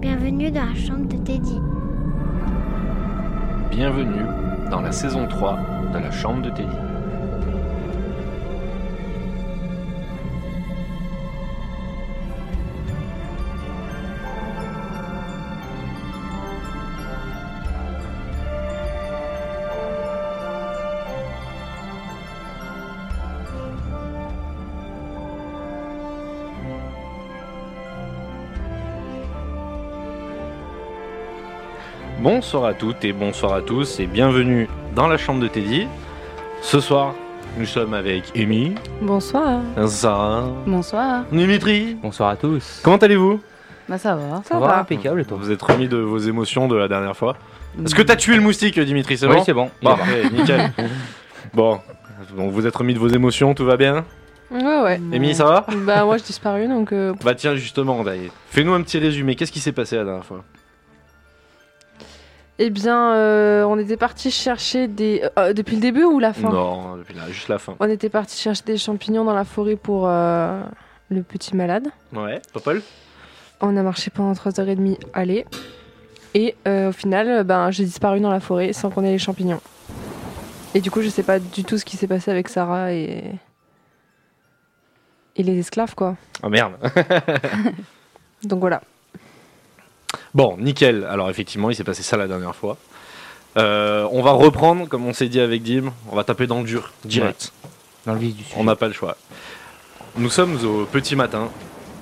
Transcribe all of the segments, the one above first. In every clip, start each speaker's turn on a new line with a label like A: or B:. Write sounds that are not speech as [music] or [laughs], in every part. A: bienvenue dans la chambre de Teddy.
B: Bienvenue dans la saison 3 de la chambre de Teddy. Bonsoir à toutes et bonsoir à tous et bienvenue dans la chambre de Teddy. Ce soir, nous sommes avec Amy,
C: Bonsoir.
B: Sarah,
C: Bonsoir.
B: Dimitri.
D: Bonsoir à tous.
B: Comment allez-vous
C: Bah ça va.
D: Ça va, impeccable et toi
B: Vous êtes remis de vos émotions de la dernière fois. Est-ce que t'as tué le moustique, Dimitri C'est bon Bah,
D: Oui, c'est bon. Il est là-bas.
B: Parfait,
D: [laughs]
B: nickel. bon, donc vous êtes remis de vos émotions, tout va bien
E: Ouais, ouais.
B: Amy, Mmh. ça va
E: Bah, moi, je disparu, donc. euh,
B: Bah tiens, justement, d'ailleurs, fais-nous un petit résumé. Qu'est-ce qui s'est passé la dernière fois
E: Eh bien, euh, on était parti chercher des. euh, depuis le début ou la fin
B: Non, depuis là, juste la fin.
E: On était parti chercher des champignons dans la forêt pour euh, le petit malade.
B: Ouais, Popol
E: On a marché pendant 3h30, allez. Et euh, au final, euh, ben, j'ai disparu dans la forêt sans qu'on ait les champignons. Et du coup, je sais pas du tout ce qui s'est passé avec Sarah et. Et les esclaves, quoi.
B: Oh merde
E: Donc voilà.
B: Bon, nickel. Alors effectivement, il s'est passé ça la dernière fois. Euh, on va reprendre, comme on s'est dit avec Dim, on va taper dans le dur, direct.
D: Dans le vif du sujet.
B: On n'a pas le choix. Nous sommes au petit matin.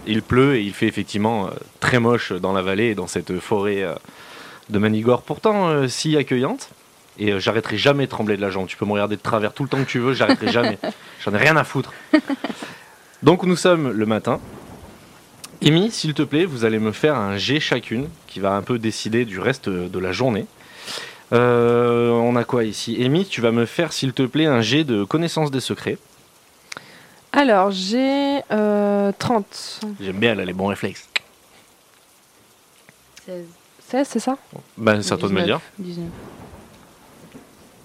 B: Il pleut et il fait effectivement euh, très moche dans la vallée et dans cette forêt euh, de Manigore, pourtant euh, si accueillante. Et euh, j'arrêterai jamais de trembler de la jambe. Tu peux me regarder de travers tout le temps que tu veux, j'arrêterai
D: [laughs]
B: jamais. J'en ai rien à foutre. Donc nous sommes le matin. Amy, s'il te plaît, vous allez me faire un G chacune qui va un peu décider du reste de la journée. Euh, on a quoi ici Amy, tu vas me faire, s'il te plaît, un G de connaissance des secrets.
E: Alors, j'ai euh, 30.
B: J'aime bien, elle a les bons réflexes.
C: 16.
E: 16, c'est ça
B: Ben, c'est à toi de me le dire.
C: 19.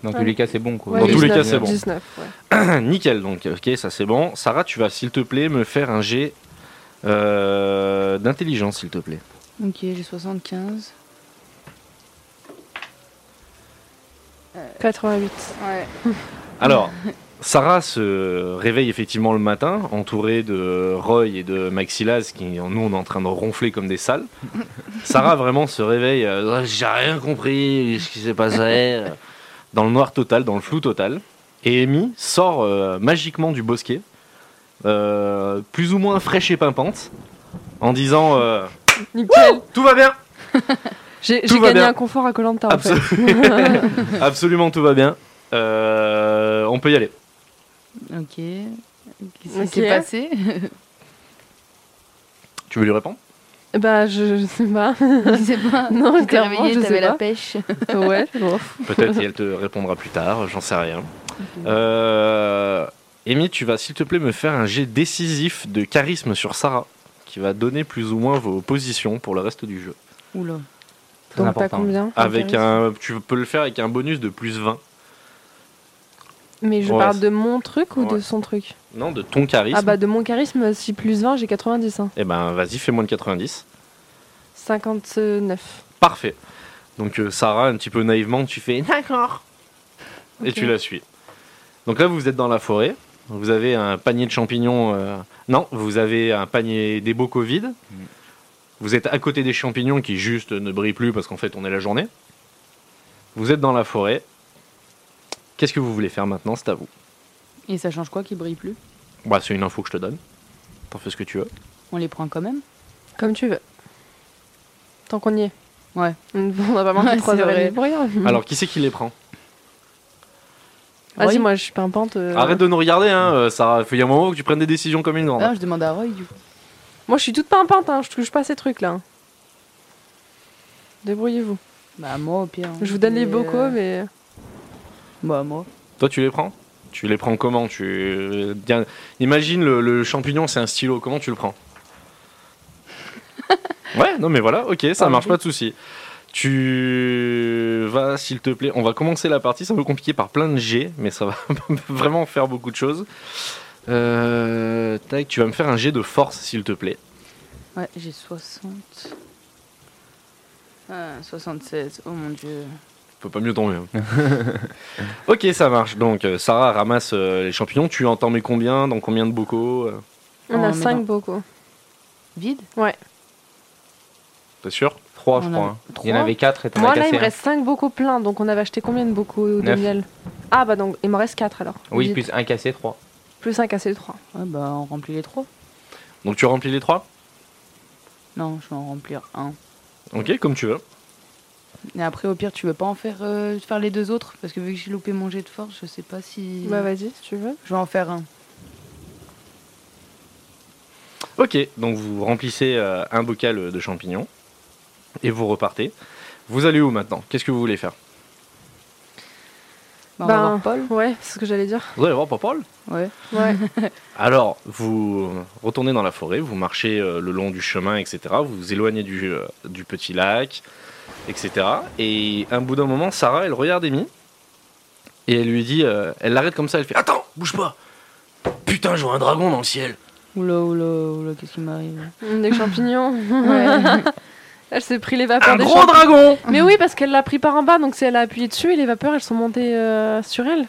D: Dans tous les cas, c'est bon quoi.
B: Dans tous les cas,
E: 19,
B: c'est bon.
E: 19,
B: [clears throat]
E: ouais.
B: Nickel, donc, ok, ça c'est bon. Sarah, tu vas, s'il te plaît, me faire un jet euh, d'intelligence, s'il te plaît.
C: Ok, j'ai 75.
E: 88.
C: Ouais.
B: Alors, Sarah se réveille effectivement le matin, entourée de Roy et de Maxilaz, qui nous on est en train de ronfler comme des salles. Sarah vraiment se réveille, euh, Ouais, j'ai rien compris, ce qui s'est passé, dans le noir total, dans le flou total. Et Amy sort euh, magiquement du bosquet, euh, plus ou moins fraîche et pimpante, en disant euh,
E: Nickel.
B: Tout va bien
E: J'ai
B: Tout
E: j'ai
B: va
E: gagné
B: bien.
E: un confort à Colanta en fait.
B: Absolument. [laughs] Absolument tout va bien. Euh, on peut y aller.
C: Ok. Qu'est-ce qui
E: Ok. [laughs]
C: s'est passé
B: Tu veux lui répondre
E: bah, je, je
B: [laughs]
E: sais pas.
C: Je sais pas.
E: Non,
C: Tu t'es
E: clairement,
C: réveillé,
E: je sais
C: t'avais la
E: pas.
C: pêche.
E: [laughs] ouais, bon.
B: Peut-être et elle te répondra plus tard, j'en sais rien. Euh, Amy, tu vas s'il te plaît me faire un jet décisif de charisme sur Sarah, qui va donner plus ou moins vos positions pour le reste du jeu.
C: Oula.
D: Très
E: Donc t'as
D: important.
E: combien
B: Avec
E: Intéressant.
B: un, tu peux le faire avec un bonus de plus 20.
E: Mais je
B: Ouais.
E: parle de mon truc ou de
B: Ouais.
E: son truc
B: Non, de ton charisme.
E: Ah bah de mon charisme, si plus 20, j'ai 90. hein.
B: Eh ben, vas-y, fais moins de 90.
E: 59.
B: Parfait. Donc euh, Sarah, un petit peu naïvement, tu fais d'accord. Et
E: Ok.
B: tu la suis. Donc là, vous êtes dans la forêt. Vous avez un panier de champignons. euh, Non, vous avez un panier des beaux Covid.
E: Mm.
B: Vous êtes à côté des champignons qui juste ne brillent plus parce qu'en fait, on est la journée. Vous êtes dans la forêt. Qu'est-ce que vous voulez faire maintenant C'est à vous.
C: Et ça change quoi qu'il brille plus
B: Bah, c'est une info que je te donne. T'en fais ce que tu veux.
C: On les prend quand même
E: Comme tu veux. Tant qu'on y est.
C: Ouais.
E: On a pas
C: Ouais,
E: manqué 3
C: c'est
E: heures
C: vrai.
E: et demie pour rien.
B: Alors, qui c'est qui les prend
E: Vas-y,
C: Roy
E: Ah, moi je suis pimpante. euh.
B: Arrête de nous regarder, hein. euh, Sarah. Il y a un moment où tu prennes des décisions comme une grande.
C: Ah, je demande à Roy du coup.
E: Moi je suis toute pimpante, hein. je touche pas ces trucs là. Débrouillez-vous.
C: Bah, moi au pire. hein.
E: Je vous donne les
C: Mais,
E: bocaux,
C: euh,
E: mais.
C: Bah, moi.
B: Toi, tu les prends Tu les prends comment tu... Tiens, Imagine le, le champignon, c'est un stylo. Comment tu le
C: [laughs]
B: prends Ouais, non, mais voilà, ok, ça
C: Pas
B: marche,
C: envie.
B: pas de souci. Tu vas, s'il te plaît, on va commencer la partie. Ça va compliqué par plein de G, mais ça va [laughs] vraiment faire beaucoup de choses. Euh, tac, tu vas me faire un G de force, s'il te plaît.
C: Ouais, j'ai 60. Ah, 76, oh mon dieu.
B: Peut pas mieux
C: [laughs]
B: tomber. hein. ok, ça marche. Donc, euh, Sarah ramasse euh, les champignons. Tu entends mais combien Dans combien de bocaux euh,
E: On
C: Oh,
E: a
C: mais
E: 5
C: non.
E: bocaux.
C: Vide
B: T'es sûr
D: Trois, je
C: On a
D: crois. hein. Il y en
C: trois.
D: avait quatre et t'en
E: Moi,
D: as
E: là, il
D: cassé
E: me
D: un.
B: hein.
E: reste 5 bocaux pleins, donc on avait acheté combien de bocaux,
D: Neuf.
E: Daniel Ah, bah donc, il me reste 4 alors.
D: Oui,
E: Vite.
D: plus un cassé, trois.
E: Plus 1 cassé, 3.
C: Ouais, bah on remplit les trois.
B: Donc, tu remplis les trois
C: Non, je vais en remplir un.
B: Ok, comme tu veux.
C: Et après, au pire, tu veux pas en faire, euh, faire les deux autres Parce que vu que j'ai loupé mon jet de force, je sais pas si.
E: Bah, vas-y, si tu veux.
C: Je vais en faire un.
B: Ok, donc vous remplissez euh, un bocal euh, de champignons et vous repartez. Vous allez où maintenant Qu'est-ce que vous voulez faire
C: Bah, on
E: Ben,
C: va voir Paul
E: Ouais, c'est ce que j'allais dire.
B: Vous allez voir Popol
C: Ouais.
E: Ouais.
B: Alors, vous retournez dans la forêt, vous marchez euh, le long du chemin, etc. Vous vous éloignez du, euh, du petit lac, etc. Et un bout d'un moment, Sarah, elle regarde Amy et elle lui dit, euh, elle l'arrête comme ça, elle fait Attends, bouge pas Putain, je vois un dragon dans le ciel
C: Oula, oula, oula, qu'est-ce qui m'arrive
E: Des champignons.
C: Ouais.
E: [laughs] Elle s'est pris les vapeurs
B: Un
E: des
B: gros
E: champignons.
B: dragon
E: Mais oui, parce qu'elle l'a pris par en bas, donc si elle a appuyé dessus et les vapeurs, elles sont montées euh, sur elle.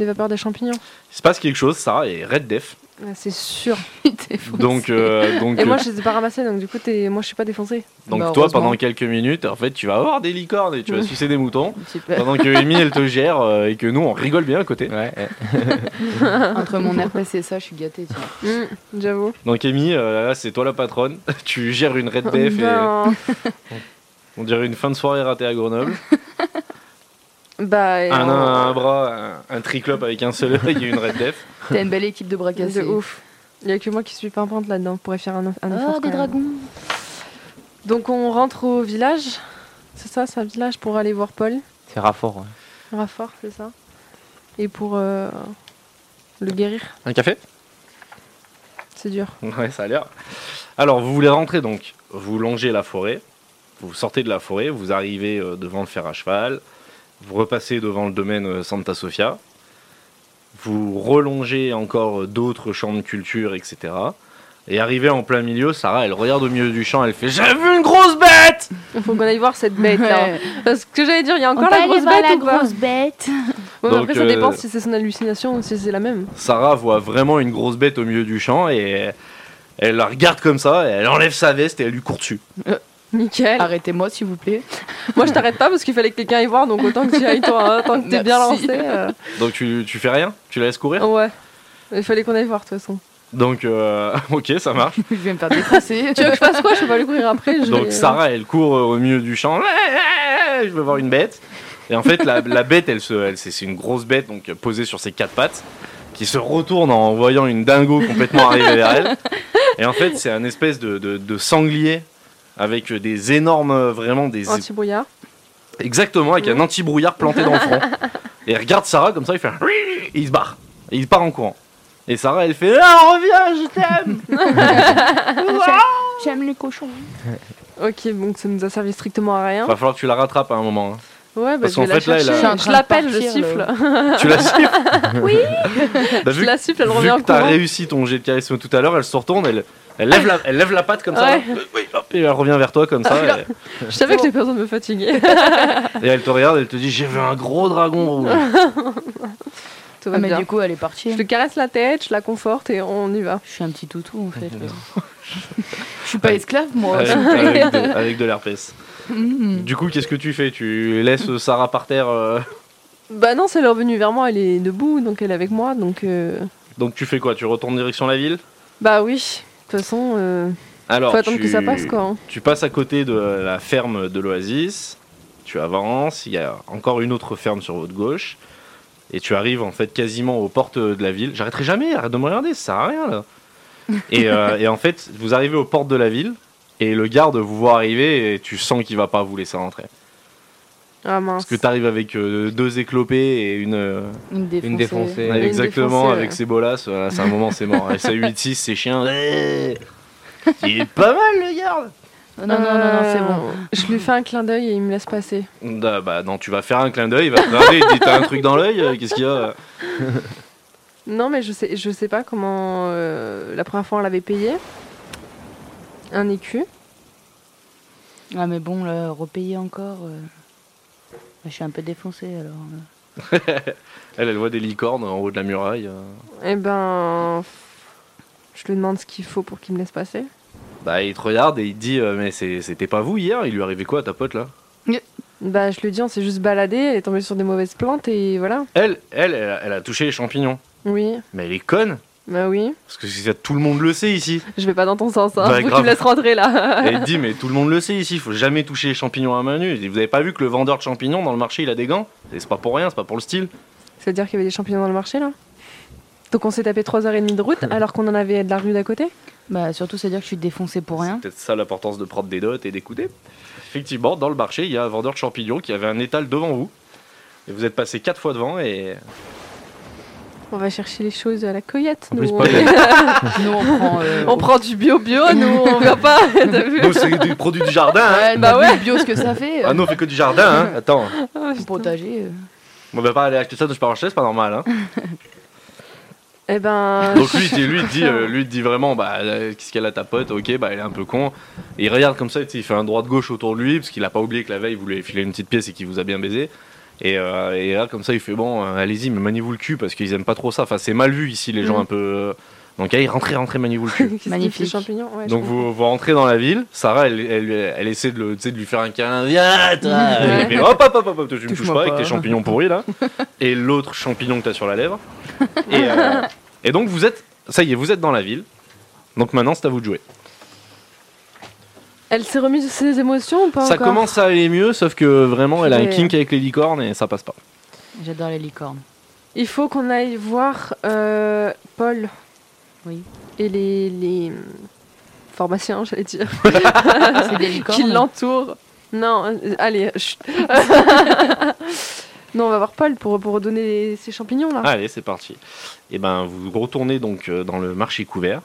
E: Les vapeurs des champignons.
B: Il se passe quelque chose, Sarah est red
E: [laughs]
B: def.
E: Ah, c'est sûr.
C: [laughs] Il t'est foncé.
B: Donc, euh, donc,
E: Et moi,
B: euh,
E: je les ai pas ramassées, donc du coup, t'es- moi, je suis pas défoncée.
B: donc
C: Bah,
B: toi,
C: heureusement.
B: pendant quelques minutes, en fait, tu vas avoir des licornes et tu vas
E: Mm.
B: sucer des moutons.
C: Super.
B: Pendant que Amy, elle te gère euh, et que nous, on rigole bien à côté.
D: Ouais, ouais.
C: Entre mon RPC et ça, je suis gâtée, tiens.
E: Mmh, J'avoue.
B: Donc Amy, euh, là c'est toi la patronne, [laughs] tu gères une red def et
E: Ben,
B: on dirait une fin de soirée ratée à Grenoble.
E: bah, et
B: Un,
E: on-
B: nain, un bras, un, un triclope avec un seul œil et une red def.
C: [laughs] T'as une belle équipe de bras
E: de
C: cassés.
E: ouf. Il y a que moi qui suis pimpante là-dedans. On pourrait faire un, un effort
C: Ah,
E: quand
C: des
E: même.
C: dragons
E: Donc on rentre au village. C'est ça, c'est un village pour aller voir Paul.
D: C'est Raffort. ouais.
E: Raffort, c'est ça. Et pour euh, le guérir.
B: Un café
E: C'est [laughs] dur.
B: [laughs] Ouais, ça a l'air. Alors vous voulez rentrer donc, vous longez la forêt, vous sortez de la forêt, vous arrivez euh, devant le fer à cheval, vous repassez devant le domaine euh, Santa Sofia, vous relongez encore euh, d'autres champs de culture, etc. Et arrivé en plein milieu, Sarah, elle regarde au milieu du champ, elle fait J'ai vu une grosse bête
E: Il faut qu'on aille voir cette bête là.
C: Ouais.
E: Parce que j'allais dire, il y a encore la grosse bête ou pas [laughs]
A: bête.
E: Ouais, mais
B: Donc,
E: Après, ça
B: euh,
E: dépend si c'est son hallucination ou si c'est la même.
B: Sarah voit vraiment une grosse bête au milieu du champ et elle la regarde comme ça, et elle enlève sa veste et elle lui court dessus.
E: Nickel.
C: [laughs] Arrêtez-moi, s'il vous plaît.
E: Ah, Moi, je t'arrête pas parce qu'il fallait que quelqu'un aille voir, donc autant que tu y ailles toi, hein, tant que t'es bien
C: Merci.
E: lancé. euh.
B: Donc tu, tu fais rien Tu la laisses courir
E: Ouais. Il fallait qu'on aille voir de toute façon.
B: Donc euh, [laughs] ok, ça marche.
C: [laughs] Je vais me [laughs] faire défoncer.
E: Tu veux que je fasse quoi Je vais pas lui courir après. [laughs] Je
B: Donc
E: vais-
B: Sarah, elle court euh, au milieu du champ, je veux voir une bête. Et en fait, la, la bête, elle se, elle, c'est c'est une grosse bête donc euh, posée sur ses quatre pattes qui se retourne en voyant une dingo complètement arriver vers elle. Et en fait, c'est un espèce de, de- de sanglier avec des énormes, euh, vraiment des,
E: Anti-brouillard.
B: Exactement, avec un anti-brouillard planté dans le front. Et il regarde Sarah comme ça, il fait un et il se barre. Et il part en courant. Et Sarah, elle fait Ah, reviens, je
E: [laughs]
B: t'aime
A: J'aime les cochons.
E: Ok, donc ça nous a servi strictement à rien.
B: Va falloir que tu la rattrapes à un moment. hein.
E: Ouais, bah
B: Parce
E: je vais
B: qu'en
E: la
B: fait, là, elle a-
E: chercher.
C: Je suis en
E: je
C: train de
E: l'appelle, je
C: partir,
E: siffle.
B: Tu la siffles
A: Oui.
B: Bah,
E: Je
B: vu,
E: la siffle, elle
B: vu
E: revient en
B: que t'as
E: courant.
B: réussi ton jet de charisme tout à l'heure, elle se retourne, elle, elle, lève, la, elle lève la patte comme ça.
E: Ouais. Ah,
B: là. Oui, hop, Et elle revient vers toi comme ça. et,
E: Je savais que j'ai besoin de me fatiguer.
C: Ah,
B: et elle te regarde, elle te dit J'ai vu un gros dragon rouge.
E: [laughs] Tout va
C: Ah, mais
E: bien.
C: du coup, elle est
E: Je
C: partie.
E: lui caresse la tête, je la conforte et on y va.
C: Je suis un petit toutou, en fait. [laughs] je suis pas esclave, moi. [laughs]
B: avec, avec de, avec de l'herpès.
E: Mm.
C: Mhm.
B: Du coup, qu'est-ce que tu fais Tu laisses Sarah par terre euh,
E: Bah non, c'est elle est revenue vers moi, elle est debout, donc elle est avec moi, donc... euh,
B: Donc tu fais quoi Tu retournes direction la ville
E: Bah oui, de toute façon, euh,
B: Alors,
E: faut attendre
B: tu-
E: que ça passe, quoi. hein.
B: Tu passes à côté de la ferme de l'Oasis, tu avances, il y a encore une autre ferme sur votre gauche, et tu arrives en fait quasiment aux portes de la ville. J'arrêterai jamais, arrête de me regarder, ça sert à rien là. Et, euh, et en fait, vous arrivez aux portes de la ville, et le garde vous voit arriver, et tu sens qu'il va pas vous laisser rentrer.
E: Ah
B: Parce
E: mince.
B: que tu arrives avec euh, deux éclopés et une. euh,
C: Une défoncée.
D: Une défoncée.
B: Ouais,
E: Une
B: exactement,
E: défoncée,
B: avec
E: ouais.
B: ses bolas, voilà, c'est un moment, c'est
E: [laughs]
B: mort. Et sa 8-6, ses chiens. ouais. Eh, Il est pas mal le garde
C: Non, non, non, non, c'est bon.
E: Euh, Je lui fais un clin d'œil et il me laisse passer.
B: Ah, bah non, tu vas faire un clin d'œil, il va te regarder, il te dit t'as un truc dans l'œil, euh, qu'est-ce qu'il y a
E: Non, mais je sais, je sais pas comment... euh, la première fois, on l'avait payé. Un écu.
C: Ah, mais bon, là, repayer encore. euh, Je suis un peu défoncé alors. euh.
B: Elle, elle voit des licornes en haut de la muraille. euh.
E: Eh ben. Je lui demande ce qu'il faut pour qu'il me laisse passer.
B: Bah, il te regarde et il te dit euh, Mais c'est- c'était pas vous hier Il lui arrivait quoi à ta pote là
E: Bah, je lui dis, on s'est juste baladé, elle est tombée sur des mauvaises plantes et voilà.
B: elle, elle, elle a, elle a touché les champignons.
E: Oui,
B: Mais elle est conne
E: bah oui.
B: Parce que c'est- tout le monde le sait ici.
E: Je vais pas dans ton sens, hein.
B: Bah,
E: Faut que tu
B: grave.
E: me laisses rentrer là.
B: Et
E: [laughs]
B: elle te dit Mais tout le monde le sait ici, faut jamais toucher les champignons à main nue. Elle dit, Vous avez pas vu que le vendeur de champignons dans le marché il a des gants Et C'est pas pour rien, c'est pas pour le style.
E: Ça veut dire qu'il y avait des champignons dans le marché là Donc on s'est tapé 3h30 de route alors qu'on en avait de la rue d'à côté
C: Bah, surtout, c'est dire que je suis défoncé pour
B: C'est
C: rien.
B: peut-être ça l'importance de prendre des notes et d'écouter. Effectivement, dans le marché, il y a un vendeur de champignons qui avait un étal devant vous. Et vous êtes passé quatre fois devant et.
E: On va chercher les choses à la coyote,
D: En
E: nous.
D: plus,
E: on...
D: Paul, il-
E: [laughs]
C: Nous, on prend. euh,
E: on prend du bio-bio, nous, on vient pas, [laughs] t'as vu
B: Nous, c'est des produits du jardin, hein
C: Ouais,
E: Bah
C: bah
E: ouais.
C: ouais. bio ce que ça fait. euh,
B: Ah non, on fait que du jardin, hein Attends.
E: Ah, putain.
C: Potager. euh.
B: On va pas aller acheter ça de supermarché, c'est pas normal, hein
E: Eh ben,
B: Donc lui, il dit- lui, il dit, euh, lui, il dit vraiment, bah, euh, qu'est-ce qu'elle a ta pote Ok, bah, elle est un peu con. Et il regarde comme ça, tu sais, il fait un droit de gauche autour de lui, parce qu'il a pas oublié que la veille, il voulait filer une petite pièce et qu'il vous a bien baisé. Et, euh, et là, comme ça, il fait bon, euh, allez-y, mais maniez-vous le cul, parce qu'ils aiment pas trop ça. Enfin, c'est mal vu ici, les gens
E: Mhm.
B: un peu. euh, Donc, allez, rentrez, rentrez, maniez-vous le cul.
E: qu'est-ce qu'il
C: Magnifique.
E: fait, les champignons Ouais, je
B: Donc, vous, vous rentrez dans la ville, Sarah, elle, elle, elle essaie de, le, tu sais, de lui faire un câlin, viens, toi
E: Ouais.
B: Et Hop, hop, hop, hop, hop, tu me touches
C: Touche-moi
B: pas avec
C: pas.
B: tes champignons pourris, là. et l'autre champignon que t'as sur la lèvre. Et, euh, et donc, vous êtes, ça y est, vous êtes dans la ville. Donc maintenant, c'est à vous de jouer.
E: comprends. Elle s'est remise de ses émotions ou pas
B: ça
E: encore
B: commence à aller mieux, sauf que vraiment, elle a un
E: Purée.
B: kink avec les licornes et ça passe pas.
C: J'adore les licornes.
E: Il faut qu'on aille voir euh, Paul.
C: Oui.
E: Et les, les hum, pharmaciens, j'allais
C: [laughs]
E: dire,
C: C'est des licornes. euh,
E: qui l'entourent. Non, euh, allez,
C: [laughs]
E: chut. Non, on va voir Paul pour, pour donner les- ces champignons là.
B: Allez, c'est parti. Et ben, vous retournez donc euh, dans le marché couvert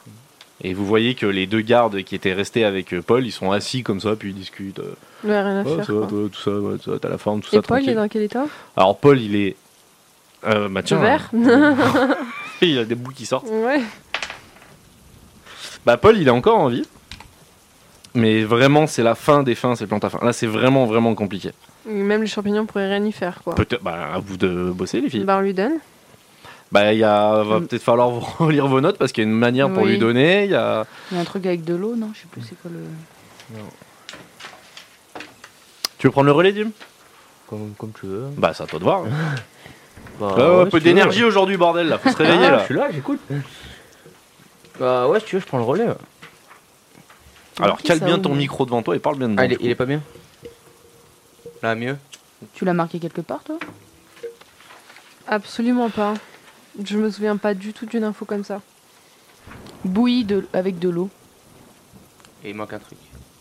B: et vous voyez que les deux gardes qui étaient restés avec euh, Paul, ils sont assis comme ça, puis ils discutent. euh,
E: Ouais, rien à
B: Oh,
E: faire.
B: ça va,
E: quoi.
B: toi, tout ça, ouais, ça va, t'as la forme, tout
E: Et
B: ça.
E: Paul, il est
B: tranquille.
E: dans quel état
B: Alors Paul, il est. Euh, bah tiens.
E: vert
B: euh, [laughs] il a des bouts qui sortent.
E: [laughs] Ouais.
B: Bah Paul, il est encore en vie. Mais vraiment, c'est la fin des fins, c'est plantes à fin. Là, c'est vraiment, vraiment compliqué.
E: Même les champignons pourraient rien y faire quoi.
B: Peut-être, bah, à vous de bosser, les filles.
E: Bah, on lui donne.
B: Bah, il y a, va
C: Mm.
B: peut-être falloir [laughs] vous relire vos notes parce qu'il y a une manière pour
C: Oui.
B: lui donner. Il y a,
C: Il y a un truc avec de l'eau, non Je sais plus c'est quoi le.
B: tu veux prendre le relais, Dim
D: Comme, comme tu veux.
B: Bah, c'est à toi de voir.
D: Bah,
B: Ouais, ouais,
D: ouais,
B: un
D: si
B: peu
D: tu veux.
B: d'énergie aujourd'hui, bordel, là. Faut se réveiller,
D: Ah,
B: là.
D: Je suis là, j'écoute. Bah ouais, si tu veux, je prends le relais. ouais.
B: Alors,
C: Qui
B: cale
C: ça,
B: bien
C: ou-
B: ton micro devant toi et parle bien dedans.
D: Ah, il est,
B: du coup.
D: il est pas bien Là, mieux
C: Tu l'as marqué quelque part, toi
E: Absolument pas. Je me souviens pas du tout d'une info comme ça.
C: Bouillie de... avec de l'eau.
D: Et il manque un truc.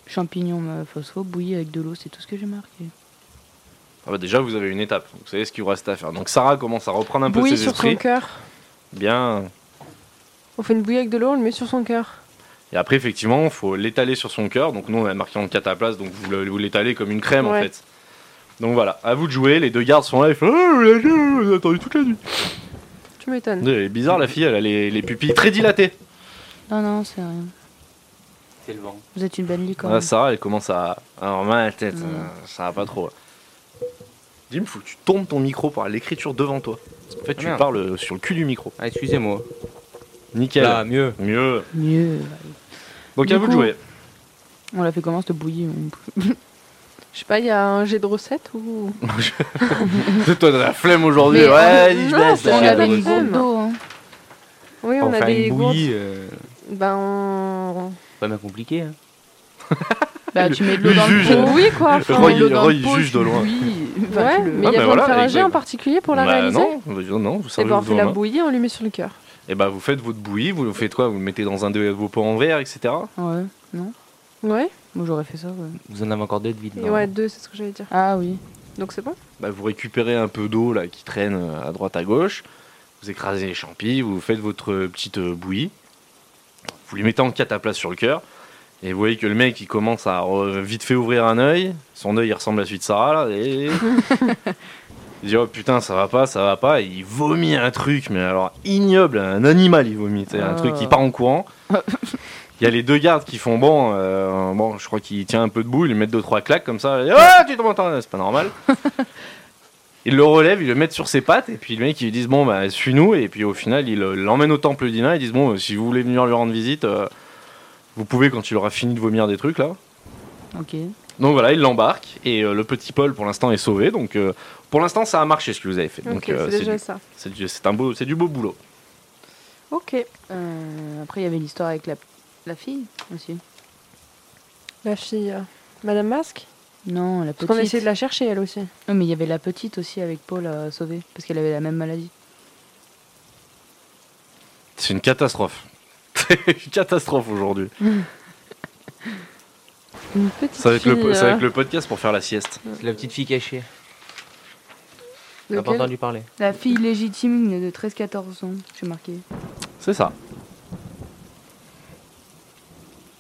C: Champignons euh, phospho, bouillie avec de l'eau, c'est tout ce que j'ai marqué.
B: Ah bah, déjà, vous avez une étape. Vous savez ce qu'il vous reste à faire. Donc, Sarah commence à reprendre un peu
E: Bouillie
B: ses
E: sur son
B: esprits.
E: cœur.
B: Bien.
E: On fait une bouillie avec de l'eau, on le met sur son cœur.
B: Et après, effectivement, il faut l'étaler sur son cœur. Donc, nous, on a marqué en 4 à la place, donc vous le- vous l'étalez comme une crème, en
E: Ouais.
B: fait. Donc voilà, à vous de jouer. Les deux gardes sont là, ils font Ah, vous l'avez- vous avez attendu toute la nuit.
E: Tu m'étonnes.
B: Elle est bizarre, la fille, elle a les, les pupilles très dilatées.
C: Non, non, c'est rien.
D: C'est le vent.
C: Vous êtes une belle licorne.
B: Ah, Sarah, elle commence à. Alors, mal à la tête,
C: Mm.
B: euh, ça va pas trop. Dis-moi, faut que tu tombes ton micro pour avoir l'écriture devant toi. Parce qu'en fait,
D: Ah,
B: tu
D: merde.
B: parles euh, sur le cul du micro.
D: Ah, excusez-moi.
B: Nickel.
D: Là, mieux.
B: Mieux.
C: Mieux.
B: Donc,
C: Du
B: à vous de
C: coup-
B: jouer.
C: On l'a fait comment cette bouillie on-
E: Je sais pas, il y a un jet de recette ou.
B: [laughs] Toi, t'as la flemme aujourd'hui.
C: Mais
B: Ouais,
C: on-
B: vas-y, je baisse,
E: non, euh, c'est-
B: là.
C: On
E: la
C: avait une
E: recette.
C: gourde d'eau, hein.
E: Oui,
D: Pour
E: on a
D: faire
E: des
D: une
E: gourdes.
D: bouillie, euh,
E: Ben. on-
D: pas bien compliqué. Hein.
C: Bah, tu mets de l'eau
B: Lui
C: dans
B: juge.
C: le pot.
E: Oui, quoi. enfin,
B: Roy,
C: Tu mets de l'eau
B: il-
C: dans
B: Roy,
C: le
B: il
C: pot,
B: juge
C: tu
B: de loin.
C: bouilles. Enfin,
E: ouais, mais il y
C: tu le-
B: Ah,
E: a
B: bah
E: besoin
B: voilà,
E: de faire un jet en
B: exact.
E: particulier pour la
B: Bah,
E: réaliser.
B: non, non, vous
E: Et
B: servez
E: ben, on
B: vos
E: fait la
B: mains.
E: bouillie, on lui met sur le cœur.
B: Et bah vous faites votre bouillie, vous le faites quoi Vous le mettez dans un de vos pots en verre, etc.
C: Ouais,
E: Ouais.
C: moi j'aurais fait ça, ouais.
D: Vous en avez encore d'autres vides.
E: Et
D: non
E: ouais, deux, c'est ce que j'allais dire.
C: Ah oui.
E: Donc c'est bon.
B: Bah vous récupérez un peu d'eau là qui traîne euh, à droite à gauche, vous écrasez les champis, vous faites votre euh, petite euh, bouillie, vous les mettez en cataplasme sur le cœur, et vous voyez que le mec il commence à euh, vite fait ouvrir un œil, son œil il ressemble à celui de Sarah là, et... il dit oh putain ça va pas, ça va pas, et il vomit un truc, mais alors ignoble, un animal il vomit, c'est un
C: Ah.
B: truc qui part en courant. Il y a les deux gardes qui font bon, euh, bon, je crois qu'il tient un peu debout, ils lui mettent deux trois claques comme ça. et, Ah, tu te m'entends, c'est pas normal. ils le relèvent, ils le mettent sur ses pattes et puis le mec ils lui disent bon bah suis-nous et puis au final ils euh, l'emmènent au temple d'Ina et disent bon euh, si vous voulez venir lui rendre visite, euh, vous pouvez quand il aura fini de vomir des trucs là.
C: Ok.
B: Donc voilà, ils l'embarquent et euh, le petit Paul pour l'instant est sauvé donc euh, pour l'instant ça a marché ce que vous avez fait.
E: Ok,
B: Donc euh,
E: c'est
B: c'est
E: déjà
B: du-
E: ça.
B: c'est du- c'est un beau, c'est du beau boulot.
E: Ok.
C: Euh, après, il y avait l'histoire avec la, la fille aussi.
E: La fille, euh, Madame Masque
C: Non, la
E: Parce
C: petite.
E: qu'on a essayé de la chercher, elle aussi.
C: Non, mais il y avait la petite aussi avec Paul à sauver parce qu'elle avait la même maladie.
B: C'est une catastrophe. [laughs] C'est une catastrophe aujourd'hui.
E: Une petite
B: Ça va être le
E: fille,
B: po- ça va
E: euh,
B: être le podcast pour faire la sieste.
D: C'est la petite fille cachée. T'as pas
E: lequel
D: entendu parler.
C: La fille légitime de 13-14 ans, j'ai marqué.
B: C'est ça.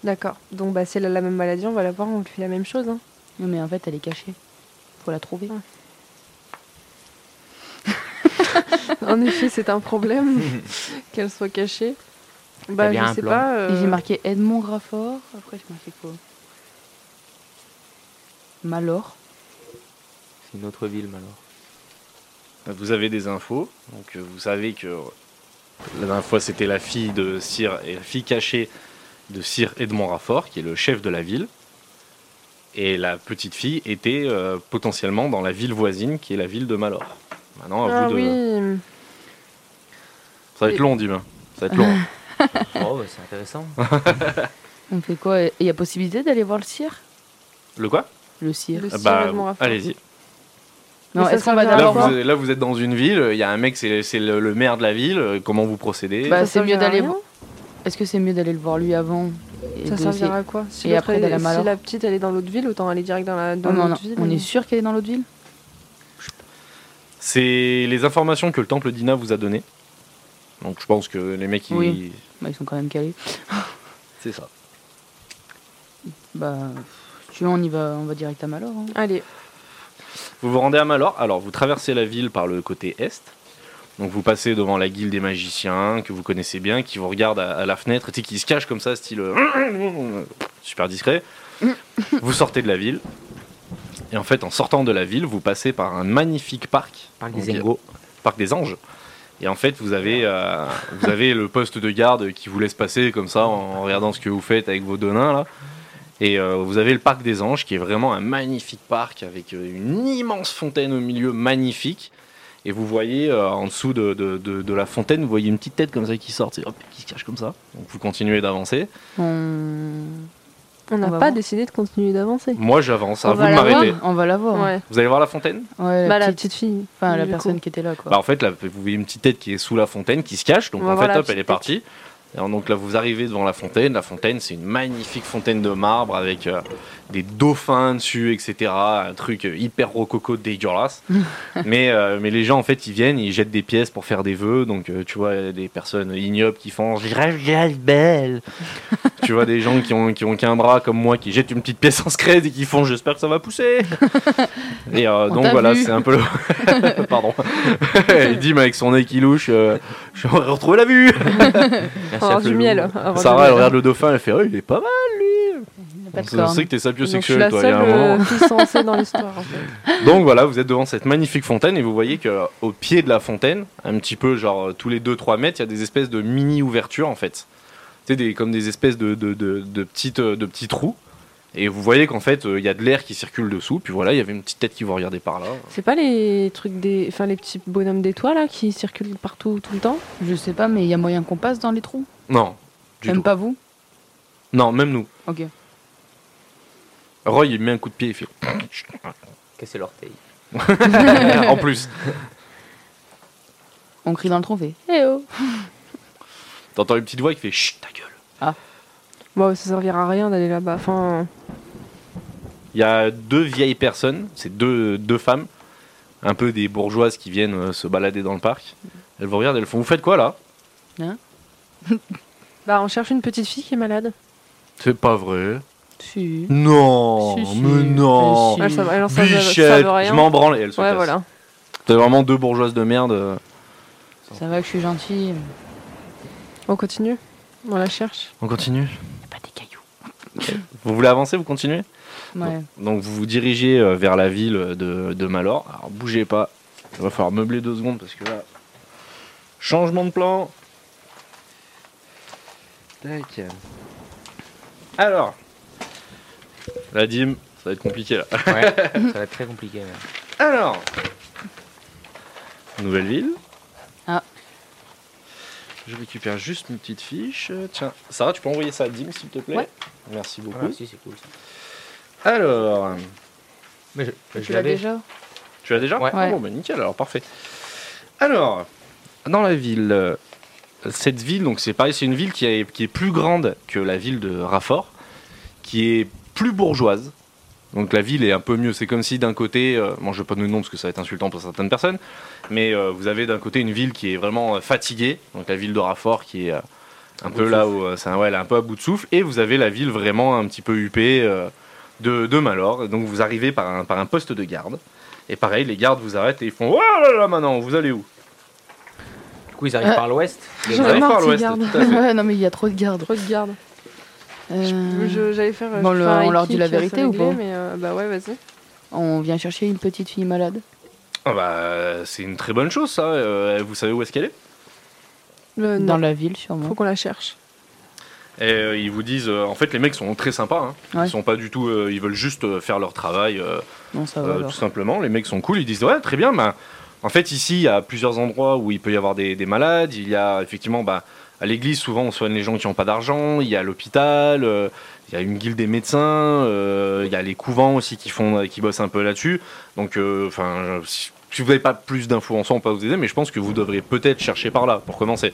E: D'accord. Donc, bah, si elle a la même maladie, on va la voir, on lui fait la même chose. hein.
C: Non, mais en fait, elle est cachée. Faut la trouver.
E: [laughs] En effet, c'est
B: [laughs]
E: un problème qu'elle soit cachée. Bah,
D: bien
E: je
D: un
E: sais
D: plan.
E: pas.
C: Et
E: euh,
C: j'ai marqué Edmond Raffort. Après, j'ai marqué quoi Malor.
D: C'est une autre ville, malheureusement. [laughs]
B: Vous avez des infos. Donc euh, vous savez que euh, la dernière fois c'était la fille de Sir et la fille cachée de Sir Edmond Raffort, qui est le chef de la ville. Et la petite fille était euh, potentiellement dans la ville voisine, qui est la ville de Malor. Maintenant, à
E: Ah
B: vous de.
E: oui.
B: Ça va être long, Dima. Ça va être long.
D: Oh, bah, c'est [laughs] intéressant.
C: On fait quoi Il y a possibilité d'aller voir le cire
B: le quoi
C: Le cire.
E: Le
B: Ah
E: Sir
B: bah,
E: Edmond Raffort.
B: allez-y.
E: Mais
C: Non,
E: ça
C: est-ce
E: sert
C: qu'on va
E: à rien.
B: Là
C: d'abord
E: Raffort.
B: vous,
C: voir
B: êtes- là, vous êtes dans une ville. Il y a un mec, c'est c'est le, le maire de la ville. euh, Comment vous procédez
C: Bah,
E: Ça
C: c'est mieux
E: servira à
C: d'aller
E: rien.
C: voir. Est-ce que c'est mieux d'aller le voir lui avant et
E: Ça
C: de-
E: servira à quoi si,
C: et
E: l'autre,
C: après,
E: elle est-
C: d'aller à
E: si
C: Malheur.
E: la petite elle est dans l'autre ville, autant aller direct dans la dans
C: Non, non, non.
E: l'autre ville.
C: On
E: mais-
C: est sûr qu'elle est dans l'autre ville
B: C'est les informations que le temple d'Ina vous a données. Donc je pense que les mecs, ils-
C: Oui. Bah, ils sont quand même calés.
B: c'est ça.
C: Bah, si tu veux, on y va, on va direct à Malor. hein.
E: Allez,
B: Vous vous rendez à Malor. Alors, vous traversez la ville par le côté est. Donc, vous passez devant la guilde des magiciens que vous connaissez bien, qui vous regarde à, à la fenêtre, tu sais, qui se cache comme ça, style euh, super discret. vous sortez de la ville. Et en fait, en sortant de la ville, vous passez par un magnifique parc.
D: Parc des
B: Donc,
D: Engos.
B: Parc des anges. Et en fait, vous avez, euh, vous avez le poste de garde qui vous laisse passer comme ça en regardant ce que vous faites avec vos deux nains là. Et euh, vous avez le parc des Anges, qui est vraiment un magnifique parc avec euh, une immense fontaine au milieu, magnifique. Et vous voyez euh, en dessous de, de- de- de la fontaine, vous voyez une petite tête comme ça qui sort, c'est- hop, qui se cache comme ça. Donc vous continuez d'avancer.
C: On...
E: on n'a pas
C: On va voir.
E: décidé de continuer d'avancer.
B: Moi j'avance, à
E: On
B: Bah, vous
E: va
B: de
E: la
B: m'arrêter.
C: On va la voir.
E: Ouais.
B: Vous allez voir la fontaine
C: Ouais,
E: Bah,
C: la
E: la
C: petite,
E: petite fille.
C: enfin, la
E: du
C: personne
E: coup.
C: qui était là, quoi.
B: Bah, En fait, là, vous voyez une petite tête qui est sous la fontaine, qui se cache. Donc
E: On va
B: en
E: voir
B: fait,
E: la
B: hop,
E: petite
B: elle est
E: tête.
B: partie. Et donc là, vous arrivez devant la fontaine. La fontaine, c'est une magnifique fontaine de marbre avec euh, des dauphins dessus, etc. Un truc euh, hyper rococo
E: [laughs]
B: dégueulasse. mais, euh, mais les gens, en fait, ils viennent, ils jettent des pièces pour faire des vœux. Donc euh, tu vois, il y a des personnes ignobles qui font Je rêve, je rêve belle. tu vois, des gens qui ont, qui ont qu'un bras comme moi qui jettent une petite pièce en scred et qui font J'espère que ça va pousser. et euh,
C: On
B: donc
C: t'a
B: voilà,
C: vu.
B: c'est un peu le. [laughs] Pardon. Et Dim avec son nez qui louche, euh, j'aurais retrouvé la vue.
D: Merci
E: Avoir
D: à
E: Oh, du
D: Pelou.
E: miel. avoir du
B: Sarah, elle
E: miel.
B: regarde le dauphin, elle fait Oh, il est pas mal.
C: Il a pas de
B: On
C: corne.
B: sait que t'es
E: Donc, je suis
B: sapiosexuel,
E: la
B: toi, il y a
E: seule
B: un
E: euh,
B: moment.
E: qui sensée dans l'histoire. En fait.
B: Donc voilà, vous êtes devant cette magnifique fontaine et vous voyez que euh, au pied de la fontaine, un petit peu genre euh, tous les 2-3 mètres, il y a des espèces de mini ouvertures en fait. Tu sais, des, comme des espèces de, de, de, de petites, euh, de petits trous. Et vous voyez qu'en fait, euh, il y a de l'air qui circule dessous. Puis voilà, il y avait une petite tête qui vous regardait par là.
E: C'est pas les trucs des, enfin les petits bonhommes des toits là qui circulent partout tout le temps.
C: Je sais pas, mais il y a moyen qu'on passe dans les trous.
B: Non, du
C: Même
B: tout.
C: pas vous
B: Non, même nous.
C: Ok.
B: Roy, il met un coup de pied,
C: [laughs]
B: il fait [laughs]
D: Casser l'orteil.
B: en plus.
C: On crie dans le trou, on fait.
E: Eh oh.
B: T'entends une petite voix qui fait chut ta gueule.
E: Bon, Bah, ça servira à rien d'aller là-bas. Enfin,
B: Il y a deux vieilles personnes, c'est deux, deux femmes, un peu des bourgeoises qui viennent euh, se balader dans le parc. Elles vous regardent, elles font Vous faites quoi là
E: bah on cherche une petite fille qui est malade.
B: C'est pas vrai.
C: Si.
B: Non,
C: Si, si.
B: mais non.
C: Si, si.
E: Elle, Ah, ça, elle, ça, veut- ça
B: Bichette,
E: veut
B: je
E: rien.
B: m'en branle et elles se
E: Ouais,
B: cassent.
E: voilà.
B: T'es vraiment deux bourgeoises de merde. euh.
C: Ça va que je suis gentille.
E: On continue. On la cherche.
B: On continue Vous voulez avancer, vous continuez
C: Ouais.
B: Donc vous vous dirigez euh, vers la ville de, de Malor. Alors bougez pas, il va falloir meubler deux secondes parce que là... Changement de plan.
D: Tac.
B: Alors, la dîme, ça va être compliqué là.
D: Ouais, ça va être très compliqué. même.
B: Alors, nouvelle ville.
C: Ah.
B: Je récupère juste une petite fiche. Tiens, Sarah, tu peux envoyer ça à Dim, s'il te plaît
C: Ouais.
B: Merci beaucoup.
D: Voilà, Ah, si, c'est cool. ça.
B: Alors,
D: Mais je,
C: Tu l'as déjà
B: tu l'as déjà
D: Ouais.
B: Ah Bon, bah nickel, alors parfait. Alors, dans la ville, euh, cette ville, donc c'est pareil, c'est une ville qui est, qui est plus grande que la ville de Raffort, qui est plus bourgeoise. Donc la ville est un peu mieux. C'est comme si d'un côté, euh, bon, je vais pas donner de nom parce que ça va être insultant pour certaines personnes, mais euh, vous avez d'un côté une ville qui est vraiment euh, fatiguée, donc la ville de Raffort qui est euh, un
D: bout
B: peu
D: de
B: là où, euh, c'est un- ouais, elle est un peu à bout de souffle, et vous avez la ville vraiment un petit peu huppée euh, de, de Malor. Donc vous arrivez par un, par un poste de garde, et pareil, les gardes vous arrêtent et ils font Oh là là, maintenant, vous allez où
D: Du coup, ils arrivent
C: Euh,
D: par l'ouest.
E: J'en ai
B: Vous allez
E: marre
B: par
E: de ces
B: l'ouest,
E: gardes.
B: tout à fait.
E: [laughs]
C: [laughs] Ouais, non, mais il y a trop de gardes.
E: Trop de garde.
C: Euh,
E: J'allais faire.
C: Bon, le- on leur dit la vérité ou pas
E: Mais euh, bah ouais, vas-y.
C: On vient chercher une petite fille malade.
B: Ah bah, c'est une très bonne chose, ça. Euh, vous savez où est-ce qu'elle est
E: Le-
C: Dans
E: Euh, non,
C: la ville,
E: faut
C: sûrement.
E: qu'on la cherche.
B: Et euh, ils vous disent, euh, en fait, les mecs sont très sympas. hein.
C: Ouais.
B: Ils sont pas du tout, euh, ils veulent juste euh, faire leur travail, euh,
C: Non, ça va
B: euh,
C: alors.
B: tout simplement. Les mecs sont cool. Ils disent, ouais, très bien. Bah, en fait, ici, il y a plusieurs endroits où il peut y avoir des, des malades. Il y a effectivement, bah, à l'église, souvent, on soigne les gens qui n'ont pas d'argent. Il y a l'hôpital. euh, il y a une guilde des médecins. euh, il y a les couvents aussi qui font, qui bossent un peu là-dessus. Donc, euh, enfin, je- si, si vous n'avez pas plus d'infos en soi, on peut pas vous aider, mais je pense que vous devriez peut-être chercher par là pour commencer.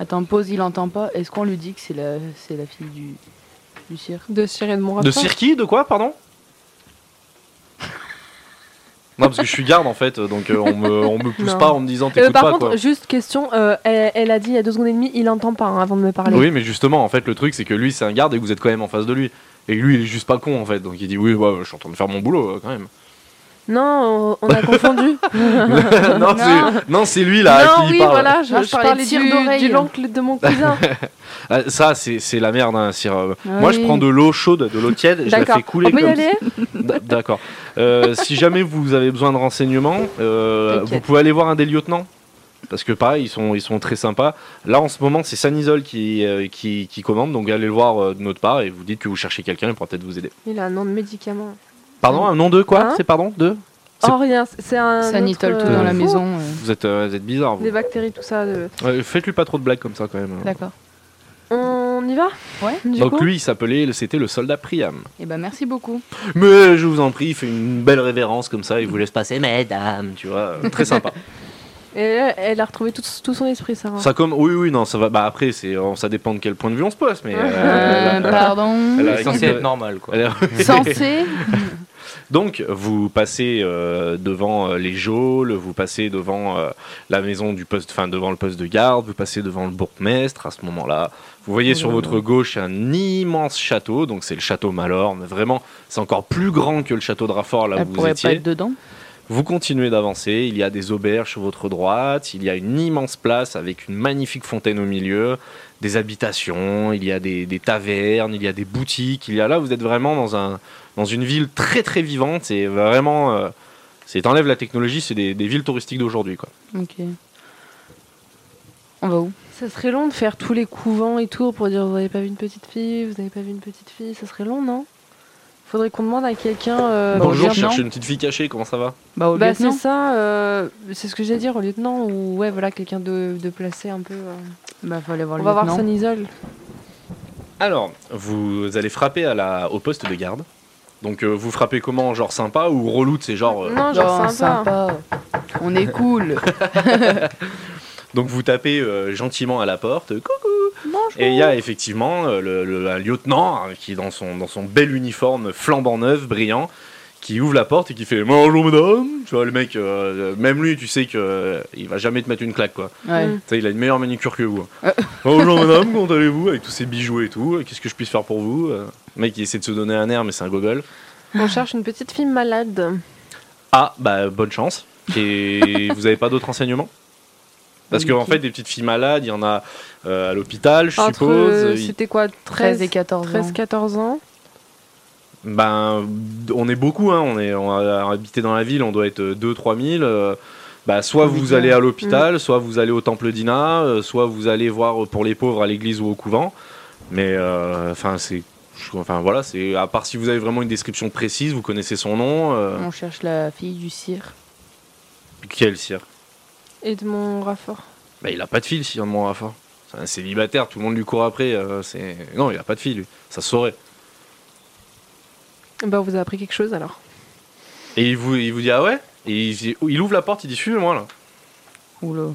C: Attends, pause, il entend pas. Est-ce qu'on lui dit que c'est la, c'est la fille du, du cirque
E: De Cyril et de mon
B: De circuit De quoi, pardon [laughs] Non, parce que je suis garde en fait, donc euh, on, me, on me pousse
E: Non.
B: pas en me disant
E: Euh,
B: t'écoutes
E: par
B: pas
E: contre,
B: quoi.
E: juste question, euh, elle, elle a dit il y a deux secondes et demie, il entend pas hein, avant de me parler.
B: Oui, mais justement, en fait, le truc c'est que lui c'est un garde et que vous êtes quand même en face de lui. Et lui il est juste pas con en fait, donc il dit oui, ouais, je suis en train de faire mon boulot euh, quand
E: [laughs]
B: même.
E: Non,
B: [laughs]
E: on on a confondu.
B: non, c'est- non, c'est lui là à
E: non,
B: qui
E: oui,
B: il parle.
E: voilà, je,
C: Non,
E: je
C: je parlais
E: parlais
C: de cire
E: du,
C: d'oreille.
E: de l'oncle
B: [laughs]
E: de mon cousin.
B: Ah, ça, c'est c'est la merde, hein, Cyr. Euh,
C: Ah
B: Moi je
C: oui.
B: prends de l'eau chaude, de l'eau tiède, je la
E: D'accord.
B: fais couler
E: on peut y
B: comme
E: aller
B: D- D'accord. Euh, si jamais vous avez besoin de renseignements, euh,
C: T'inquiète.
B: vous pouvez aller voir un des lieutenants. Parce que pareil, ils sont, ils sont très sympas. Là, en ce moment, c'est Sanisol qui, euh, qui, qui commande. Donc allez le voir euh, de notre part et vous dites que vous cherchez quelqu'un, il pourra peut-être vous aider.
E: Il a un nom de médicament.
B: Pardon, un nom de quoi
E: Hein
B: C'est pardon de C'est-
E: Oh, rien, c'est un.
C: Ça nitole
E: autre,
C: tout dans
E: euh,
C: la
E: fou.
C: maison. euh.
B: vous êtes, euh, vous êtes bizarre. vous.
E: Des bactéries, tout ça. de-
B: Ouais, Faites-lui pas trop de blagues comme ça quand même.
C: D'accord.
E: On y va
C: Ouais.
E: Du
B: Donc
E: coup
B: lui, il s'appelait, c'était le soldat Priam.
C: Et ben merci beaucoup.
B: Mais je vous en prie, il fait une belle révérence comme ça, il vous laisse passer, mesdames, tu vois. euh, Très
E: [laughs]
B: sympa.
E: Et elle, elle a retrouvé tout, tout son esprit, Sarah.
B: ça comme, oui, oui, non, ça va. Bah après, c'est, on- ça dépend de quel point de vue on se pose, mais. euh, [laughs]
C: Euh,
B: là-
C: pardon.
B: Elle a-
D: C'est censé
B: récupéré-
D: être normal, quoi.
B: Alors-
C: Censé.
B: [laughs] Donc, vous passez euh, devant euh, les geôles, vous passez devant euh, la maison du poste, enfin devant le poste de garde, vous passez devant le bourgmestre. À ce moment-là, vous voyez sur votre gauche un immense château. Donc, c'est le château Malorne. Vraiment, c'est encore plus grand que le château de Raffort là
C: Elle
B: où vous
C: pourrait pas
B: étiez.
C: être dedans.
B: Vous continuez d'avancer, il y a des auberges sur votre droite, il y a une immense place avec une magnifique fontaine au milieu, des habitations, il y a des, des tavernes, il y a des boutiques, il y a là, vous êtes vraiment dans, un, dans une ville très très vivante et vraiment, euh, c'est t'enlèves la technologie, c'est des, des villes touristiques d'aujourd'hui. quoi.
C: Ok. On va où
E: Ça serait long de faire tous les couvents et tout pour dire vous n'avez pas vu une petite fille, vous n'avez pas vu une petite fille. Ça serait long, non Faudrait qu'on demande à quelqu'un. euh,
C: Bon,
B: Bonjour,
C: lieutenant.
B: je cherche une petite fille cachée, comment ça va
C: Bah au
E: Bah c'est
C: lieutenant.
E: ça, euh, c'est ce que j'ai à dire au lieutenant ou ouais voilà quelqu'un de, de placé un peu. euh.
C: Bah faut aller voir
E: On
C: le
E: va voir
C: lieutenant.
E: Sanisol.
B: Alors, vous allez frapper à la, au poste de garde. Donc euh, vous frappez comment Genre sympa ou reloute C'est genre... euh,
E: Non
C: Genre
E: genre sympa.
C: Oh, sympa.
B: [laughs]
C: On est cool.
B: Donc vous tapez euh, gentiment à la porte. Coucou
E: Bonjour.
B: Et il y a effectivement euh, le, le- un lieutenant hein, qui est dans son, dans son bel uniforme flambant neuf, brillant, qui ouvre la porte et qui fait Bonjour madame Tu vois, le mec, euh, même lui, tu sais que euh, il va jamais te mettre une claque quoi.
C: Ouais.
E: Mm.
B: Tu sais, il a une meilleure manicure que vous. hein.
C: Ah.
B: [laughs] Bonjour madame, comment allez-vous Avec tous ces bijoux et tout, qu'est-ce que je puisse faire pour vous Euh, Le mec, il essaie de se donner un air, mais c'est un gogol.
E: On cherche une petite fille malade. [laughs]
B: Ah, bah bonne chance. Et vous avez pas d'autres renseignements Parce qu'en
C: Ok.
B: fait, des petites filles malades, il y en a euh, à l'hôpital, je
E: Entre,
B: suppose.
E: euh,
B: Il-
E: C'était quoi
C: 13 et
E: 13,
C: 14 ans.
E: 13 14 ans
B: Ben, on est beaucoup, hein, on est on a habité dans la ville, on doit être 2-3 000. euh, bah, soit vous allez à
E: Mm.
B: l'hôpital, soit vous allez au temple d'Ina, euh, soit vous allez voir euh, pour les pauvres à l'église ou au couvent. Mais euh, enfin, c'est. je- Enfin voilà, c'est à part si vous avez vraiment une description précise, vous connaissez son nom. euh,
C: On cherche la fille du cire.
E: Mm.
B: Quel cire
E: Edmond Raffort.
B: Bah, il a pas de fil, Cire de Montrafort. C'est un célibataire, tout le monde lui court après. euh, c'est non, il a pas de fil, lui. Ça se saurait.
E: Bah, on vous a appris quelque chose alors.
B: Et il vous, il vous dit ah ouais. Et il, dit- il ouvre la porte, il dit suivez-moi là.
C: Oula.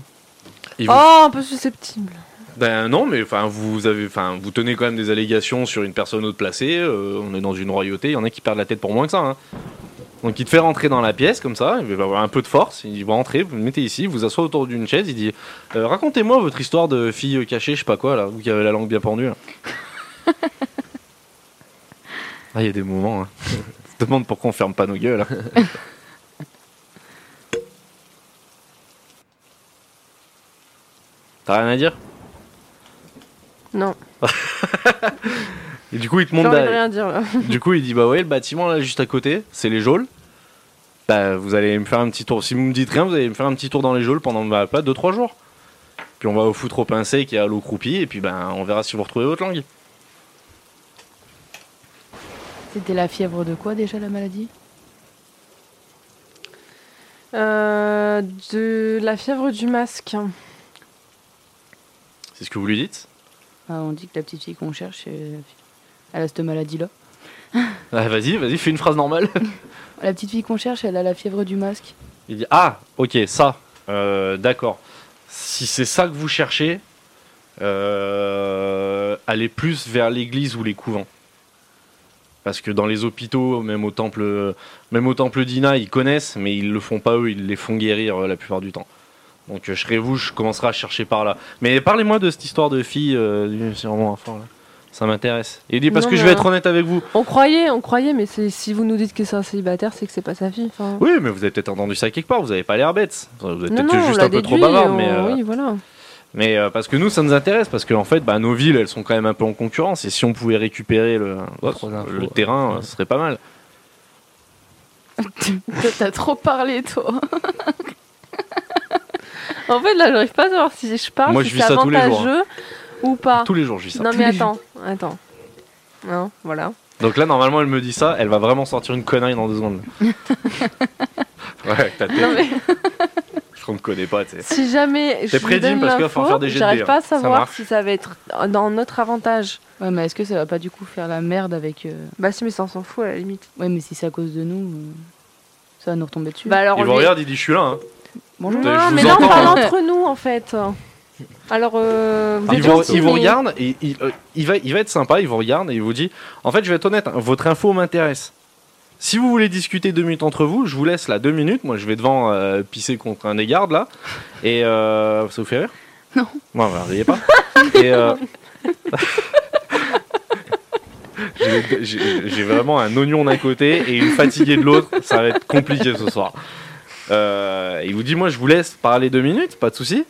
B: Il vous
E: Oh, un peu susceptible.
B: Ben non, mais enfin vous avez, enfin vous tenez quand même des allégations sur une personne haute placée. euh, on est dans une royauté, il y en a qui perdent la tête pour moins que ça. hein. Donc il te fait rentrer dans la pièce comme ça, il va avoir un peu de force. Il va entrer, vous le mettez ici, vous assoit autour d'une chaise, il dit Euh, racontez-moi votre histoire de fille cachée, je sais pas quoi là, vous qui avez la langue bien pendue. là. ah il y a des moments. Hein. [laughs] Je demande pourquoi on ferme pas nos gueules. hein. T'as rien à dire
E: Non,
B: [laughs] Et du coup il te
E: j'ai
B: montre.
E: envie de
B: la-
E: rien dire là.
B: Du coup, il dit Bah ouais, le bâtiment là juste à côté, c'est les geôles. Bah, vous allez me faire un petit tour. Si vous me dites rien, vous allez me faire un petit tour dans les geôles pendant bah, pas 2-3 jours. Puis on va au foutre au pincé qui est à l'eau croupie, et puis ben on verra si vous retrouvez votre langue.
C: C'était la fièvre de quoi déjà la maladie
E: Euh, de la fièvre du masque.
B: C'est ce que vous lui dites
C: Ah, On dit que la petite fille qu'on cherche, euh, elle a cette maladie-là.
B: ah, Vas-y, vas-y, fais une phrase normale.
C: La petite fille qu'on cherche, elle a la fièvre du masque. [laughs]
B: Il dit Ah, ok, ça, Euh, d'accord. Si c'est ça que vous cherchez, euh, allez plus vers l'église ou les couvents. Parce que dans les hôpitaux, même au temple, même au temple d'Ina, ils connaissent, mais ils le font pas eux, ils les font guérir euh, la plupart du temps. Donc euh, je serai vous, je commencerai à chercher par là. Mais parlez-moi de cette histoire de fille, euh, c'est vraiment un fort là. Ça m'intéresse. Et il dit parce
E: Non,
B: que je
E: mais-
B: vais être honnête avec vous.
E: On croyait, on croyait, mais c'est- si vous nous dites que c'est un célibataire, c'est que c'est pas sa fille. Enfin,
B: Oui, mais vous avez peut-être entendu ça quelque part. Vous avez pas l'air bête. Vous êtes
E: non,
B: peut-être
E: non, on
B: juste
E: l'a
B: un peu trop
E: déduit,
B: bavard,
E: on-
B: mais. euh,
E: Oui, voilà.
B: Mais euh, parce que nous, ça nous intéresse, parce qu'en en fait, bah, nos villes, elles sont quand même un peu en concurrence, et si on pouvait récupérer le,
A: Trois infos,
B: le
A: ouais.
B: terrain, euh, ce serait pas mal.
C: Toi, T'as trop parlé, toi.
E: En fait, là, j'arrive pas à savoir si je parle,
B: Moi,
E: si
B: je
E: c'est
B: vis ça tous les jours, hein.
E: avantageux ou pas.
B: Tous les jours, je dis ça.
E: Ah. non,
C: tous
E: mais
C: les jours.
E: attends, attends. Non, voilà.
B: Donc là, normalement, elle me dit ça, elle va vraiment sortir une connerie dans deux
E: [laughs]
B: secondes. ouais, avec ta tête,
E: Non, mais
B: je crois qu'on me connaît pas, tu sais.
E: si jamais je
B: C'est
E: vous
B: prédit,
E: donne
B: parce qu'il va falloir faire
E: l'info,
B: des jets de dés,
E: j'arrive pas à
B: hein. Ça
E: savoir
B: marche.
E: si ça va être dans notre avantage.
C: Ouais, mais est-ce que ça va pas du coup faire la merde avec. euh,
E: Bah si, mais ça on s'en fout à la limite.
C: Ouais, mais si c'est à cause de nous, euh, ça va nous retomber dessus.
E: Bah alors
B: Il
E: on
B: vous
E: lui-
B: regarde, il dit Je suis là. hein.
C: Bonjour.
B: Je
E: Non,
B: vous
E: mais là on
B: entends,
E: parle
B: hein.
E: entre nous en fait. Alors, euh, vous
B: Il
E: êtes
B: vous,
E: gentils,
B: il vous
E: mais-
B: regarde, et il, euh, il va, il va être sympa, il vous regarde, et il vous dit En fait, je vais être honnête, hein, votre info m'intéresse. Si vous voulez discuter deux minutes entre vous, je vous laisse là deux minutes. Moi, je vais devant euh, pisser contre un des gardes là. Et euh, ça vous fait rire
C: Non.
B: Bon, bah, riez pas. et euh, j'ai- j'ai j'ai vraiment un oignon d'un côté et une fatiguée de l'autre. Ça va être compliqué ce soir. Euh, il vous dit Moi, je vous laisse parler deux minutes, pas de souci.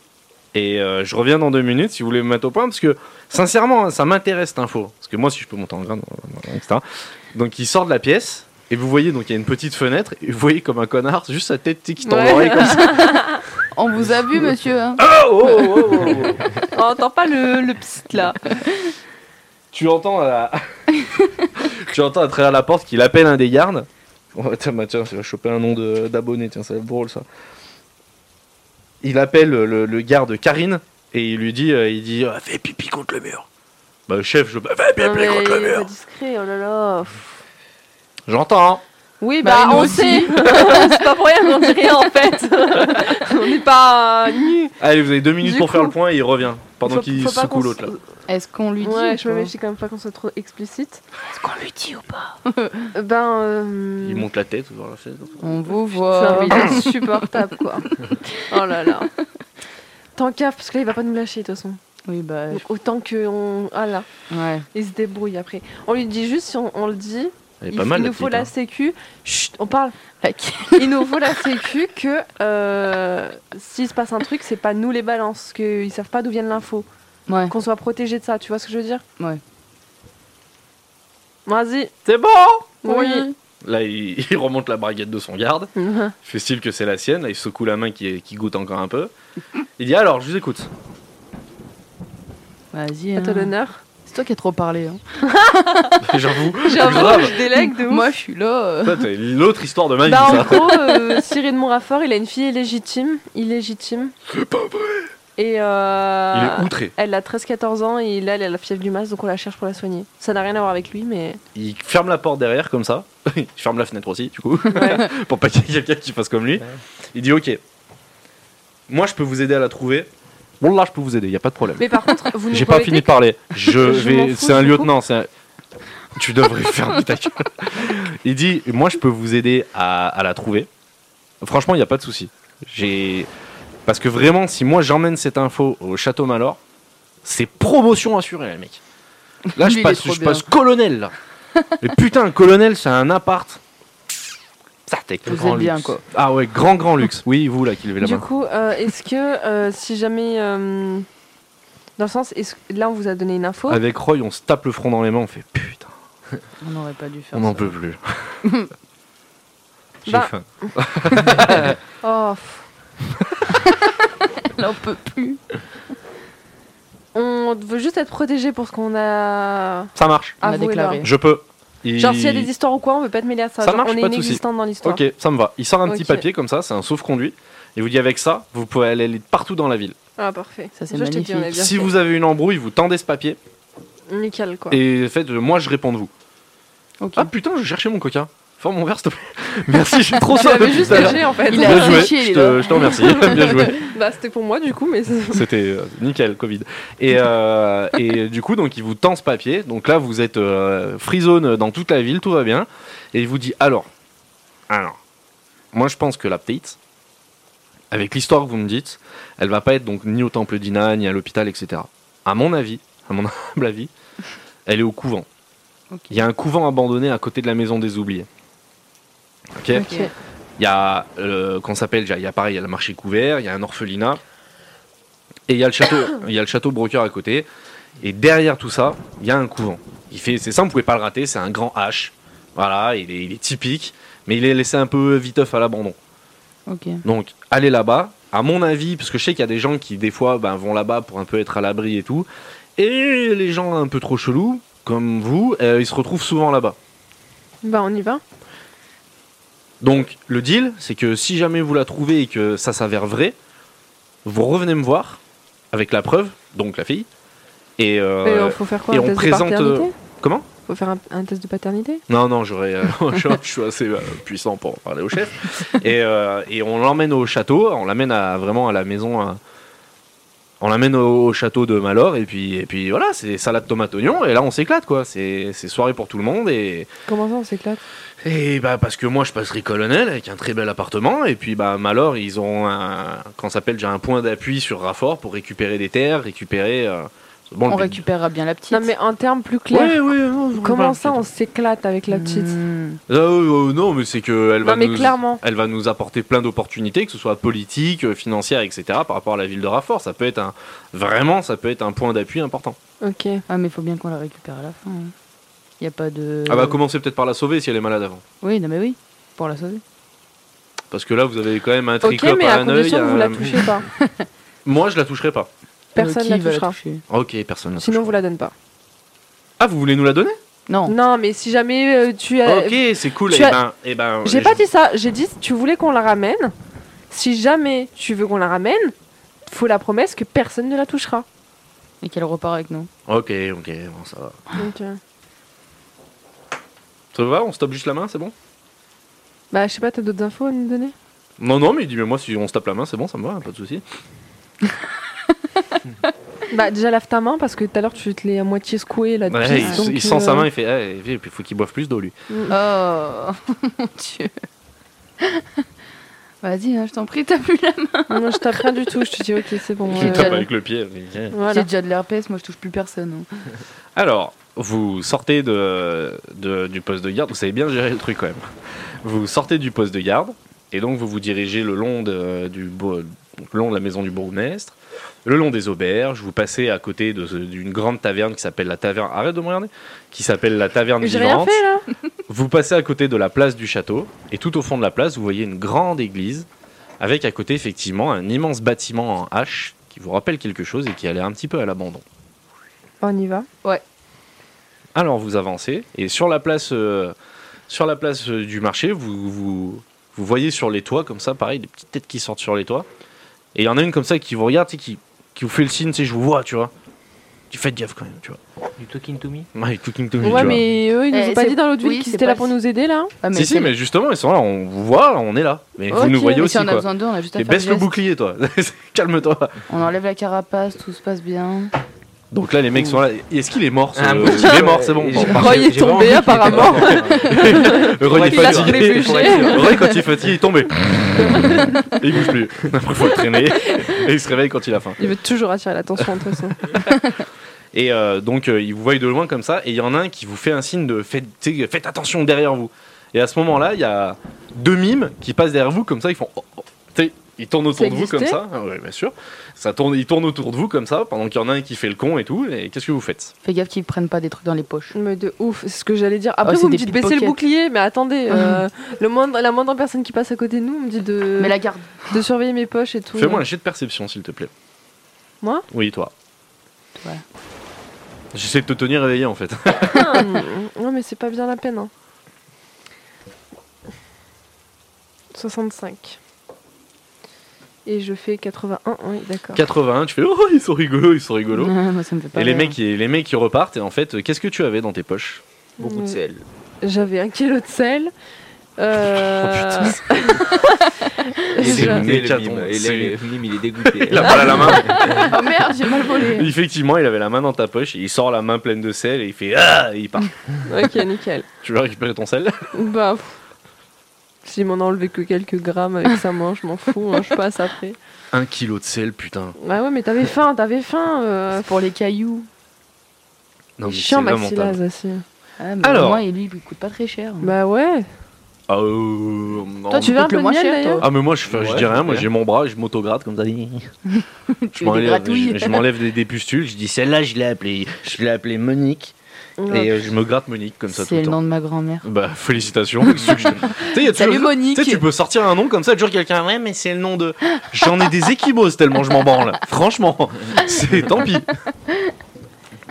B: Et euh, je reviens dans deux minutes si vous voulez me mettre au point, parce que sincèrement, hein, ça m'intéresse cette info. Parce que moi, si je peux monter en grade, euh, etc. Donc, il sort de la pièce, et vous voyez, donc il y a une petite fenêtre, et vous voyez comme un connard, juste sa tête tu sais, qui tombe
E: Ouais.
B: dans l'oreille comme ça.
C: On vous a vu, monsieur. [laughs] hein.
B: Oh, oh, oh, oh, oh.
E: On entend pas le, le psst là.
B: tu entends à... [laughs] tu entends à travers la porte qu'il appelle un des gardes. Oh, tiens, bah, tiens, ça va choper un nom de- d'abonné, tiens, ça va être drôle ça. Il appelle le, le garde Karine et il lui dit, euh, il dit, Ah, fais pipi contre le mur. Bah chef, je fais
E: Non,
B: pipi
E: mais
B: contre le
E: il est pas
B: mur.
E: discret, oh là là.
B: J'entends. hein.
E: Oui,
C: Bah,
E: bah,
C: nous
E: on
C: aussi.
E: sait. c'est pas pour rien qu'on dit rien en fait. [laughs] on n'est pas euh, nus.
B: Allez, vous avez deux minutes
E: Du
B: pour
E: coup,
B: faire le point et il revient pendant
E: Faut-
B: qu'il
E: faut pas
B: secoue
E: qu'on
B: l'autre là.
E: s-
C: Est-ce qu'on lui dit
E: Ouais,
C: ou
E: je me
C: pas
E: méfie quand même pas qu'on soit trop explicite.
C: Est-ce qu'on lui dit ou pas
E: [laughs] Ben. euh,
B: Il monte la tête. ouvre la fenêtre.
C: On vous
E: putain,
C: voit.
E: mais il est
C: [laughs]
E: insupportable quoi. Oh là là. Tant gaffe, parce que là il va pas nous lâcher de toute façon.
C: Oui, bah.
E: Donc autant que on. Ah là,
C: je- Ouais.
E: il se débrouille après. On lui dit juste si on, on le dit.
B: Elle est
E: Il,
B: pas mal.
E: il
B: la
E: nous faut
B: petite,
E: la
B: hein.
E: sécu. Chut, on parle.
C: Tac.
E: Il nous faut la sécu que euh, s'il se passe un truc, c'est pas nous les balances, qu'ils savent pas d'où vient l'info,
C: Ouais.
E: qu'on soit protégé de ça. Tu vois ce que je veux dire
C: Ouais.
E: Vas-y.
B: C'est bon
E: Oui.
B: Là, il, [laughs] il remonte la braguette de son garde. Il fait style que c'est la sienne. Là, il secoue la main qui, est- qui goûte encore un peu. Il dit Alors, je vous écoute.
C: Vas-y.
E: À
C: hein.
E: toi l'honneur.
C: C'est toi qui as trop parlé. hein.
B: J'avoue.
E: J'avoue,
B: grave.
E: je délègue de ouf.
C: Moi, je suis là. euh.
B: Ça, c'est l'autre histoire de ma vie,
E: Bah, en
B: ça.
E: gros, euh, Cyril Montrafort, il a une fille illégitime. Illégitime.
B: C'est pas vrai.
E: Et euh,
B: Il est outré.
E: elle a 13-14 ans et là, elle a la fièvre du masque, donc on la cherche pour la soigner. Ça n'a rien à voir avec lui, mais.
B: Il ferme la porte derrière, comme ça. [laughs] il ferme la fenêtre aussi, du coup. [laughs] pour pas qu'il y ait quelqu'un qui fasse comme lui.
D: Ouais.
B: Il dit Ok, moi, je peux vous aider à la trouver. Bon, là, je peux vous aider, il a pas de problème.
E: Mais par contre, vous nous
B: J'ai pas
E: promettez
B: fini de parler. Je
E: Je m'en
B: vais.
E: fous,
B: C'est un
E: je
B: lieutenant. c'est un- Tu devrais fermer ta gueule. Il dit Moi, je peux vous aider à, à la trouver. Franchement, il n'y a pas de souci. J'ai. Parce que vraiment, si moi j'emmène cette info au château Malor, c'est promotion assurée, les mecs. Là,
C: Lui,
B: je
C: il est
B: passe,
C: trop
B: je
C: bien.
B: passe colonel. Là. Mais putain, colonel, c'est un appart. Ça, t'es
C: Vous
B: grand
C: êtes bien,
B: luxe.
C: quoi.
B: Ah ouais, grand, grand luxe. Oui, vous là qui levez la
E: Du
B: main.
E: coup, euh, est-ce que euh, si jamais. euh, dans le sens, est-ce que- là, on vous a donné une info.
B: Avec Roy, on se tape le front dans les mains, on fait putain,
C: On n'aurait pas dû faire
B: on n'en
C: ça.
B: peut plus. [laughs] J'ai
E: Bah,
B: faim.
E: Oh, pff.
C: Elle en peut plus.
E: on veut juste être protégé pour ce qu'on a.
B: Ça marche.
C: On a
E: avoué là.
C: déclaré.
B: Je peux. Il-
E: Genre, s'il y a des histoires ou quoi, on veut pas être mêlé à ça.
B: Ça
E: Genre,
B: marche,
E: on est
B: pas de souci.
E: inexistant dans l'histoire.
B: Ok, ça me va. Il sort un petit
E: Ok.
B: papier comme ça, c'est un sauf-conduit. Et vous dit avec ça, vous pouvez aller aller partout dans la ville.
E: Ah, parfait.
C: Ça, c'est
E: je te dis,
C: magnifique.
E: on a bien
B: Si
E: fait.
B: vous avez une embrouille, vous tendez ce papier
E: Nickel, quoi.
B: et faites euh, moi je réponds de vous.
C: Ok.
B: Ah putain, je cherchais mon coca. Forme mon verre s'il te plaît. [laughs] Merci, j'ai trop
E: Tu
B: soif [laughs]
E: l'avais
B: depuis
E: juste
B: tout à l'heure.
E: lâché, en fait.
C: Il
E: [laughs]
C: a
B: Bien joué,
C: triché,
B: je
C: il
B: te,
C: est
B: je te remercie. [laughs] Bien joué.
E: Bah, c'était pour moi, du coup, mais. c'est-
B: [laughs] C'était euh, nickel, Covid. Et, euh, et du coup, donc il vous tend ce papier. Donc là, vous êtes euh, free zone dans toute la ville, tout va bien. Et il vous dit alors, alors, moi je pense que la petite, avec l'histoire que vous me dites, elle va pas être donc ni au temple d'Ina, ni à l'hôpital, etc. À mon avis, à mon [laughs] humble avis, elle est au couvent.
C: Ok.
B: Il y a un couvent abandonné à côté de la maison des oubliés. Ok.
E: Ok.
B: Il y a, euh, qu'on s'appelle, il y a pareil, il y a le marché couvert, il y a un orphelinat, et il y a le château, [coughs] il y a le château Broker à côté, et derrière tout ça, il y a un couvent. Il fait, c'est ça, vous pouvez pas le rater, c'est un grand H, voilà, il est, il est typique, mais il est laissé un peu viteuf à l'abandon.
C: Ok.
B: Donc, allez là-bas, à mon avis, parce que je sais qu'il y a des gens qui, des fois, ben, vont là-bas pour un peu être à l'abri et tout, et les gens un peu trop chelous, comme vous, euh, ils se retrouvent souvent là-bas.
E: Bah, on y va.
B: Donc le deal, c'est que si jamais vous la trouvez et que ça s'avère vrai, vous revenez me voir avec la preuve, donc la fille, et, euh,
E: Mais, euh, faut faire quoi
B: et
E: un
B: on
E: test
B: présente,
E: de
B: euh,
E: paternité
B: comment
E: Faut faire un, un test de paternité
B: non non j'aurais, [laughs] euh, je, je suis assez euh, puissant pour parler au chef, et, euh, et on l'emmène au château, on l'amène à, vraiment à la maison, à- on l'amène au, au château de Malor et puis et puis voilà c'est salade tomate oignon et là on s'éclate quoi, c'est c'est soirée pour tout le monde et
E: Comment ça, on s'éclate
B: Et bah parce que moi je passerai colonel avec un très bel appartement et puis bah malheur ils ont un qu'on s'appelle déjà un point d'appui sur Raffort pour récupérer des terres, récupérer euh, bon
C: On
B: le but-
C: récupérera bien la petite.
E: Non, mais en termes plus
B: Ouais
E: clairs,
B: ouais non, je comprends
E: comment
B: pas,
E: ça, on s'éclate avec la petite
C: Hmm.
B: c'est tout. Ah, euh, euh, non mais c'est que elle va
E: Non, mais
B: nous
E: clairement.
B: elle va nous apporter plein d'opportunités que ce soit politique, euh, financière etc par rapport à la ville de Raffort, ça peut être un vraiment ça peut être un point d'appui important.
E: Ok.
C: Ah, mais faut bien qu'on la récupère à la fin. hein. Il n'y a pas de.
E: Euh.
B: Ah bah commencez peut-être par la sauver si elle est malade avant
C: Oui, non, mais oui. Pour la sauver.
B: parce que là vous avez quand même un
E: Ok,
B: triclope
E: mais
B: à
E: à
B: un œil. euh,
E: condition que vous la
B: un-
E: touchez
C: [laughs]
E: pas.
B: Moi je la toucherai pas.
E: Personne
C: Euh, Qui
E: la
C: va
E: touchera.
C: toucher
B: OK, personne la
E: Sinon,
B: touchera.
E: vous la donne pas.
B: Ah vous voulez nous la donner
C: Non.
E: Non, mais si jamais euh, tu as.
B: Ok, c'est cool.
E: tu
B: eh
E: as-
B: ben, eh ben,
E: J'ai
B: les
E: pas
B: gens-
E: dit ça, j'ai dit tu voulais qu'on la ramène. Si jamais tu veux qu'on la ramène, faut la promesse que personne ne la touchera.
C: Et qu'elle repart avec nous.
B: Ok, ok, bon, ça va.
E: Donc, euh,
B: Ça va, on se tape juste la main, c'est bon
E: bah, je sais pas, t'as d'autres infos à nous donner
B: Non, non, mais il dit, mais moi, si on se tape la main, c'est bon, ça me va, pas de souci.
E: Bah, déjà lave ta main parce que tout à l'heure tu te l'es à moitié secoué là.
B: Ouais,
E: depuis,
B: il,
E: donc,
B: il sent sa
E: euh,
B: main, il fait, eh, et puis faut qu'il boive plus d'eau, lui.
E: mm.
C: Oh [laughs] mon dieu. Vas-y, hein, je t'en prie, t'as plus la main.
E: Ah, Non, non, je tape rien du tout, je te dis ok, c'est bon.
B: Tu
E: euh,
B: tapes avec le pied. mais, eh.
E: voilà.
C: J'ai déjà de l'herpès, moi je touche plus personne. hein.
B: Alors, vous sortez de, de- du poste de garde, vous savez bien gérer le truc quand même. Vous sortez du poste de garde, et donc vous vous dirigez le long de, du, bo- le long de la maison du bourgmestre, le long des auberges, vous passez à côté de- d'une grande taverne qui s'appelle la taverne... Arrête de me regarder Qui s'appelle la taverne
E: J'ai rien
B: vivante.
E: fait là
B: Vous passez à côté de la place du château, et tout au fond de la place, vous voyez une grande église, avec à côté effectivement un immense bâtiment en H qui vous rappelle quelque chose et qui a l'air un petit peu à l'abandon.
E: On y va.
B: Alors vous avancez, et sur la place, euh, sur la place euh, du marché, vous, vous, vous voyez sur les toits, comme ça, pareil, des petites têtes qui sortent sur les toits. Et il y en a une comme ça qui vous regarde, tu sais, qui, qui vous fait le signe, c'est je vous vois, tu vois. Tu fais gaffe quand même, tu vois. [laughs]
D: Du talking to me
B: Ouais, cooking to me, tu
E: Ouais,
B: vois.
E: mais eux, ils nous
C: Eh,
E: ont pas
C: c'est-
E: dit dans l'autre
C: oui,
E: ville qu'ils
C: c'est
E: étaient là
C: pas-
E: pour nous aider là.
C: Ah,
B: Si, si,
C: c'est-
B: mais justement, ils sont là, on vous voit, on est là. Mais vous
E: Ok,
B: nous voyez
C: mais
B: aussi,
C: si on a
B: quoi.
C: besoin d'eux, on a juste à
B: Mais
C: faire
B: baisse le
C: geste.
B: bouclier, toi. [laughs] Calme-toi.
C: On enlève la carapace, tout se passe bien.
B: Donc là, les mecs sont là. Est-ce qu'il est mort ce-
D: Ah, bon,
B: Il est mort, c'est bon.
D: euh,
B: Bon,
D: j'ai-
B: par-
E: Oh, il est
D: j'ai vraiment
E: tombé,
D: cru qu'il était
E: apparemment.
D: [laughs] mort.
B: Ron est
E: Il a
D: [laughs]
B: fatigué. [laughs]
E: trouvé
B: Faut
E: bûcher.
B: être sûr. Ron, quand il est fatigué, il est tombé. Et [laughs] il bouge plus. Après, faut le traîner. Et il se réveille quand il a faim.
E: Il veut toujours attirer l'attention de toute façon.
B: Et euh, donc, euh, ils vous voient de loin comme ça. Et il y en a un qui vous fait un signe de faites, tu sais, faites attention derrière vous. Et à ce moment-là, il y a deux mimes qui passent derrière vous comme ça. Ils font. oh, oh. Tu sais, Ils tournent autour
E: Ça
B: de vous comme
E: existait
B: ça. Ah ouais, bien sûr. Ça tourne, ils tournent autour de vous comme ça pendant qu'il y en a un qui fait le con et tout. Et qu'est-ce que vous faites
C: Fais gaffe qu'ils prennent pas des trucs dans les poches.
E: Mais de ouf, c'est ce que j'allais dire. Après,
C: Oh, c'est
E: vous me
C: des Ah.
E: dites baisser le
C: pickpockets.
E: bouclier, mais attendez, euh, le moindre, la moindre personne qui passe à côté de nous me dit de,
C: Mais la garde.
E: de surveiller mes poches et tout.
B: Fais-moi un jet de perception, s'il te plaît.
E: Moi
B: Oui, toi.
C: Toi.
B: J'essaie de te tenir éveillé en fait.
E: Hum, Non, mais c'est pas bien la peine. hein. 65. Et je fais 81, oui, d'accord.
B: 81, tu fais oh ils sont rigolos, ils sont rigolos.
C: [laughs] Moi, ça me fait pas
B: Et les
C: rire.
B: mecs, ils- les mecs qui repartent et en fait, euh, qu'est-ce que tu avais dans tes poches
E: Mm.
D: Beaucoup de sel.
E: J'avais un kilo de sel. Euh... [laughs]
B: C'est
E: je-
B: le
D: dégoûté,
B: mécaton,
D: mime. Et là,
B: c'est-
D: le mime, il est dégoûté.
B: Il a pas la
E: [laughs]
B: main.
E: Ah,
C: Oh merde, j'ai mal
B: [laughs]
C: volé.
B: Effectivement, il avait la main dans ta poche, et il sort la main pleine de sel et il fait ah et il
E: [laughs]
B: part.
E: Ok, nickel.
B: tu veux récupérer ton sel
E: Bah, pff, s'il m'en a enlevé que quelques grammes avec sa main, je m'en fous, hein, je passe après.
B: Un kilo de sel, putain.
E: Bah ouais, mais t'avais faim, t'avais faim. euh,
C: C'est pour les cailloux.
B: Non mais c'est
E: Chiant
B: lamentable.
E: Maxilaz aussi.
C: Ah,
B: Alors.
C: mais Alors. Moi et lui, il coûte pas très cher.
E: Bah ouais.
B: Ah, euh, non.
E: Toi, tu veux un
C: coûte
E: peu
C: le
E: de
C: moins
E: miel
C: cher,
E: d'ailleurs
C: toi.
B: Ah mais moi je, fais- je
D: Ouais,
B: dis rien,
D: super.
B: moi j'ai mon bras, je m'autograde comme ça.
C: Tu
B: Je
C: veux des
B: m'enlève
C: gratouilles
B: je- je m'enlève des, des pustules, je dis celle-là je l'ai appelée, je l'ai appelée Monique. Et
E: Ouais.
B: euh, je me gratte Monique comme ça tout
C: C'est
B: le
C: le
B: temps.
C: nom de ma grand-mère.
B: Bah
C: [laughs]
B: félicitations. Tu sais, il y a
C: Salut
B: toujours-
C: Monique.
B: Tu sais, tu peux sortir un nom comme ça, toujours quelqu'un, ouais, mais c'est le nom de. J'en ai des équibos tellement je m'en branle. Franchement, [laughs] c'est tant pis. euh,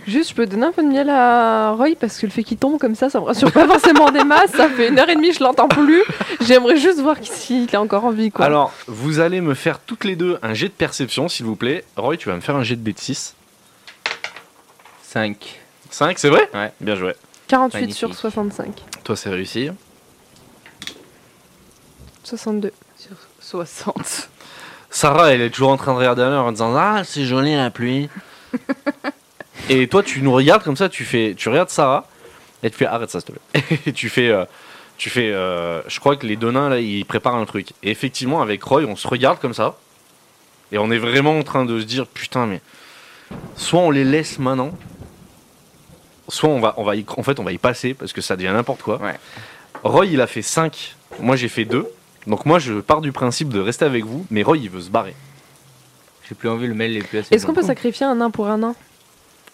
E: Juste, je peux donner un peu de miel à Roy parce que le fait qu'il tombe comme ça, ça me rassure pas forcément des masses. Ça fait une heure et demie, je l'entends plus. J'aimerais juste voir s'il est encore en vie quoi.
B: Alors, vous allez me faire toutes les deux un jet de perception, s'il vous plaît. Roy, tu vas me faire un jet de dé de 6.
D: 5.
B: 5, c'est vrai
D: Ouais.
B: Bien joué.
E: 48
D: magnifique.
E: sur 65.
B: Toi, c'est réussi.
E: 62.
C: Sur 60.
B: Sarah, elle est toujours en train de regarder à l'heure en disant Ah, c'est joli la pluie. et toi, tu nous regardes comme ça, tu fais, tu regardes Sarah et tu fais arrête ça, s'il te plaît. [laughs] et tu fais, euh, tu fais, euh, je crois que les deux nains là, ils préparent un truc. Et effectivement, avec Roy, on se regarde comme ça et on est vraiment en train de se dire putain mais soit on les laisse maintenant, soit on va, on va y, en fait, on va y passer parce que ça devient n'importe quoi.
D: Ouais.
B: Roy, il a fait 5, moi j'ai fait 2. Donc moi je pars du principe de rester avec vous, mais Roy il veut se barrer.
D: J'ai plus envie, le mail est plus assez.
E: Est-ce qu'on peut sacrifier un nain pour un nain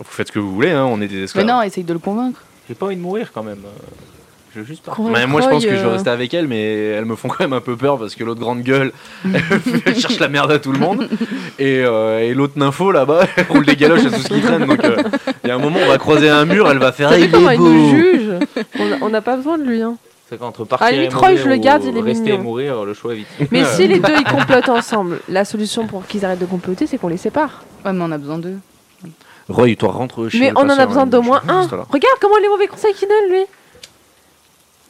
B: Vous faites ce que vous voulez, hein, on est des
C: Mais
B: esclaves.
C: non, essaye de le convaincre.
D: J'ai pas envie de mourir quand même. euh, Je veux juste pas.
E: Convaincre
B: Mais moi je
E: Roy,
B: pense que je vais
E: euh,
B: rester avec elle, mais elles me font quand même un peu peur parce que l'autre grande
E: [laughs]
B: gueule, [laughs] elle cherche la merde à tout le monde. Et, euh, et l'autre nympho là-bas, elle roule des galoches à tout ce qui traîne. Donc euh, il y a un moment, on va croiser un mur, elle va faire
E: T'as vu
B: hey,
E: comment hein, il nous
B: beau.
E: juge On a- On n'a pas besoin de lui. Hein.
D: C'est qu'entre partir
E: Ah, lui,
D: et
E: Troy,
D: mourir
E: je le
D: ou
E: garde, il est
D: rester
E: mignon.
D: et mourir, euh, le choix est vite.
E: Mais
B: Ouais.
E: si les deux ils complotent ensemble, la solution pour qu'ils arrêtent de comploter, c'est qu'on les sépare.
C: Ouais, mais on a besoin d'eux.
B: Roy, toi rentre chez
E: mais
B: elle,
E: on
B: ta
E: en a
B: sœur,
E: besoin
B: elle
E: d'au
B: bouge
E: moins
B: pas, hein,
E: un.
B: reste là.
E: Regarde comment les mauvais conseils qu'il donne lui.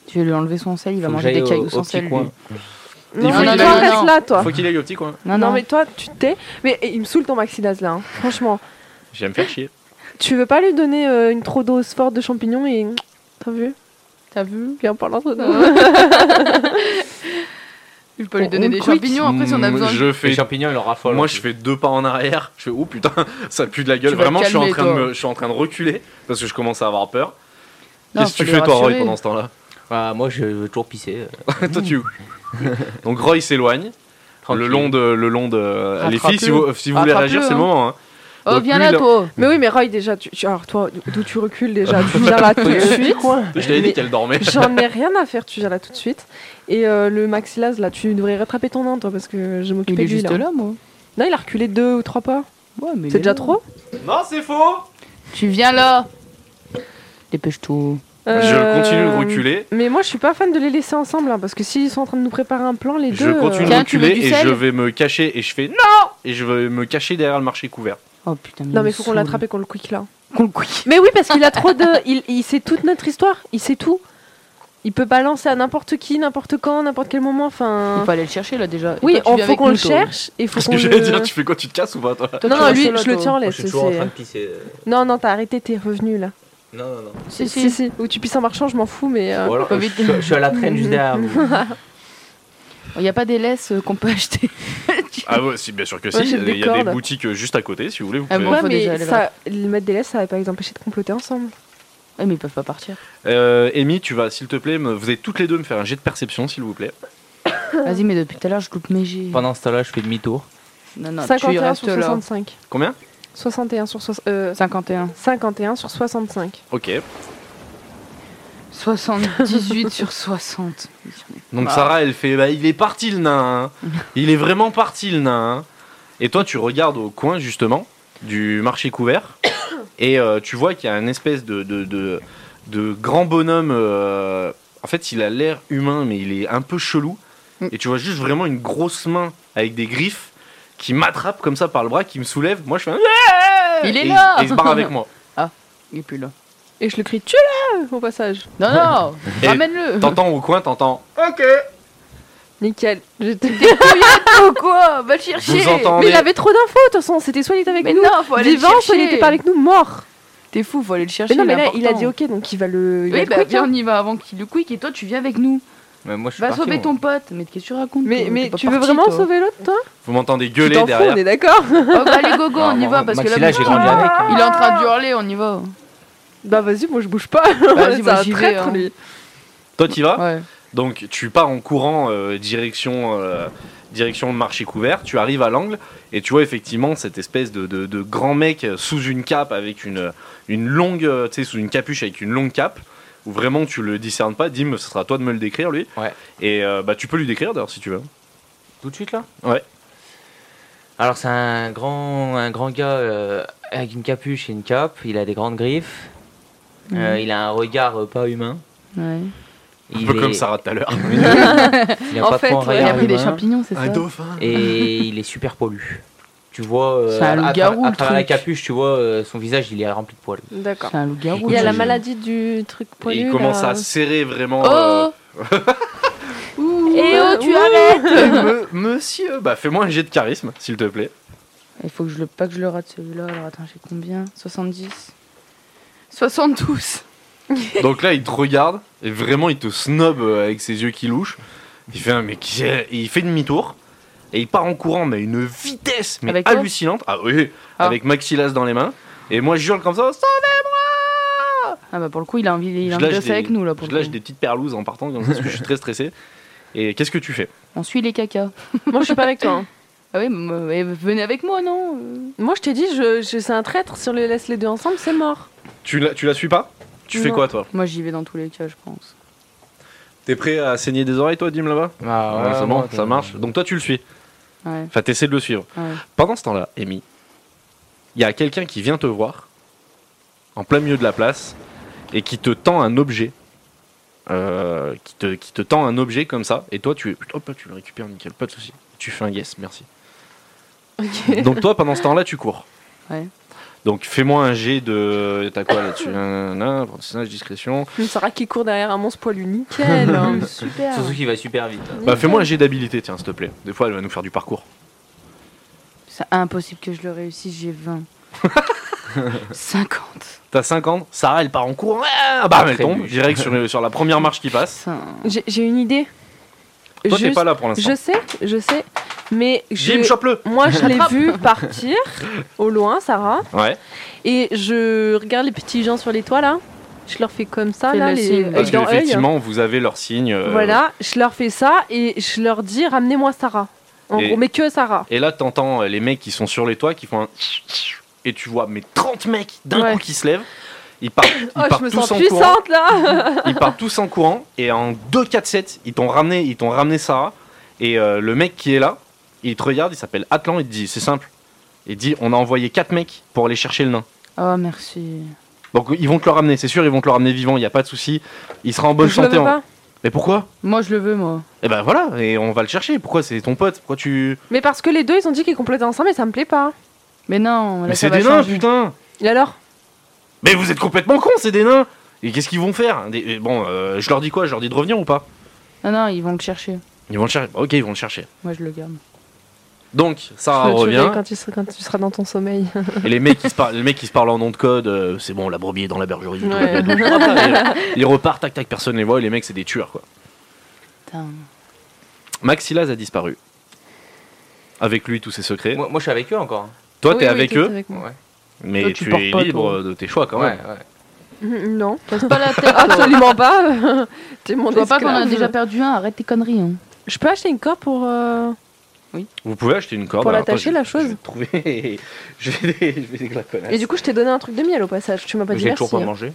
C: Tu vas lui enlever son sel, il va
D: Faut que
C: manger des
D: j'aille
C: cailloux
D: au-
C: sans
D: au petit
C: sel. lui.
D: coin.
E: Non,
B: faut
E: mais
B: qu'il
E: toi
B: aille-
E: reste là toi.
B: Faut qu'il aille au petit coin.
C: Non,
E: Non
C: non,
E: mais toi tu t'es. Mais eh, il me saoule ton maxilaz là. hein. Franchement,
B: J'aime faire chier.
E: tu veux pas lui donner euh, une trop dose forte de champignons et t'as vu
C: t'as vu
E: Viens par l'entre nous.
C: Je peux lui
E: On-
C: donner
E: on
C: des
E: quitte.
C: champignons après si on a besoin.
B: Mm, Je
D: Les
B: fais
D: champignons, ils en raffolent.
B: Moi, je fais deux pas en arrière. Je fais oh putain, [laughs] ça pue de la gueule.
C: Tu vas te
B: Vraiment, je suis en
C: calmer,
B: train de
C: toi.
B: me- je suis en train de reculer parce que je commence à avoir peur.
C: Non,
B: Qu'est-ce que
C: faut
B: tu
C: les
B: fais toi, Roy,
C: rassurer.
B: pendant ce temps-là [laughs]
D: Ah, moi, je veux toujours pisser. euh,
B: Toi, tu. [laughs] Donc Roy s'éloigne le
D: tranquille.
B: long de le long de les filles. Si vous, si vous voulez
C: Rattrape-le,
B: réagir, c'est le
C: hein.
B: moment. hein.
C: Oh,
B: Donc,
C: viens
B: lui,
C: là,
B: il a- [laughs]
C: toi
E: Mais oui, mais Roy, déjà, tu, tu- alors toi, d'où tu recules
C: [laughs]
E: déjà, tu viens là tout de suite.
B: Je t'avais dit qu'elle dormait.
E: J'en ai rien à faire, tu viens là tout de suite. Et euh, le Maxilaz, là, tu devrais rattraper ton nom, toi, parce que je
C: Il
E: m'occupais
C: est
E: de lui.
C: juste
E: Là.
C: là, moi.
E: Non, il a reculé deux ou trois pas.
C: Ouais, mais il
E: C'est
C: est
E: déjà
C: là.
E: trop
B: Non, c'est faux.
C: Tu viens là Dépêche-toi.
E: Euh,
B: Je continue de reculer.
E: Mais moi, je suis pas fan de les laisser ensemble, hein, parce que s'ils sont en train de nous préparer un plan, les
B: Je
E: deux.
B: continue de
E: euh,
C: Tiens, tu veux
B: reculer
C: du
B: et
C: sel
B: je vais me cacher et je fais non et je vais me cacher derrière le marché couvert.
C: Oh putain,
E: Non,
C: il
E: mais
C: me
E: faut qu'on
C: saoule.
E: l'attrape et qu'on le quick là.
C: Qu'on le quitte.
E: Mais oui, parce qu'il a trop de. [laughs] Il, il sait toute notre histoire, il sait tout. Il peut balancer à n'importe qui, n'importe quand, n'importe quel moment. Enfin.
C: Il faut aller le chercher là déjà. Et
E: Oui,
C: toi, tu
E: on-
C: viens
E: faut
C: avec
E: qu'on
C: nous,
E: le
C: toi.
E: cherche et faut
B: Parce
E: qu'on
B: que j'allais
E: le.
B: dire, tu fais quoi Tu te casses ou pas toi
C: Toi,
E: non,
C: tu
E: non,
C: restes
E: lui,
C: là,
E: je le
C: toi.
E: tiens en
D: Moi,
E: laisse.
D: je suis toujours en
E: c'est-
D: train de pisser. euh.
E: Non, non, t'as arrêté, t'es revenu là.
D: Non, non, non.
C: Si,
E: si,
C: si.
E: Ou tu pisses en marchant, je m'en fous, mais. euh,
D: Ou alors,
C: pas
D: euh,
C: vite.
D: je, je suis à la traîne juste derrière
C: [laughs]
D: vous.
C: Il n'y a pas des laisses euh, qu'on peut [laughs] acheter.
B: Ah ouais, si, bien sûr que si.
E: Ouais,
B: Il y
E: j'ai
B: a
E: des
B: des- il y a des
E: cordes.
B: boutiques euh, juste à côté, si vous voulez. Vous
C: Ah
B: pouvez-
C: bon
E: Ouais,
C: faut déjà
E: mais
C: aller
E: ça, le mettre des laisses, ça va pas les empêcher de comploter ensemble.
C: Ouais, mais ils peuvent pas partir.
B: Euh, Amy, tu vas, s'il te plaît, me- vous allez toutes les deux me faire un jet de perception, s'il vous plaît.
C: Vas-y, mais depuis tout à l'heure, je coupe mes jets.
D: Pendant ce temps-là, je fais demi-tour.
C: Non, non, tu
E: 51
C: restes
E: sur
C: là.
E: 65.
B: Combien
E: 61 sur soix- euh,
C: 51.
E: 51 sur 65.
B: Ok.
C: 78 sur 60.
B: Donc
C: Bah.
B: Sarah, elle fait, bah, il est parti le nain.
C: [laughs]
B: hein. Il est vraiment parti le nain. hein. Et toi, tu regardes au coin justement du marché couvert [coughs] et euh, tu vois qu'il y a une espèce de de, de- de grand bonhomme. euh, en fait, il a l'air humain, mais il est un peu chelou.
C: Mm.
B: Et tu vois juste vraiment une grosse main avec des griffes qui m'attrape comme ça par le bras, qui me soulève. Moi, je fais. un-
C: Euh, Il est
B: Et
C: là
B: Et il se barre avec moi.
C: [laughs] Il est plus là.
E: Et je le crie, tue-le au passage.
C: Non, non
B: Et
C: Ramène-le [laughs]
B: T'entends au coin, t'entends.
E: Nickel. [laughs] J'étais-
C: Oh quoi Va le chercher
B: Vous entendez
E: Mais il avait trop d'infos, de toute façon, c'était soit il était avec
C: Mais
E: nous,
C: non, faut aller
E: vivant,
C: le
E: soit
C: chercher
E: il était pas avec nous, mort.
C: T'es fou, faut aller le chercher.
E: Mais non, mais là,
C: est
E: il a
C: important.
E: dit ok, donc il va le. il va
C: Oui,
E: le
C: bah
E: quick,
C: viens,
E: hein.
C: on y va avant qu'il le quick et toi, tu viens avec nous.
D: Mais moi, je suis
C: Va
D: parti,
C: sauver
D: moi.
C: ton pote. Mais qu'est-ce que tu racontes
E: Mais,
C: toi
E: mais
C: T'es pas
E: tu veux
C: parti,
E: vraiment
C: toi.
E: sauver l'autre, toi
B: Vous m'entendez
E: Tu
B: gueuler
E: t'en fous, on
B: derrière.
E: est d'accord [laughs]
C: Oh, bah, allez, gogo, on y
D: Ah,
C: va
D: moi,
C: parce que
D: Maxi,
C: là,
D: là, j'ai grandi avec. hein.
C: il est en train de hurler, on y va.
E: Bah vas-y, Bah, moi je bouge pas. [laughs]
C: Vas-y,
E: C'est
C: moi,
E: un
C: j'y vais,
E: traître,
C: hein.
E: lui.
B: Toi, t'y vas
C: Ouais.
B: Donc tu pars en courant euh, direction euh, direction le marché couvert, tu arrives à l'angle et tu vois effectivement cette espèce de, de- de grand mec sous une cape avec une, une longue euh, tu sais sous une capuche avec une longue cape où vraiment tu le discernes pas, Dim, ce sera à toi de me le décrire lui.
D: Ouais.
B: Et euh, bah tu peux lui décrire d'ailleurs si tu veux.
D: Tout de suite là
B: Ouais.
D: Alors c'est un grand, un grand gars euh, avec une capuche et une cape. Il a des grandes griffes.
C: Mhm.
D: Euh, il a un regard euh, pas humain.
C: Ouais.
B: Un
D: Il
B: peu
D: est-
B: comme Sarah tout à
D: [laughs]
B: l'heure.
D: Il a
E: En
D: pas
E: fait,
D: trop un
E: ouais,
C: Il a
D: regard
C: pris des
D: humain.
C: champignons, c'est ça
B: dauphin.
D: Et il est super pollu. Tu vois, euh,
C: C'est un
D: à- à,
C: loup-garou,
D: tra- à
C: le
D: travers la
C: truc.
D: capuche, tu vois, euh, son visage, il est rempli de poils.
E: D'accord.
C: C'est un loup-garou.
E: Il y a
D: Écoute,
E: la
D: je-
E: maladie du truc poilu.
B: il commence
E: là.
B: à serrer vraiment. euh,
C: Oh [laughs] Ouh,
E: Eh oh, tu
C: ouh.
E: arrêtes
B: me- [laughs] monsieur, bah fais-moi un jet de charisme s'il te plaît.
C: Il faut que je le, pas que je le rate celui-là. Alors attends, j'ai combien 70 72
B: [laughs] Donc là, il te regarde et vraiment, il te snob euh, avec ses yeux qui louchent. Il fait un mais qui est Et il fait demi-tour et il part en courant, mais à une vitesse mais
C: Avec toi
B: hallucinante. Ah oui,
C: Ah.
B: avec Maxilas dans les mains. Et moi, je hurle comme ça. Stop
C: Ah bah pour le coup, il a envie, il
B: Je
C: a envie de
B: lâche
C: rester
B: des-
C: avec nous là. Ah, Pour
B: je
C: le
B: lâche
C: coup.
B: des petites perlouses en partant comme ça, parce que je suis très stressé. Et qu'est-ce que tu fais
C: On suit les cacas.
E: Moi je suis pas avec toi. hein.
C: Ah oui, mais- mais venez avec moi, non Euh,
E: Moi je t'ai dit, je, je- c'est un traître, si on les laisse les deux ensemble, c'est mort.
B: tu la, tu la suis pas Tu fais
E: Non.
B: quoi toi
C: Moi j'y vais dans tous les cas, je pense.
B: T'es prêt à saigner des oreilles toi, Dim là-bas
D: Ah,
B: Ouais, C'est bon,
D: ouais,
B: ça marche. Donc toi, tu le suis. [laughs]
C: Ouais,
B: Enfin, t'essaies de le suivre.
C: ouais.
B: Pendant ce temps-là, Amy, il y a quelqu'un qui vient te voir en plein milieu de la place et qui te tend un objet. Euh, qui, te, qui te tend un objet comme ça, et toi tu, hop, tu le récupères, nickel, pas de souci. Tu fais un yes,
C: [laughs]
B: merci.
E: Ok.
B: Donc toi pendant ce temps-là, tu cours.
C: Ouais.
B: Donc fais-moi un jet de. T'as quoi
C: [laughs]
B: là-dessus Nanana, Apprentissage, discrétion.
E: Une Sarah qui court derrière un monstre poilu, nickel. hein.
B: [laughs]
C: Euh, Super
D: Surtout qu'il va super vite. hein.
B: Bah fais-moi un jet d'habilité, tiens, s'il te plaît. Des fois elle va nous faire du parcours.
C: C'est impossible que je le réussisse, j'ai
B: [laughs]
C: 20. 50.
B: T'as 50, Sarah elle part en courant, ah, bah elle
D: Très
B: tombe
D: bien.
C: [laughs]
B: direct sur, sur la première marche qui passe.
C: Putain.
E: J'ai j'ai une idée.
B: Toi, t'es
E: juste-
B: pas là pour l'instant.
E: Je sais, je sais, mais je-
B: Jim, chope-le
E: moi je l'ai vu partir au loin, Sarah,
B: Ouais.
E: et je regarde les petits gens sur les toits là. Je leur fais comme ça
C: Fais
E: là,
C: le
E: les
C: signe.
E: œil
B: Parce
E: dans œil.
B: qu'effectivement, vous avez leur signe. euh,
E: Voilà, je leur fais ça et je leur dis ramenez-moi Sarah. En
B: Et-
E: gros, mais que Sarah.
B: Et là, t'entends euh, les mecs qui sont sur les toits qui font un. Et tu vois, mais 30 mecs d'un
E: Ouais.
B: coup qui se lèvent. Ils
E: [coughs]
B: partent, ils
E: Oh, je
B: partent
E: me
B: tous
E: sens
B: en courant.
E: puissante là.
B: Ils partent tous en courant. Et en 2-4-7, ils t'ont ramené, ils t'ont ramené Sarah. Et euh, le mec qui est là, il te regarde, il s'appelle Atlan. Il te dit c'est simple. Il dit on a envoyé 4 mecs pour aller chercher le nain.
C: Oh, merci.
B: Donc ils vont te le ramener, c'est sûr, ils vont te le ramener vivant, il n'y a pas de souci. Il sera en bonne
E: [laughs] je le
B: santé. hein.
E: veux
B: en-
E: pas.
B: Mais pourquoi
C: Moi, je le veux, moi.
B: Eh ben voilà, et on va le chercher. Pourquoi c'est ton pote Pourquoi tu.
E: Mais parce que les deux ils ont dit qu'ils complétaient ensemble et ça me plaît pas.
C: Mais non, là,
B: Mais
C: ça
B: c'est
C: va
B: des nains,
C: changer.
B: putain
E: Et alors
B: Mais vous êtes complètement cons, c'est des nains Et qu'est-ce qu'ils vont faire Des- et Bon, euh, je leur dis quoi Je leur dis de revenir ou pas
C: Non, non, ils vont le chercher.
B: Ils vont le chercher. Ok, ils vont le chercher.
C: Moi, je le garde.
B: Donc, Sarah
E: Je te
B: revient,
E: dirai quand tu, seras, quand tu seras dans ton sommeil.
B: et les mecs qui se, parlent- les mecs qui se parlent en nom de code, euh, c'est bon, la brebis est dans la bergerie. tout,
E: Ouais. [laughs]
B: tout, tout, tout. Hop là, et ils repartent, tac tac, personne les voit, et les mecs, c'est des tueurs quoi.
C: Putain.
B: Maxilaz a disparu. Avec lui, tous ses secrets.
D: Moi, moi, je suis avec eux encore. hein,
B: Toi,
E: Oui,
B: t'es
E: oui,
B: avec
E: t'es
B: eux,
E: avec moi.
D: Ouais,
B: mais
C: Toi, tu
B: tu,
C: pars
B: es
C: pas,
B: libre
C: toi.
B: de tes choix quand même.
D: ouais, ouais.
E: Mhm, Non, [laughs]
C: Passe pas la tête.
E: absolument pas. [laughs] T'es mon
C: Je vois pas qu'on en a
E: esclave.
C: déjà perdu un, arrête tes conneries. hein.
E: Je peux acheter une corde pour. euh,
B: Vous pouvez acheter une corde.
E: Pour
B: Alors, attends,
E: l'attacher,
B: je-
E: la chose.
B: Je vais trouver. je vais je vais des glaconasses.
E: Et du coup, je t'ai donné un truc de miel au passage. Tu m'as pas
D: Mais
E: dit
D: j'ai
E: merci.
D: toujours pas mangé.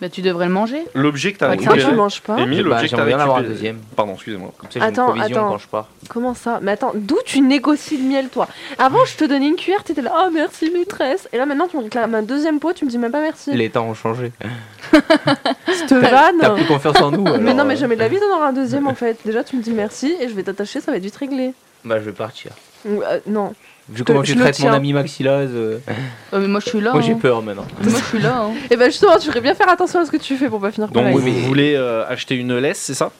C: Bah, tu devrais le manger.
B: L'objet que t'as
E: Maxime, tu
B: récupéré.
E: manges pas
B: Émile,
D: Bah,
B: l'objet que t'as
D: j'aimerais bien en avoir un
B: récupéré-
D: deuxième.
B: Pardon, excusez-moi.
D: Comme ça, j'ai une
E: Attends,
D: provision
E: attends.
D: quand je pars.
E: Comment ça Mais attends, d'où tu négocies le miel, toi Avant, je te donnais une cuillère, t'étais là, oh merci maîtresse. Et là, maintenant, tu me réclames un deuxième pot, tu me dis même pas merci.
D: Les temps ont changé.
E: Cette
D: T'as
E: vanne
D: plus confiance en nous.
E: Mais
D: alors,
E: non, mais
D: euh,
E: jamais de la vie, t'en auras un deuxième en fait. Déjà, tu me dis merci et je vais t'attacher, ça va vite réglé.
D: Bah, je vais partir.
E: Ou, euh, non.
D: Vu comment
E: te-
D: tu
E: je le
D: traites mon
E: tiens.
D: ami Maxilaz, euh,
C: Oh, mais moi, je suis là.
D: moi
C: hein.
D: j'ai peur maintenant.
C: Moi, je suis là. hein.
E: Et bah, justement, tu devrais bien faire attention à ce que tu fais pour pas finir
B: Donc
E: pareil.
B: vous
D: Oui, mais-
B: voulez euh, acheter une laisse, c'est ça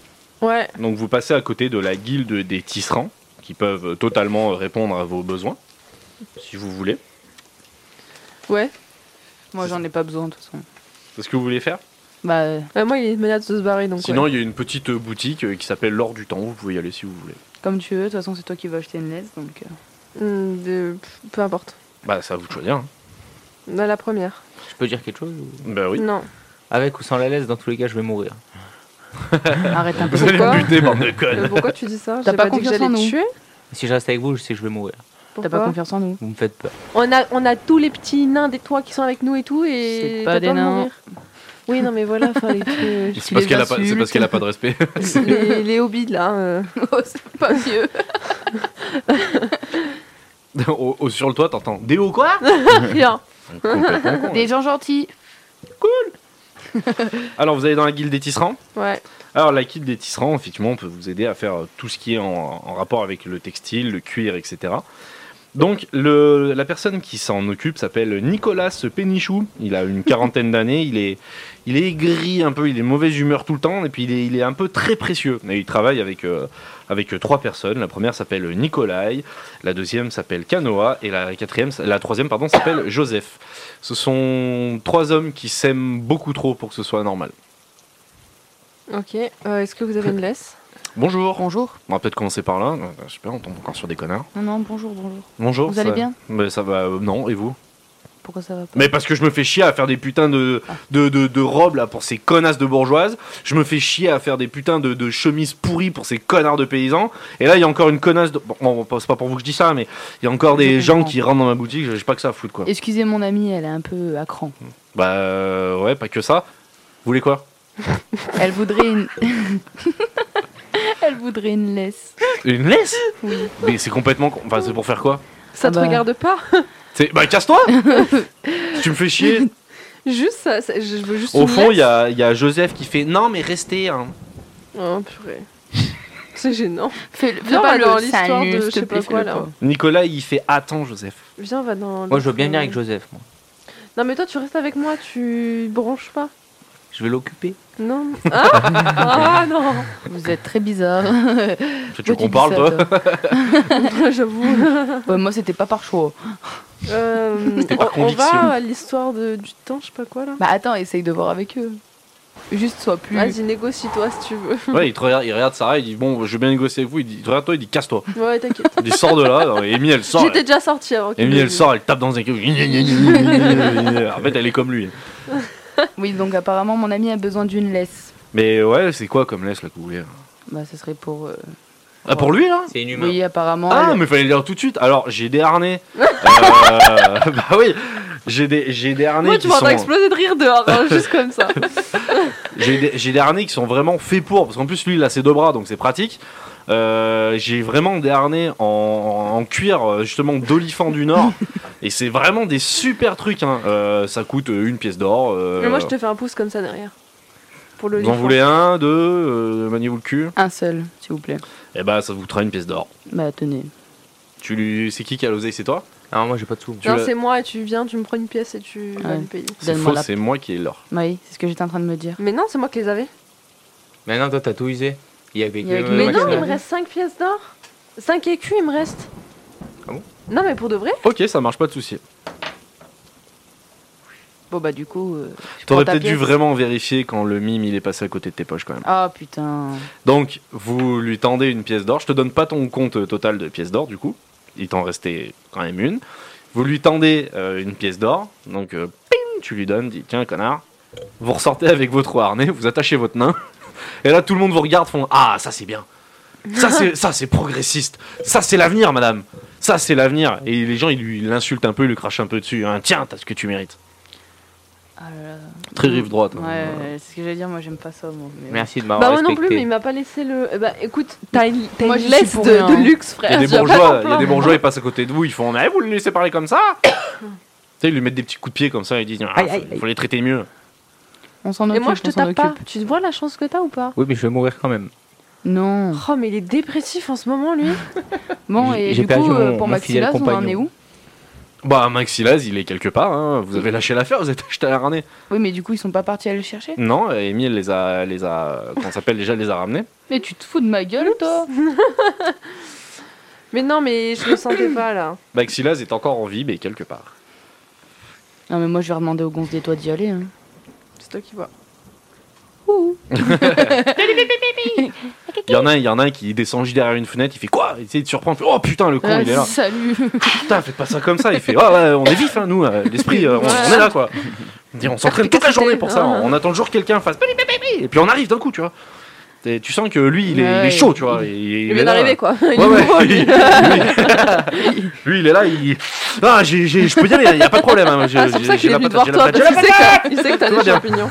E: Ouais.
B: Donc vous passez à côté de la guilde des tisserands, qui peuvent euh, totalement euh, répondre à vos besoins, si vous voulez.
E: Ouais.
C: [laughs] Moi, j'en ai pas besoin, de toute façon.
B: C'est ce que vous voulez faire
C: Bah, euh,
E: Bah, moi, il est menace de se barrer donc.
B: Sinon,
E: ouais.
B: il y a une petite euh, boutique euh, qui s'appelle l'or du temps, vous pouvez y aller si vous voulez.
C: comme tu veux, de toute façon, c'est toi qui vas acheter une laisse, donc. euh,
E: Hmm, de- pff, Peu importe.
B: Bah ça vous de choisir. hein.
E: Dans la première.
D: Je peux dire quelque chose ou-
B: Bah oui. [laughs]
E: Non.
D: Avec ou sans la laisse, dans tous les cas, je vais mourir.
C: euh, Arrête un peu.
B: Vous allez
E: Pourquoi Euh,
B: me buter, bande de
E: Mais
B: connes
E: pourquoi tu dis ça
C: T'as
E: J'ai
C: pas
E: dit que
C: confiance en
E: j'allais te
C: nous.
E: tuer
D: Si je reste avec vous, je sais que je vais mourir.
C: T'as
E: Pourquoi
C: pas confiance en nous.
D: Vous me faites peur.
E: On a, on a tous les petits nains des toits qui sont avec nous et tout, et
C: C'est pas
E: t'as
C: des
E: peur de
C: nains.
E: mourir. Oui, non, mais voilà, enfin, les, trucs,
B: C'est parce
C: les
B: qu'elle a pas- c'est
C: insultes.
B: parce qu'elle a pas de respect.
C: [laughs]
E: euh, les, les hobbits, là. euh.
C: Oh, c'est pas vieux.
B: [laughs] Au- au- sur le toit, t'entends des hauts quoi
E: [laughs] Rien.
B: Complètement con, ouais.
C: Des gens gentils.
B: Alors vous allez dans la guilde des tisserands.
E: Ouais.
B: Alors la guilde des tisserands, effectivement, on peut vous aider à faire euh, tout ce qui est en, en rapport avec le textile, le cuir, etc. Donc le- la personne qui s'en occupe s'appelle Nicolas Pénichou. Il a une quarantaine d'années, il est, il est aigri un peu, il est de mauvaise humeur tout le temps, et puis il est, il est un peu très précieux. Et il travaille avec, euh, avec euh, trois personnes. La première s'appelle Nicolai, la deuxième s'appelle Canoa, et la, quatrième, la troisième pardon, s'appelle Joseph. Ce sont trois hommes qui s'aiment beaucoup trop pour que ce soit normal.
E: Ok. euh, Est-ce que vous avez une laisse
B: Bonjour
C: Bonjour.
B: On va peut-être commencer par là. Euh, Je sais pas, on tombe encore sur des connards.
C: Non, non, bonjour, bonjour.
B: Bonjour.
C: Vous allez
B: ça-
C: bien
B: Mais ça va, euh, non, et vous
C: Pourquoi ça va pas
B: Mais parce que je me fais chier à faire des putains de,
C: Ah.
B: de, de, de robes là pour ces connasses de bourgeoises. Je me fais chier à faire des putains de, de chemises pourries pour ces connards de paysans. Et là, il y a encore une connasse de. Bon, bon, c'est pas pour vous que je dis ça, mais il y a encore des
C: Je
B: gens
C: comprends.
B: qui rentrent dans ma boutique, j'ai pas que ça à foutre quoi.
C: Excusez mon amie, elle est un peu à cran.
B: Bah euh, ouais, pas que ça. Vous voulez quoi
C: Elle voudrait une. [laughs] elle voudrait une laisse.
B: Une laisse Mais c'est complètement. con. Enfin, c'est pour faire quoi
E: Ça
C: Ah
E: te
C: bah.
E: regarde pas
B: C'est- Bah
C: [laughs]
B: casse-toi Tu me fais chier
E: Juste, ça- ça- je veux juste.
B: Au
E: une
B: fond, il
E: laisse.
B: y a, il y a Joseph qui fait Non, mais restez. hein.
E: Oh, purée. C'est gênant.
C: Fais,
E: Viens, on va dans l'histoire de je sais pas quoi là.
B: Nicolas, il fait Attends, Joseph.
E: Viens, on va dans. euh.
D: Moi, je veux bien venir avec Joseph. Moi.
E: Non, mais toi, tu restes avec moi, tu bronches pas.
D: Je vais l'occuper.
E: Non. Ah, ah non.
C: Vous êtes très bizarre. [laughs]
B: Tu veux qu'on parle, toi
E: [laughs] J'avoue.
C: Ouais, Moi, c'était pas par choix.
E: Euh,
B: par
E: on, on Euh,
B: conviction.
E: va à l'histoire de- du temps, je sais pas quoi là.
C: Bah attends, essaye de voir avec eux. Juste sois plus.
E: Vas-y, négocie-toi si tu veux.
B: Ouais, il te regarde, il regarde Sarah, il dit Bon, je vais bien négocier avec vous. Il, dit, il te regarde toi, il dit Casse-toi.
E: Ouais, t'inquiète.
B: Il dit Sors de là. Non, Amy, elle sort.
E: J'étais déjà sortie avant qu'il
B: Amy,
E: l'ait
B: elle
E: vu.
B: sort, elle tape dans un cul. en fait, elle est comme lui.
C: Oui, donc apparemment, mon ami a besoin d'une laisse.
B: Mais ouais, c'est quoi comme laisse là que vous voulez hein.
C: Bah, ça serait pour. euh,
B: Ah, pour lui là
D: C'est inhumain.
C: Oui, apparemment.
B: Ah,
C: elle-
B: mais fallait le dire tout de suite. Alors, j'ai des
E: [laughs]
B: harnais. Euh, [laughs] bah oui, j'ai des, j'ai des harnais
E: Moi,
B: qui
E: tu m'entends
B: sont,
E: exploser de rire dehors,
B: [laughs]
E: hein, juste comme ça.
B: j'ai des, j'ai des harnais qui sont vraiment faits pour. Parce qu'en plus, lui, il a ses deux bras, donc c'est pratique. Euh, j'ai vraiment des harnais en, en cuir, euh, justement, d'olifant du Nord. Et c'est vraiment des super trucs. hein. Euh, ça coûte euh, une pièce d'or. euh,
E: Mais moi, je te fais un pouce comme ça derrière. Pour le
B: vous en
E: livre.
B: voulez un, deux, euh, maniez-vous le cul.
C: Un seul, s'il vous plaît.
B: Et bah, ça vous coûtera une pièce d'or.
C: Bah, tenez.
B: Tu lui, c'est qui qui a l'oseille C'est toi
D: Alors moi j'ai pas de sous.
B: Tu
E: Non,
B: l'as-
E: c'est moi, et tu viens, tu me prends une pièce et tu vas
C: Ouais.
E: me payer.
B: C'est
C: Donne-moi
B: faux,
C: la-
B: c'est moi qui ai l'or.
C: Oui, c'est ce que j'étais en train de me dire.
E: Mais non, c'est moi qui les avais.
D: Maintenant toi t'as tout usé. Il y avait
C: Il y avait
D: que
C: que-
E: Mais
C: Ouais,
E: non,
C: c'est
E: il me
C: vrai.
E: reste 5 pièces d'or. 5 écus, il me reste.
D: Ah bon
E: Non, mais pour de vrai
B: Ok, ça marche pas de souci.
C: Bon, bah, du coup. euh, je
B: T'aurais
C: prends ta
B: peut-être dû
C: pièce.
B: vraiment vérifier quand le mime il est passé à côté de tes poches quand même.
C: Ah, putain.
B: Donc vous lui tendez une pièce d'or. Je te donne pas ton compte euh, total de pièces d'or du coup. Il t'en restait quand même une. Vous lui tendez euh, une pièce d'or. Donc euh, ping, tu lui donnes, dis tiens connard. Vous ressortez avec votre harnais, vous attachez votre nain. [laughs] Et là tout le monde vous regarde, font ah ça c'est bien. Ça c'est ça c'est progressiste. Ça c'est l'avenir madame. Ça c'est l'avenir. Et les gens ils lui ils l'insultent un peu, ils lui crachent un peu dessus. Hein, tiens t'as ce que tu mérites.
C: Ah là là.
B: Très rive droite. hein.
C: Ouais, c'est ce que j'allais dire. Moi, j'aime pas ça, moi. mais-
D: Merci de
E: Bah,
D: m'avoir
E: moi non
D: respecté.
E: plus, mais il m'a pas laissé le. Eh Bah, écoute, t'as une, t'as
C: Moi,
E: une
C: j'y suis
E: laisse de,
C: pour rien,
E: de
C: hein.
E: luxe,
B: Il y
D: [laughs]
E: frère.
B: a des
E: tu vas pas
B: bourgeois,
E: t'en
B: il y a des
E: plaindre.
B: bourgeois, ils passent à côté de vous, ils font Eh, vous le laissez parler comme ça [coughs] Tu sais, ils lui mettent des petits coups de pied comme ça, ils disent Ah,
D: Aïe, aïe,
B: faut, faut les traiter mieux.
C: On s'en occupe.
E: Et moi, je te
C: on s'en
E: tape pas.
C: occupe.
E: Tu vois la chance que t'as ou pas
D: Oui mais je vais mourir quand même.
C: Non.
E: Oh, mais il est dépressif en ce moment, lui.
C: Bon,
D: J'ai-
C: et
D: j'ai
C: du
D: perdu
C: coup, euh,
D: mon-
C: pour
D: mon fidèle
C: Maxilas, on en
D: compagnon.
C: est où
B: Bah, Maxilaz, il est quelque part, hein. vous avez lâché l'affaire, vous êtes acheté à la harnais.
C: Oui, mais du coup, ils sont pas partis à le chercher.
B: Non, euh, Amy, elle les a. elle Les a comment ça s'appelle déjà, elle les a ramenés.
C: Mais tu te fous de ma gueule, toi
E: Mais non, mais je le sentais pas là.
B: Maxilaz est encore en vie, mais quelque part.
C: Non, mais moi, je vais demander au gonze des toits d'y aller. hein.
E: C'est toi qui vois.
B: Il y en a un, il y en a un qui descend juste derrière une fenêtre, il fait quoi Il essaie de surprendre, il fait, oh putain, le con,
C: Ah,
B: il est là.
C: Salut
B: Putain, faites pas ça comme ça. Il fait, ah ouais, on est vif, hein, nous, euh, l'esprit, euh, on,
E: Voilà.
B: on est là, quoi. Il dit, On s'entraîne toute la journée pour ça.
E: Ah.
B: On attend toujours que quelqu'un fasse. pili, pili, pili Et puis on arrive d'un coup, tu vois. Et tu sens que lui, il est, il est
C: Ouais,
B: chaud,
C: il-
B: tu vois.
E: Il,
B: Il,
E: vient
B: est là.
E: d'arriver quoi. Il
B: Ouais,
E: est
B: ouais. [laughs]
E: nouveau, lui.
B: Lui, lui- lui, il est là, il. Ah, j'ai- j'ai- je peux y aller, il n'y a pas de problème. hein, je-
E: Ah, c'est pour ça
B: j'ai
E: qu'il est
B: la
E: venu te
B: patate,
E: voir
B: j'ai la
E: toi,
B: patate, j'ai
E: parce
B: la
E: qu'il sait que- il sait que t'as
B: Tout va
E: des
B: bien.
E: champignons.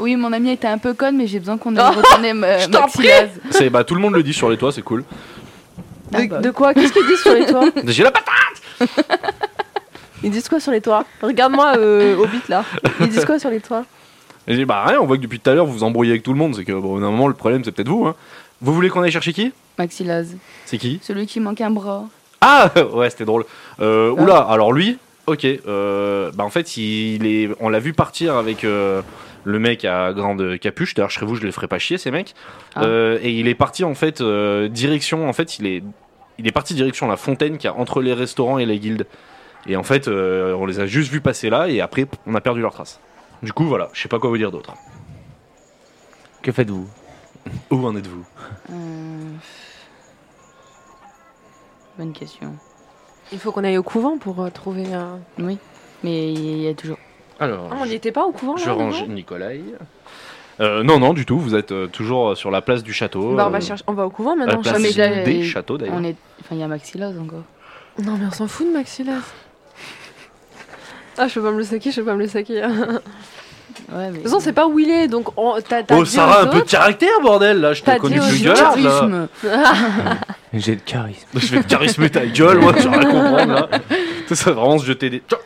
C: Oui, mon ami était un peu conne, mais j'ai besoin qu'on aille retourner ma-
E: Je t'en
C: Maxilas.
B: patate. C'est- bah, Tout le monde le dit sur les toits, c'est cool.
C: Ah
E: De,
C: bah.
E: de quoi Qu'est-ce qu'ils disent sur les toits
B: J'ai la patate
E: Ils disent quoi sur les toits Regarde-moi euh, Hobbit là. Ils disent quoi sur les toits
B: Et j'ai dit, bah rien, on voit que depuis tout à l'heure, vous vous embrouillez avec tout le monde. C'est que, bon, au bout d'un moment, le problème, c'est peut-être vous. hein. Vous voulez qu'on aille chercher qui
C: Maxilas,
B: C'est qui
C: celui qui manque un bras.
B: Ah [laughs] ouais, c'était drôle. Euh, oula,
E: Ah.
B: alors lui, ok. euh, bah en fait, il est, on l'a vu partir avec euh, le mec à grande capuche. D'ailleurs, je serais vous, je les ferais pas chier ces mecs.
C: Ah.
B: Euh, et il est parti en fait euh, direction. En fait, il est, il est parti direction la fontaine qui a entre les restaurants et la guilde. Et en fait, euh, on les a juste vus passer là et après, on a perdu leur trace. Du coup, voilà, je sais pas quoi vous dire d'autre.
D: Que faites-vous
B: Où en êtes-vous
C: Euh, Bonne question.
E: Il faut qu'on aille au couvent pour euh, trouver. euh,
C: Oui, mais il y a toujours.
B: Alors,
E: Ah, on n'y était pas au couvent
B: je
E: là,
B: range
E: devant
B: Nicolas. Euh, non, non, du tout. Vous êtes euh, toujours sur la place du château.
E: Bah, on, va
B: euh,
E: chercher... on va au couvent
B: À la
E: maintenant.
B: place
E: je-
C: mais là,
B: des
C: il-
B: châteaux d'ailleurs.
C: On est... Enfin, il y a Maxilas encore.
E: Non, mais on s'en fout de Maxilas. [laughs] Ah, je peux pas me le saquer, je peux pas me le saquer. De toute
C: Ouais, mais.
E: façon, c'est pas où il est, donc on... t'as t'as
B: Oh
E: dit
B: Sarah,
E: aux
B: un peu de
E: autres-
B: caractère bordel là, je
E: T'as
B: t'ai connu
E: dit aux
B: plus
E: autres-
B: gueule là.
C: Charisme.
D: J'ai le charisme.
B: Je vais te charismer ta gueule moi, tu vas
E: [laughs]
B: rien comprendre là. Ça, ça va vraiment se jeter des... Tiens,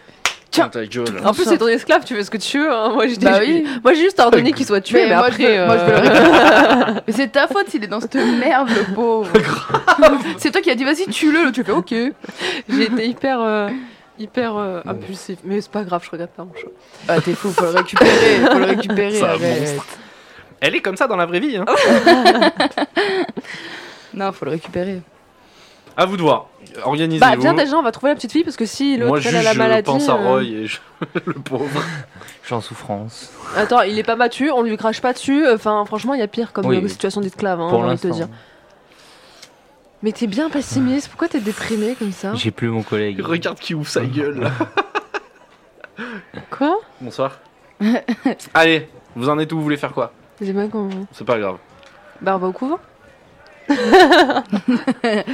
E: Tiens.
B: ta gueule.
E: En plus, c'est ton esclave, tu fais ce que tu veux. hein. Moi, j'ai
C: Bah
E: j'ai-
C: oui.
E: moi, j'ai juste ordonné qu'il soit tué, mais,
C: moi,
E: après.
C: je veux- moi, je veux le
E: euh,
C: récupérer. Mais c'est ta faute s'il est dans cette merde, le pauvre. c'est toi qui as dit vas-y, tue-le. Tu fais ok.
E: J'ai été hyper, euh, hyper euh, impulsif. Mais c'est pas grave, je regrette pas mon choix.
C: Ah, t'es fou, faut le récupérer. Faut le récupérer.
B: C'est un
C: arrête.
B: Elle est comme ça dans la vraie vie. Hein.
C: Non, faut le récupérer.
B: À vous de voir. Organisez-vous.
E: Bah viens déjà, on va trouver la petite fille parce que si
B: Moi,
E: l'autre
B: juste,
E: elle a la
B: je
E: maladie.
B: pense à
E: euh,
B: Roy et je- [laughs] le pauvre.
D: Je suis en souffrance.
E: Attends, il est pas battu, on lui crache pas dessus. Enfin, franchement, il y a pire comme
D: Oui,
E: euh,
D: oui.
E: situation d'esclave, hein, j'ai
D: Pour
E: envie de te
D: l'instant.
E: dire. Mais t'es bien pessimiste, pourquoi t'es déprimé comme ça
D: J'ai plus mon collègue.
B: Regarde qui ouvre sa gueule là.
E: Quoi [laughs]
B: Bonsoir. Allez, vous en êtes où Vous voulez faire quoi
E: J'ai pas compris.
B: C'est pas grave.
E: Bah, on va au couvent.
C: Et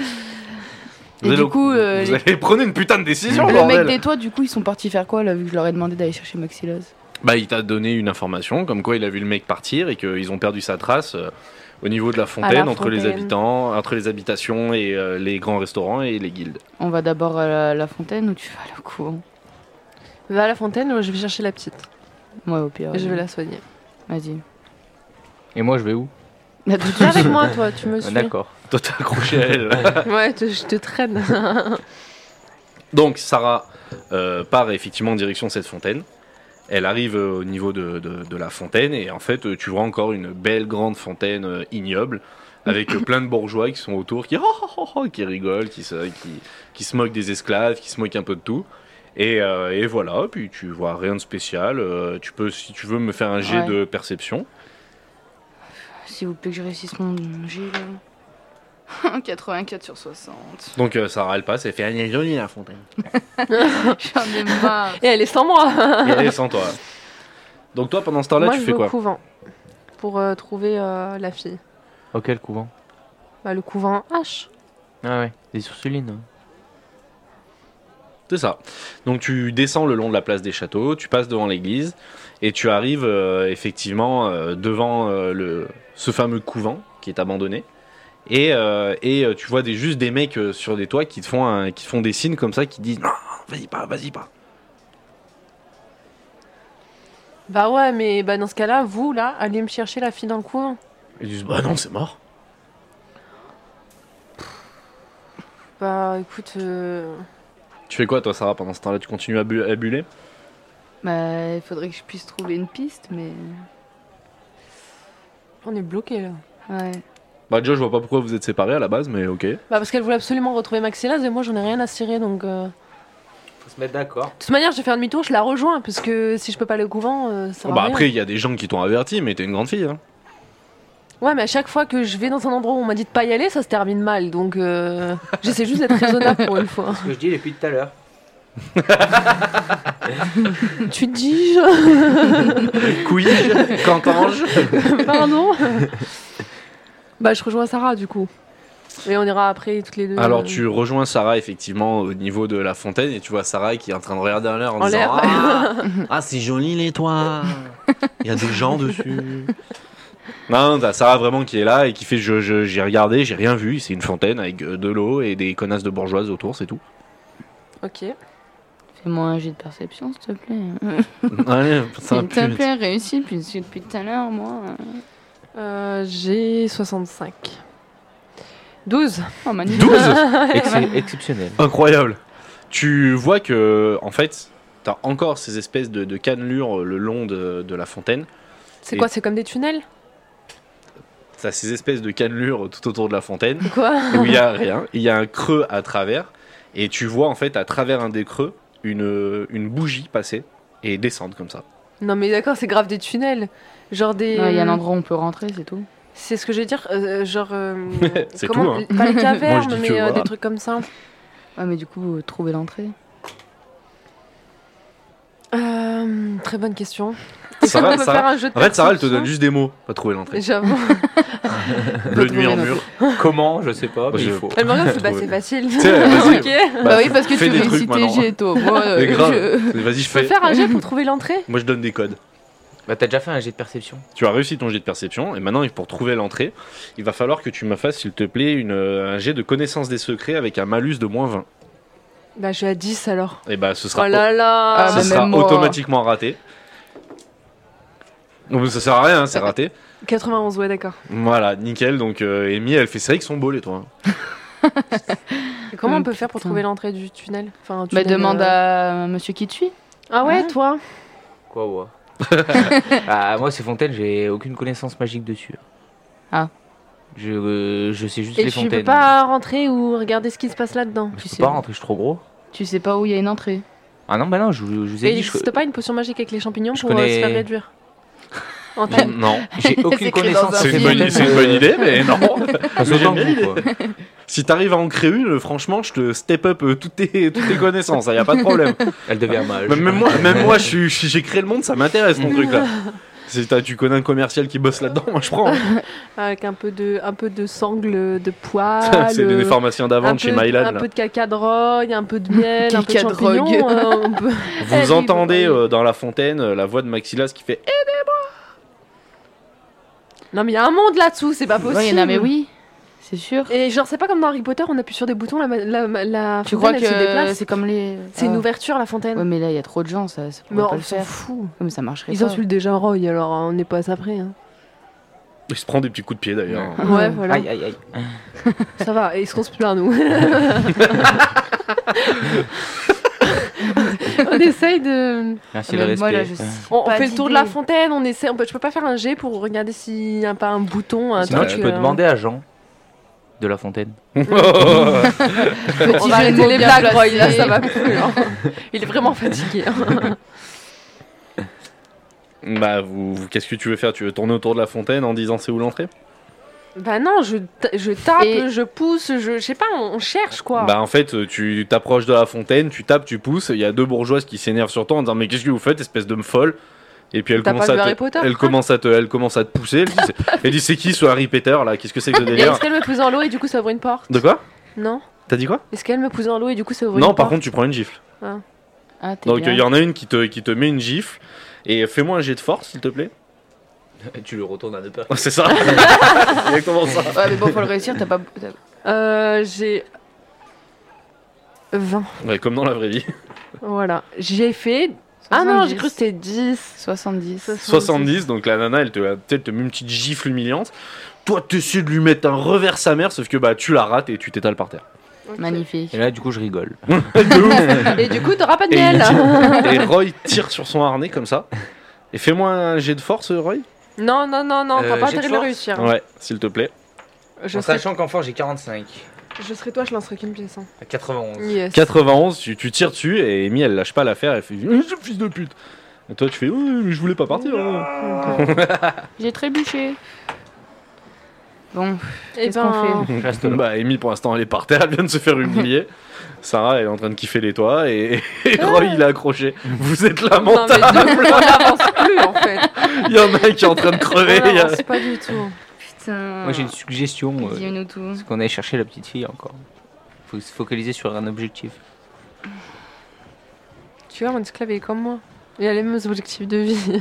B: vous
C: du
B: allez, au-
C: coup, euh,
B: vous
C: les-
B: allez prendre une putain de décision,
C: le
B: bordel.
C: mec des toits, du coup, ils sont partis faire quoi là Vu que je leur ai demandé d'aller chercher Maxilos.
B: Bah, il t'a donné une information comme quoi il a vu le mec partir et qu'ils ont perdu sa trace euh, au niveau de la fontaine, entre les
E: fontaine.
B: habitants, entre les habitations et euh, les grands restaurants et les guildes.
C: On va d'abord à la, la fontaine ou tu vas à la cour
E: Va à la fontaine, je vais chercher la petite.
C: Moi, au pire.
E: Et je vais
C: euh,
E: la soigner.
C: Vas-y.
D: Et moi, je vais où
C: Là, tout de
E: [laughs] Viens
C: suite.
E: avec moi, toi, tu
B: Ah,
E: me suis.
D: D'accord.
B: Toi, t'es accroché à elle.
E: Ouais, te- je te traîne. [laughs]
B: Donc Sarah euh, part effectivement en direction de cette fontaine. Elle arrive euh, au niveau de, de- de la fontaine et en fait euh, tu vois encore une belle grande fontaine euh, ignoble avec euh, plein de bourgeois qui sont autour, qui, [laughs] oh, qui rigolent, qui se, qui, qui se moquent des esclaves, qui se moquent un peu de tout. Et, euh, et voilà, puis tu vois rien de spécial. euh, tu peux, si tu veux, me faire un jet
C: Ouais.
B: de perception.
C: S'il vous plaît que je réussisse mon G [laughs] là. 84 sur 60.
B: Donc euh, Sarah, elle passe, elle fait « Elle est jolie la fontaine ».
C: [laughs] J'en ai marre.
E: Et elle est sans moi.
B: Et elle est sans
E: [laughs]
B: toi. Donc toi, pendant ce temps-là,
E: moi,
B: tu
E: je
B: fais
E: vais au
B: quoi
E: couvent pour euh, trouver euh, la fille.
D: Auquel couvent
E: Bah, le couvent H.
D: Ah ouais, des ursulines.
B: C'est ça. Donc tu descends le long de la place des châteaux, tu passes devant l'église et tu arrives euh, effectivement euh, devant euh, le, ce fameux couvent qui est abandonné. Et, euh, et euh, tu vois des, juste des mecs euh, sur des toits qui te font, un- qui te font des signes comme ça, qui disent non, vas-y pas, vas-y pas.
E: Bah ouais, mais bah dans ce cas-là, vous là, allez me chercher la fille dans le couvent.
B: Ils disent bah non, c'est mort.
E: Bah écoute, euh,
B: Tu fais quoi toi, Sarah, pendant ce temps-là Tu continues à, bu- à buller
C: Bah, il faudrait que je puisse trouver une piste, mais.
E: on est bloqué là.
C: Ouais.
B: Bah déjà, je vois pas pourquoi vous êtes séparés à la base, mais ok.
E: Bah parce qu'elle voulait absolument retrouver Maxelas et moi j'en ai rien à cirer donc. euh,
D: Faut se mettre d'accord.
E: De toute manière, je vais faire demi-tour, je la rejoins parce que si je peux pas aller au couvent, euh, ça va.
B: bah après, il y a des gens qui t'ont averti, mais t'es une grande fille. hein.
E: Ouais, mais à chaque fois que je vais dans un endroit où on m'a dit de pas y aller, ça se termine mal donc euh, j'essaie juste d'être raisonnable pour une fois.
D: Ce que je dis depuis tout à [laughs] l'heure.
E: [laughs] tu te dis,
B: Couillage, cantange.
E: [laughs] pardon. bah je rejoins Sarah du coup. Et on ira après toutes les deux.
B: Alors
E: euh,
B: tu rejoins Sarah effectivement au niveau de la fontaine et tu vois Sarah qui est en train de regarder en l'air en,
E: En
B: disant
E: l'air.
B: ah, Ah, c'est joli les toits Il y a des gens dessus Non, t'as Sarah vraiment qui est là et qui fait je, je- j'ai regardé, j'ai rien vu, c'est une fontaine avec euh, de l'eau et des connasses de bourgeoises autour, c'est tout.
E: [laughs] Ok.
C: Fais-moi un jet de perception, s'il te plaît.
B: Allez, ça
C: Euh, S'il te
B: pue.
C: plaît, réussis, puis depuis tout à l'heure, moi.
E: Euh, j'ai 65. 12.
C: Oh, magnifique.
B: 12
C: [laughs]
D: exceptionnel.
B: Incroyable. Tu vois que en fait, t'as encore ces espèces de, de cannelures euh, le long de- de la fontaine
E: C'est
B: Et-
E: quoi C'est comme des tunnels
B: T'as ces espèces de cannelures tout autour de la fontaine
E: Quoi [laughs]
B: où il y a rien. Il y a un creux à travers et tu vois en fait à travers un des creux une, euh, une bougie passer et descendre comme ça.
E: Non mais d'accord, c'est grave des tunnels. Genre des.
C: Il y a un endroit où on peut rentrer, c'est tout.
E: C'est ce que je veux dire. euh, genre. euh,
B: [laughs] C'est
E: comment-
B: tout, hein.
E: Pas
B: [laughs] Moi,
E: les
B: je
E: cavernes,
B: dis que
E: mais euh,
B: voilà.
E: des trucs comme ça.
C: Ouais, mais du coup, euh, trouver l'entrée.
E: Euh, très bonne question. Est-ce qu'on
B: Sarah-
E: peut
B: Sarah-
E: faire un jeu de
B: En fait, Sarah, elle te donne
E: perception
B: juste des mots, pas trouver
E: [laughs]
B: l'entrée.
E: J'avoue.
B: [laughs] Bleu nuit en mur.
D: Comment Je sais pas, mais
B: Je-
D: il faut.
E: Elle me regarde, elle fait, bah,
B: Ouais.
E: c'est facile.
B: sais, vas-y.
E: ok.
C: Bah, oui, parce que
B: fais
C: tu
B: des trucs
C: réussis tes
B: maintenant.
C: jets, toi. Moi, euh,
B: Mais grave.
C: je- [laughs]
B: Vas-y, je
E: Je peux
B: fais.
E: faire un
B: [laughs]
E: jet pour trouver l'entrée
B: Moi, je donne des codes.
D: Bah, t'as déjà fait un jet de perception.
B: Tu as réussi ton jet de perception et maintenant, pour trouver l'entrée, il va falloir que tu me fasses, s'il te plaît, une, euh, un jet de connaissance des secrets avec un malus de moins 20.
E: Bah je suis à 10 alors.
B: Et bah, ce sera
E: Oh là là
C: Ah,
B: ce
C: bah,
B: sera
C: même moi.
B: automatiquement raté. Donc ça sert à rien, hein, c'est raté.
E: 91, ouais d'accord.
B: Voilà, nickel. Donc euh, Amy, elle fait c'est vrai qu'ils sont beaux les toits.
E: Et Comment on
C: Hum,
E: peut faire pour
C: putain.
E: trouver l'entrée du tunnel Enfin, un
C: Bah,
E: tunnel,
C: demande
E: euh,
C: à monsieur qui te suit.
E: Ah ouais, toi
D: Quoi, ouais.
C: [laughs]
D: ah, moi, ces fontaines, j'ai aucune connaissance magique dessus.
C: Ah.
D: Je, euh, je sais juste
E: Et
D: les
E: tu
D: fontaines.
E: peux pas rentrer ou regarder ce qui se passe là-dedans.
D: Je
C: Tu
D: peux
C: sais.
D: pas rentrer, je suis trop gros.
C: Tu sais pas où il y a une entrée.
D: Ah non, bah non, je, vous- je vous
E: Et
D: ai
E: il
D: dit, je-
E: n'existe pas une potion magique avec les champignons
D: je
E: pour euh, se
D: connais-
B: [laughs]
E: faire réduire. En
D: J'ai-
E: taille.
B: Non.
D: j'ai
C: [laughs] Bah, C'est
D: aucune
C: écrit
D: connaissance.
C: dans un
D: ça
B: C'est une,
D: fait
C: film.
B: bonne,
D: peut-être,
B: c'est une
D: euh,
B: bonne idée, mais
C: [laughs]
B: non.
D: parce que
B: mais j'aime
D: autant
B: bien
D: que vous,
B: l'idée.
D: quoi.
B: Si t'arrives à en créer une, euh, franchement, je te step up euh, toutes tes, toutes tes connaissances, il a pas de problème.
D: Elle devient mal.
B: Même, même
D: [laughs]
B: moi, même moi je suis- je suis- j'ai créé le monde, ça m'intéresse mon truc là. Si t'as- tu connais un commercial qui bosse là-dedans, moi je hein. prends.
E: Avec un peu de, un peu
B: [laughs]
E: de sangle, de poils. euh,
B: c'est des pharmaciens
E: Ah, un
B: d'avant de
E: peu-
B: chez Mylan.
E: Un
B: là.
E: peu de caca de rogne, un peu de
C: [laughs]
E: miel, un peu de
C: Caca de
E: champignons.
C: rogue.
E: euh, on peut- [laughs] Elle,
B: Vous
E: il
B: entendez
E: vous voyez.
B: euh, dans la fontaine euh, la voix de Maxilas qui fait eh,
E: Non mais il y a un monde là-dessous, c'est pas possible.
C: Ouais, il y en a, mais oui, c'est sûr.
E: Et genre c'est pas comme dans Harry Potter, on appuie sur des boutons, la, ma- la, la,
C: Tu
E: fontaine,
C: crois
E: elle se
C: que
E: déplace.
C: c'est comme les.
E: C'est une
C: Ah.
E: ouverture la fontaine.
C: Ouais, mais là, il y a trop de gens, ça. ça pourrait
E: mais
C: pas
E: on
C: le
E: s'en
C: faire.
E: fout.
C: Ouais, mais ça marcherait
E: Ils
C: pas.
E: insultent déjà Roy, alors hein, on n'est pas après.
C: [laughs]
E: Hein.
B: Il se prend des petits coups de pied d'ailleurs.
E: Ouais, voilà.
D: Aïe, aïe, aïe.
E: Ça va, et ils seront se plaint,
C: [laughs]
E: nous. on essaye de.
D: Merci le respect.
C: Ah, Mais
D: Euh,
C: moi, là, je [laughs] sais
E: On, on
C: pas
E: fait le tour de
C: d'idée.
E: la fontaine, on essaie. On peut, je peux pas faire un jet pour regarder s'il n'y a pas un bouton. Un
D: Sinon,
E: truc,
D: tu peux
E: euh,
D: demander à Jean de la fontaine.
E: On
C: Petit
E: va
C: jeu de
E: arrêter
C: mots
E: les
C: bien
E: blagues, Roy,
C: placé.
E: là, ça va plus. hein. Il est vraiment fatigué. hein.
B: [laughs] bah, vous, vous- qu'est-ce que tu veux faire Tu veux tourner autour de la fontaine en disant c'est où l'entrée
E: [laughs] Bah non, je, ta- je tape,
C: Et-
E: je pousse, je, je sais pas, on, on cherche quoi.
B: Bah, en fait, euh, tu t'approches de la fontaine, tu tapes, tu pousses. Il y a deux bourgeoises qui s'énervent sur toi en disant Mais qu'est-ce que vous faites, espèce de me folle Et puis elle
E: T'as
B: commence,
E: pas lu
B: à
E: Harry
B: te,
E: Potter,
B: elle,
E: quoi
B: commence à te, elle commence à te pousser. Elle dit
E: [laughs]
B: c'est- Elle dit C'est qui ce Harry Potter là Qu'est-ce que c'est que ce
E: Et
B: délire
E: est-ce qu'elle me pousse dans l'eau et du coup ça ouvre une porte
B: De quoi
E: Non
B: T'as dit quoi
E: Est-ce qu'elle me pousse dans l'eau et du coup ça ouvre une
B: Non,
E: porte
B: par contre, tu prends une gifle.
C: Ah, t'es
B: Donc,
C: bien.
B: il y en a une qui te, qui te met une gifle. Et fais-moi un jet de force, s'il te plaît.
D: [laughs] Tu le retournes à deux pas.
B: Oh, [laughs] C'est
D: [laughs]
B: ça C'est Exactement ça.
C: Ouais, mais bon, faut le réussir, t'as pas. t'as-
E: [laughs] Euh, j'ai. 20.
B: Ouais, comme dans la vraie [laughs] vie.
E: Voilà. J'ai fait. Ah non,
C: 70.
E: j'ai cru que c'était 10.
C: 70.
B: 70, donc la nana, elle te, elle te met une petite gifle humiliante. Toi, t'essaies de lui mettre un revers sa mère, sauf que bah tu la rates et tu t'étales par terre.
C: Magnifique.
D: Et là, du coup, je rigole.
B: [laughs] De ouf.
E: Ah, Et du coup, t'auras pas de
B: Et, il
E: miel
B: tire- et Roy tire sur son harnais comme ça. Et fais-moi un jet de force, Roy.
E: [laughs] Non, non, non, non, t'as
D: Euh,
E: pas intérêt
D: j'ai
E: de
D: de
E: le
D: force
E: réussir.
B: Ouais, s'il te plaît.
E: Je, serais...
D: qu'en fort, j'ai 45.
E: je serais toi, je lancerais qu'une pièce. hein.
D: À 91.
E: Yes.
B: 91, tu, tu tires dessus et Amy, elle lâche pas l'affaire. Elle fait Euh, ce fils de pute. Et toi, tu fais Oui, mais je voulais pas partir. hein.
C: J'ai trébuché. Bon,
E: Et
C: Qu'est-ce qu'on
E: ben,
D: Reste là.
B: [laughs] Bah, Amy, pour l'instant, elle est par terre. Elle vient de se faire humilier. Sarah, elle est en train de kiffer les toits et, et Roy, il est accroché. Vous êtes
E: Ah. non, mais
B: lamentable.
E: donc, on n'avance plus en
B: [laughs]
E: fait.
B: Il y en a un qui est en train de crever.
E: On
B: il y a-
E: n'avance pas du tout.
C: putain.
D: Moi, j'ai une suggestion. euh,
C: Dis-nous tout.
D: C'est qu'on aille chercher la petite fille encore. Faut se focaliser sur un objectif.
E: Tu vois, mon esclave est comme moi. Il a les mêmes objectifs de vie.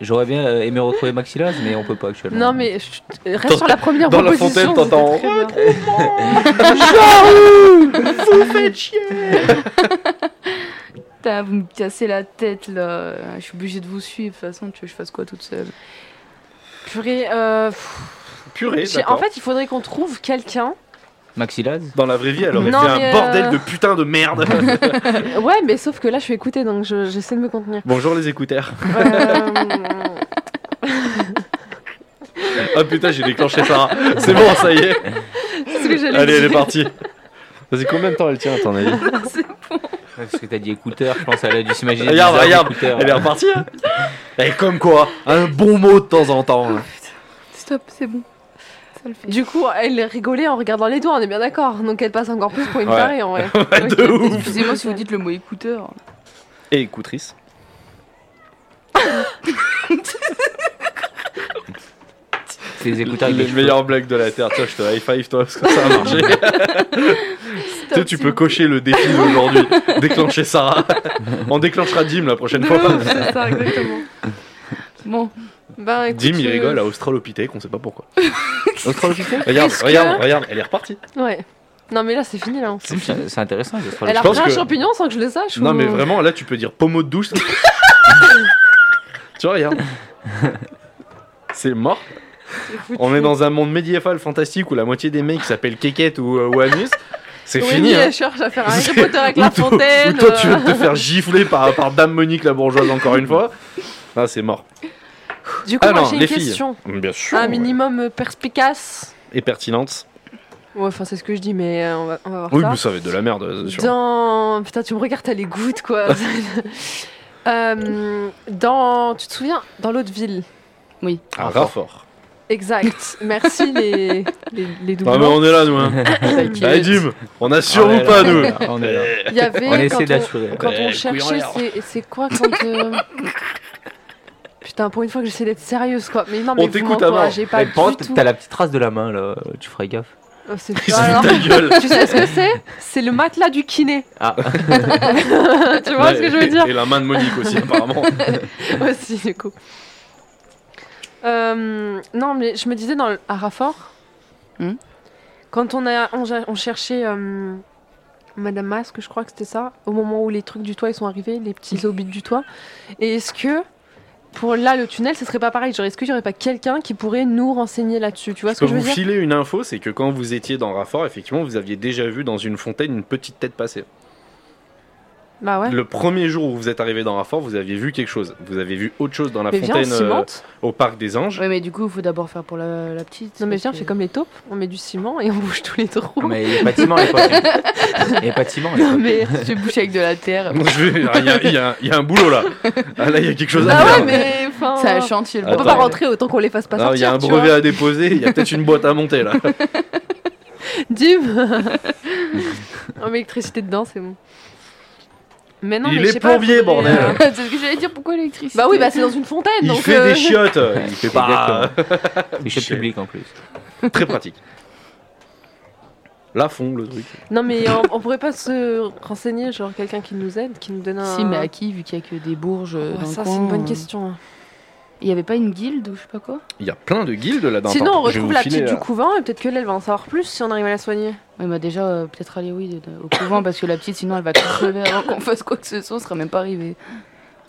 D: J'aurais bien euh, aimé retrouver Maxilas, mais on peut pas actuellement.
E: Non, mais je- reste sur la première
B: Dans la
E: proposition.
B: fontaine, t'entends-
E: c'était très bien.
C: Putain, vous me cassez la tête là. Je suis obligée de vous suivre. De toute façon, tu veux que je fasse quoi toute seule
E: Purée, euh, pff,
B: Purée,
E: j'ai-
B: d'accord.
E: en fait, il faudrait qu'on trouve quelqu'un.
D: Maxilas
B: Dans la vraie vie, elle aurait
E: Non,
B: fait
E: mais,
B: un
E: euh,
B: bordel de putain de
E: [laughs]
B: merde.
E: Ouais, mais sauf que là, je suis écoutée, donc je- j'essaie de me contenir.
B: Bonjour les écouteurs.
E: Euh,
B: Ah putain, j'ai déclenché Sarah. C'est bon, ça y est.
E: c'est ce que j'allais
B: Allez, elle est
E: dire.
B: partie. Vas-y, combien de temps elle tient à ton avis
D: Parce que t'as dit écouteur, je pense qu'elle a dû s'imaginer.
B: Regarde,
D: bizarre,
B: regarde.
D: écouteur.
B: Elle est repartie. hein Et comme quoi, un bon mot de temps en temps. hein.
C: Stop, c'est bon. Ça le fait.
E: Du coup, elle rigolait en regardant les doigts, on est bien d'accord. Donc elle passe encore plus pour une
B: Ouais.
E: tarée en vrai.
B: [laughs] [laughs] Ouais, de ouf.
C: Excusez-moi si vous dites le mot écouteur.
B: Et écoutrice.
D: C'est les écouteurs avec
B: Les
D: les cheveux.
B: meilleures blagues de la Terre. Tiens, je te high five toi parce que ça a marché. Tu sais, tu peux cocher le défi
E: [laughs]
B: d'aujourd'hui. Déclencher Sarah. On déclenchera Dim la prochaine
E: De
B: fois.
E: ouf, c'est ça, exactement.
C: Bon,
E: Ben, écoute,
B: Dim il
E: euh,
B: rigole à Australopithèque, on sait pas
E: [laughs]
B: pourquoi.
D: Australopithèque
B: Regarde,
E: Est-ce que-
B: regarde, regarde, elle est repartie.
E: Ouais. Non, mais là, c'est fini là.
D: C'est c'est intéressant, les
E: Elle
D: astrologues.
E: a
B: pense
E: pris un
B: que-
E: champignon sans que je le sache.
B: Non
E: ou-
B: mais vraiment là tu peux dire pommeau de douche. tu vois
E: [laughs]
B: regarde. C'est mort. On est dans un monde médiéval fantastique où la moitié des mecs s'appellent Kekette ou, euh, ou Anus. C'est
E: Noémie,
B: fini. hein.
E: elle cherche à
B: [laughs]
E: faire un Harry
B: C'est-
E: Potter avec
B: Ou
E: la
B: toi-
E: fontaine.
B: ou toi tu
E: euh.
B: veux te faire gifler par, par Dame Monique la bourgeoise encore une fois. Ah c'est mort.
E: Du coup,
B: Ah
E: moi,
B: non,
E: j'ai
B: les
E: une
B: filles.
E: question.
B: Bien sûr.
E: Un minimum euh, perspicace.
B: Et pertinente.
E: Ouais, enfin, c'est ce que je dis, mais euh, on, va, on va voir
B: Oui,
E: ça.
B: mais ça va être de la merde, euh, c'est sûr.
E: Dans. Putain, tu me regardes, t'as les
B: [laughs]
E: gouttes, quoi. Euh, dans. Tu te souviens Dans l'autre ville.
B: Ah, Raffort.
E: Exact.
B: [laughs]
E: Merci, les, les, les doublons.
B: Ah, mais on est là, nous.
E: [laughs]
B: Hein. Allez, Dim, on assure ou pas, [laughs] nous
D: On est là.
E: Il y avait.
D: On essaie
E: quand on-
D: d'assurer.
E: Quand
B: Ouais,
E: on
B: le couillon
E: cherchait,
B: en
E: c'est- c'est quoi quand. euh,
B: [laughs]
E: Putain, pour une fois que j'essaie d'être sérieuse, quoi. Mais non, mais vous
B: t'écoute, Amar.
E: m'encouragez pas
D: Mais
E: du
D: par contre,
E: tout.
D: t'as la petite trace de la main là, tu ferais gaffe.
E: Oh, c'est-
B: [laughs] Ils
E: Alors,
B: ont ta gueule.
E: tu sais ce que c'est C'est le matelas du kiné.
D: Ah.
E: [laughs] tu vois ce que je veux dire
B: Et la main de Monique aussi,
E: [laughs]
B: apparemment.
E: Aussi, du coup. Euh, non, mais je me disais dans le, à Raffort,
C: Hmm.
E: quand on, a, on, ja- on cherchait euh, Madame Masque, je crois que c'était ça, au moment où les trucs du toit ils sont arrivés, les petits hobbits du toit. Et est-ce que pour là le tunnel, ce serait pas pareil Genre, est-ce qu'il y aurait pas quelqu'un qui pourrait nous renseigner là-dessus Tu vois
B: Je
E: ce
B: peux
E: que je veux
B: vous
E: dire
B: filer une info, c'est que quand vous étiez dans Raffort, effectivement, vous aviez déjà vu dans une fontaine une petite tête passer.
E: Bah ouais.
B: Le premier jour où vous êtes arrivé dans Raffort, vous aviez vu quelque chose. Vous avez vu autre chose dans la
E: Mais viens, on
B: fontaine euh,
E: cimente.
B: au parc des anges. [laughs]
C: Ouais, mais du coup, il faut d'abord faire pour la, la petite.
E: Non, mais
C: parce
E: viens, on
C: que-
E: fait comme les taupes, on met du ciment et on bouge tous les trous.
B: Ah,
D: Non, mais il n'y a pas de ciment à l'époque. Il n'y a pas de ciment à l'époque.
C: Mais [laughs] je vais boucher avec de la terre.
B: Je vais- Il y, a- il y a- il y a un boulot
E: [laughs]
B: là. Ah, là, il y a quelque chose à
E: [laughs] Ah
B: faire.
E: ouais, mais enfin.
C: C'est un chantier, le
E: On peut
B: Attends.
E: pas rentrer autant qu'on les fasse pas
B: Non,
E: sortir.
B: il y a un
E: tu
B: brevet
E: vois.
B: à déposer, il y a peut-être une boîte à monter
E: [laughs]
B: là.
E: Dim
B: [laughs]
E: On met l'électricité dedans, c'est bon. Mais non,
B: Il
E: mais
B: est
E: je sais pas,
B: plombier,
E: faudrait,
B: bordel.
E: euh,
C: c'est ce que j'allais dire, pourquoi l'électricité
E: Bah oui, bah c'est dans une fontaine
B: Il
E: donc.
B: fait
E: euh,
B: des chiottes, il fait pas
D: Il fait public en plus.
B: très pratique. La fond le truc.
E: [laughs] Non, mais on, on pourrait pas se renseigner, genre quelqu'un qui nous aide, qui nous donne un.
C: Si, mais à qui, vu qu'il y a que des bourges
E: Ouais,
C: euh, dans le
E: ça,
C: coin,
E: c'est une bonne
C: euh,
E: question.
B: Bah,
E: hein.
C: Il y avait pas une guilde ou je sais pas quoi
B: Il y a plein de guildes là-dedans.
E: Sinon, on
B: Attends, je vais
E: retrouve
B: vous
E: la
B: filer, euh,
E: petite du
B: là.
E: couvent et peut-être que elle va en savoir plus si on arrive à la soigner.
C: Oui, bah déjà, euh, peut-être aller oui, de- de- au couvent, parce que la petite, sinon, elle va tout crever avant qu'on fasse quoi que ce soit, on sera même pas arrivé.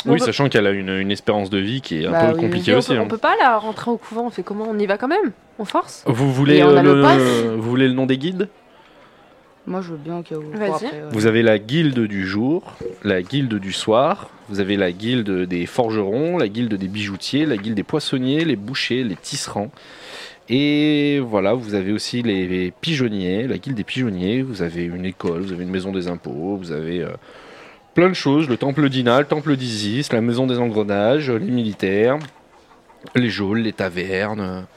B: Oui,
E: On peut-
B: sachant qu'elle a une, une espérance de vie qui est un
C: Bah
B: peu
C: oui,
B: compliquée
E: mais on,
B: aussi.
E: peut,
B: hein.
E: on peut pas la rentrer au couvent, on fait comment On y va quand même On force
B: Vous voulez,
C: Et on
B: euh,
C: a le
B: le-
C: pass.
B: vous voulez le nom des guildes
C: Moi, je veux bien qu'il y ait au
E: Vas-y.
C: pour après, ouais.
B: Vous avez la guilde du jour, la guilde du soir, vous avez la guilde des forgerons, la guilde des bijoutiers, la guilde des poissonniers, les bouchers, les tisserands. Et voilà, vous avez aussi les, les pigeonniers, la guilde des pigeonniers, vous avez une école, vous avez une maison des impôts, vous avez euh, plein de choses, le temple d'Ina, le temple d'Isis, la maison des engrenages, les militaires, les geôles, les tavernes.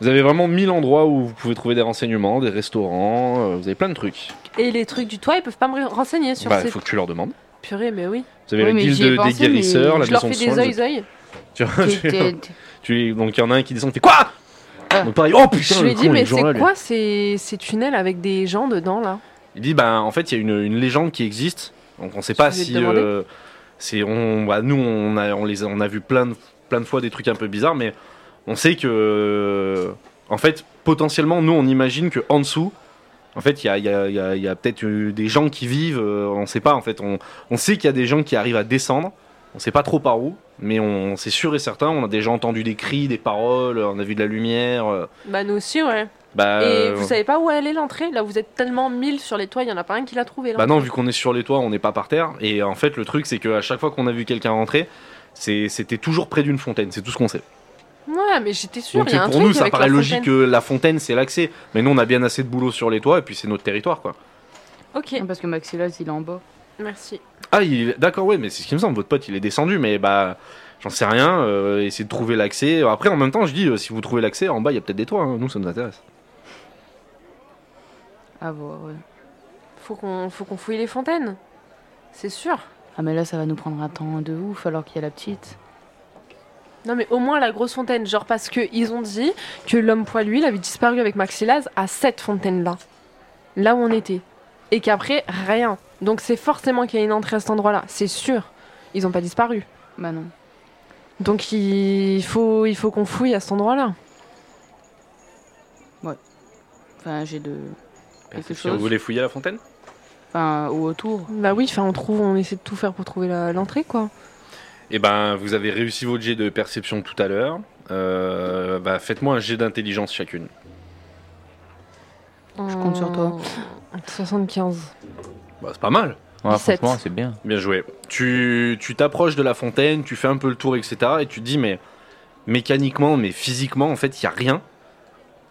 B: Vous avez vraiment mille endroits où vous pouvez trouver des renseignements, des restaurants, euh, vous avez plein de trucs.
E: Et les trucs du toit, ils peuvent pas me renseigner sur
B: Bah,
E: ces.
B: faut que tu leur demandes.
E: Purée, mais oui.
B: Vous avez
C: Oui,
B: la
C: mais
B: guilde
C: j'y ai
B: des
C: pensé,
B: guérisseurs,
C: mais
B: la
E: Je leur
B: maison
E: fais
B: de
E: des
B: soins.
E: œils, œils.
B: Tu vois,
C: T'es-
B: tu-
C: t'es-
B: tu- donc il y en a un qui descend, il fait quoi
C: Ah.
B: Donc pareil, oh putain,
E: Je
B: le
E: lui ai
B: con,
E: dit,
B: il est
E: mais
B: toujours là,
E: c'est
B: lui.
E: quoi ces, ces tunnels avec des gens dedans là
B: Il dit, bah en fait, il y a une, une légende qui existe. Donc on sait pas
E: voulais te
B: si.
E: demander.
B: euh, c'est on, bah, nous, on a, on les, a- on a vu plein de, plein de fois des trucs un peu bizarres, mais on sait que. euh, en fait, potentiellement, nous, on imagine que en dessous. En fait, il y a, il y a- il y a- il y a peut-être eu des gens qui vivent, euh, on sait pas en fait. On, on sait qu'il y a des gens qui arrivent à descendre, on sait pas trop par où, mais on, c'est sûr et certain, on a déjà entendu des cris, des paroles, on a vu de la lumière. euh,
E: Bah nous aussi ouais.
B: bah,
E: Et
B: euh,
E: vous savez pas où elle est l'entrée Là vous êtes tellement mille sur les toits, il y en a pas un qui l'a trouvé là.
B: Bah non, vu qu'on est sur les toits, on n'est pas par terre. Et en fait, le truc, c'est qu'à chaque fois qu'on a vu quelqu'un rentrer, c'est- c'était toujours près d'une fontaine, c'est tout ce qu'on sait.
E: Ouais mais j'étais sûre,
B: Donc
E: il y a un
B: pour
E: truc
B: nous, ça
E: avec la
B: paraît logique
E: fontaine.
B: que la fontaine, c'est l'accès. Mais nous, on a bien assez de boulot sur les toits, et puis c'est notre territoire, quoi.
E: Ok,
C: Parce que Maxilas, il est en bas.
E: merci.
B: Ah, il- d'accord, ouais, mais c'est ce qui me semble, votre pote, il est descendu, mais bah, j'en sais rien, euh, essayez de trouver l'accès. Après, en même temps, je dis, euh, si vous trouvez l'accès, en bas, il y a peut-être des toits, hein. nous, ça nous intéresse.
C: À voir, ouais.
E: Faut qu'on faut qu'on fouille les fontaines. C'est sûr.
C: Ah, mais là, ça va nous prendre un temps de ouf, alors qu'il y a la petite.
E: Non mais au moins la grosse fontaine, genre parce que ils ont dit que l'homme poilu il avait disparu avec Maxilaz à cette fontaine là, là où on était, et qu'après rien. Donc c'est forcément qu'il y a une entrée à cet endroit là, c'est sûr. Ils ont pas disparu.
C: Bah non.
E: Donc il faut, il faut qu'on fouille à cet endroit-là.
C: Enfin, j'ai de. Quelque
B: Si vous
C: chose.
B: voulez fouiller la fontaine
C: Enfin, ou autour.
E: Bah oui, enfin on trouve, on essaie de tout faire pour trouver la- l'entrée quoi.
B: Eh ben, vous avez réussi votre jet de perception tout à l'heure. Euh, bah, faites-moi un jet d'intelligence chacune.
E: Je
C: compte sur toi.
E: Euh, 75.
B: Bah, c'est pas mal.
D: Ouais,
E: 17.
D: franchement, c'est bien.
B: Bien joué. Tu tu t'approches de la fontaine, tu fais un peu le tour, etc. Et tu te dis, mais mécaniquement, mais physiquement, en fait, il n'y a rien,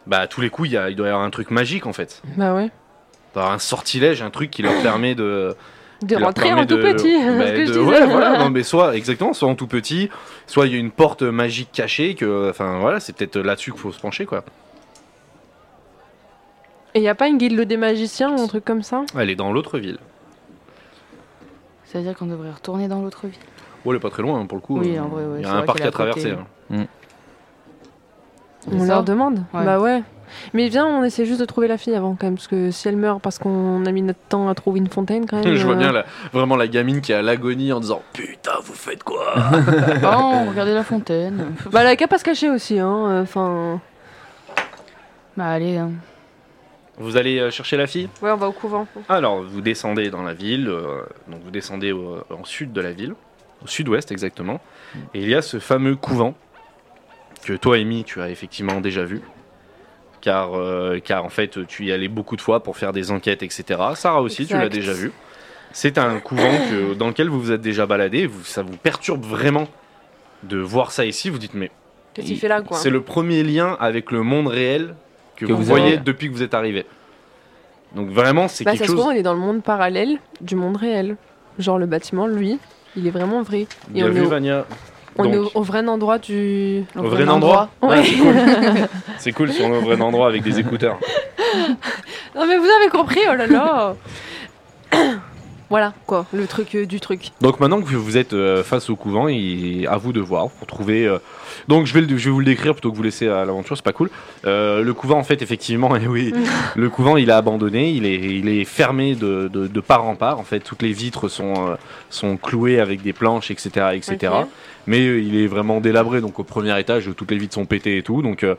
B: bah à tous les coups, il y a- il doit y avoir un truc magique, en fait.
C: Mm.
E: Bah ouais.
B: Il doit y avoir un sortilège, un truc qui leur permet de...
E: De
B: Il leur
E: rentrer en
B: permet
E: tout
B: de-
E: petit,
B: bah,
E: [laughs] c'est ce que je
B: de-
E: disais.
B: ouais, voilà, non, mais soit exactement, soit en tout petit, soit il y a une porte magique cachée que, enfin voilà, c'est peut-être là-dessus qu'il faut se pencher quoi.
E: Et y a pas une guilde des magiciens ou un truc comme ça
B: Elle est dans l'autre ville.
C: Ça veut dire qu'on devrait retourner dans l'autre ville.
B: Oh, elle est pas très loin hein, pour le coup.
C: Oui,
B: Euh,
C: en vrai, ouais,
B: il y
C: c'est
B: a
C: vrai
B: un parc
C: qu'elle est
B: à
C: à côté.
B: traverser. hein.
E: On
C: Ça
E: leur demande
C: Ouais.
E: Bah ouais. Mais viens, on essaie juste de trouver la fille avant quand même, parce que si elle meurt parce qu'on a mis notre temps à trouver une fontaine quand
B: [laughs]
E: même.
B: Je vois
E: euh,
B: bien la- vraiment la gamine qui est à l'agonie en disant Putain, vous faites quoi
C: [laughs] Oh, regardez la fontaine.
E: Bah elle a qu'à pas se cacher aussi, hein. Enfin.
C: Bah allez, hein.
B: Vous allez euh, chercher la fille
E: Ouais, on va au couvent.
B: Alors, vous descendez dans la ville, euh, donc vous descendez au- euh, en sud de la ville, au sud-ouest exactement, et il y a ce fameux couvent que toi, Amy, tu as effectivement déjà vu, car, euh, car en fait, tu y allais beaucoup de fois pour faire des enquêtes, etc. Sarah aussi, tu l'as
E: Exact.
B: déjà vu. C'est un couvent que- dans lequel vous vous êtes déjà baladé, vous, ça vous perturbe vraiment de voir ça ici, vous dites mais
E: Qu'est-ce
D: Il-
E: qu'il fait là, quoi
B: c'est le premier lien avec le monde réel que,
D: Que
B: vous,
D: vous
B: voyez
D: avez.
B: depuis que vous êtes arrivé. Donc vraiment, c'est
E: Bah,
B: quelque
E: ça se
B: chose...
E: trouve, on est dans le monde parallèle du monde réel. Genre, le bâtiment, lui, il est vraiment vrai. Et
B: Bien
E: on est
B: vu,
E: au-
B: Vania.
E: On
B: Donc,
E: est au, au vrai endroit du.
B: au vrai endroit.
E: endroit.
B: Ah, c'est
E: [laughs]
B: cool. c'est cool si on est au vrai endroit avec des écouteurs.
E: Non, mais vous avez compris, oh là là [coughs] Voilà, quoi, le truc euh, du truc.
B: Donc maintenant que vous êtes euh, face au couvent, il à vous de voir pour trouver. euh, Donc je vais, le- je vais vous le décrire plutôt que vous laisser à l'aventure, c'est pas cool. Euh, le couvent en fait effectivement, [laughs] eh oui, le couvent il est abandonné, il est, il est fermé de, de- de part en part. En fait, toutes les vitres sont euh, sont clouées avec des planches, etc., etc.
E: Ok.
B: Mais euh, il est vraiment délabré, donc au premier étage toutes les vitres sont pétées et tout. Donc euh,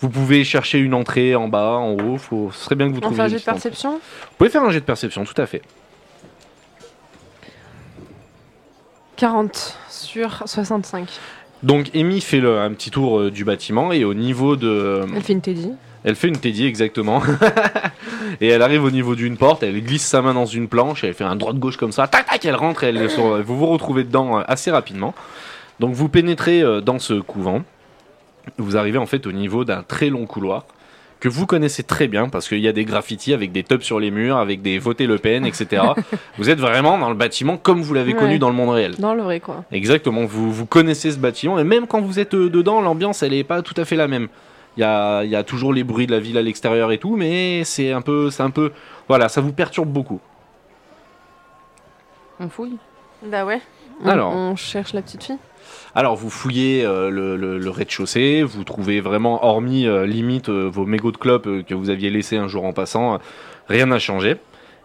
B: vous pouvez chercher une entrée en bas, en haut. Faut, ce serait bien que vous
E: On
B: trouviez.
E: fait un
B: une
E: jeu de
B: petite entrée.
E: perception
B: Vous pouvez faire un jet de perception, tout à fait.
E: 40 sur 65.
B: Donc Amy fait le- un petit tour euh, du bâtiment et au niveau de... euh,
E: Elle fait une Teddy.
B: elle fait une Teddy exactement. [laughs] et elle arrive au niveau d'une porte, elle glisse sa main dans une planche, elle fait un droite-gauche comme ça, tac tac, elle rentre, elle, sur- vous vous retrouvez dedans euh, assez rapidement. Donc vous pénétrez euh, dans ce couvent, vous arrivez en fait au niveau d'un très long couloir que vous connaissez très bien parce qu'il y a des graffitis avec des tubs sur les murs, avec des voter Le Pen, etc. vous êtes vraiment dans le bâtiment comme vous l'avez connu
E: Ouais.
B: dans le monde réel.
E: Dans le vrai, quoi.
B: Exactement, vous, vous connaissez ce bâtiment et même quand vous êtes euh, dedans, l'ambiance elle est pas tout à fait la même. Il y a, il y a toujours les bruits de la ville à l'extérieur et tout, mais c'est un peu, c'est un peu, voilà, ça vous perturbe beaucoup.
C: On fouille.
E: Bah ouais. On,
B: Alors.
E: on cherche la petite fille.
B: Alors vous fouillez euh, le, le- le rez-de-chaussée, vous trouvez vraiment, hormis euh, limite euh, vos mégots de clopes euh, que vous aviez laissés un jour en passant, euh, rien n'a changé.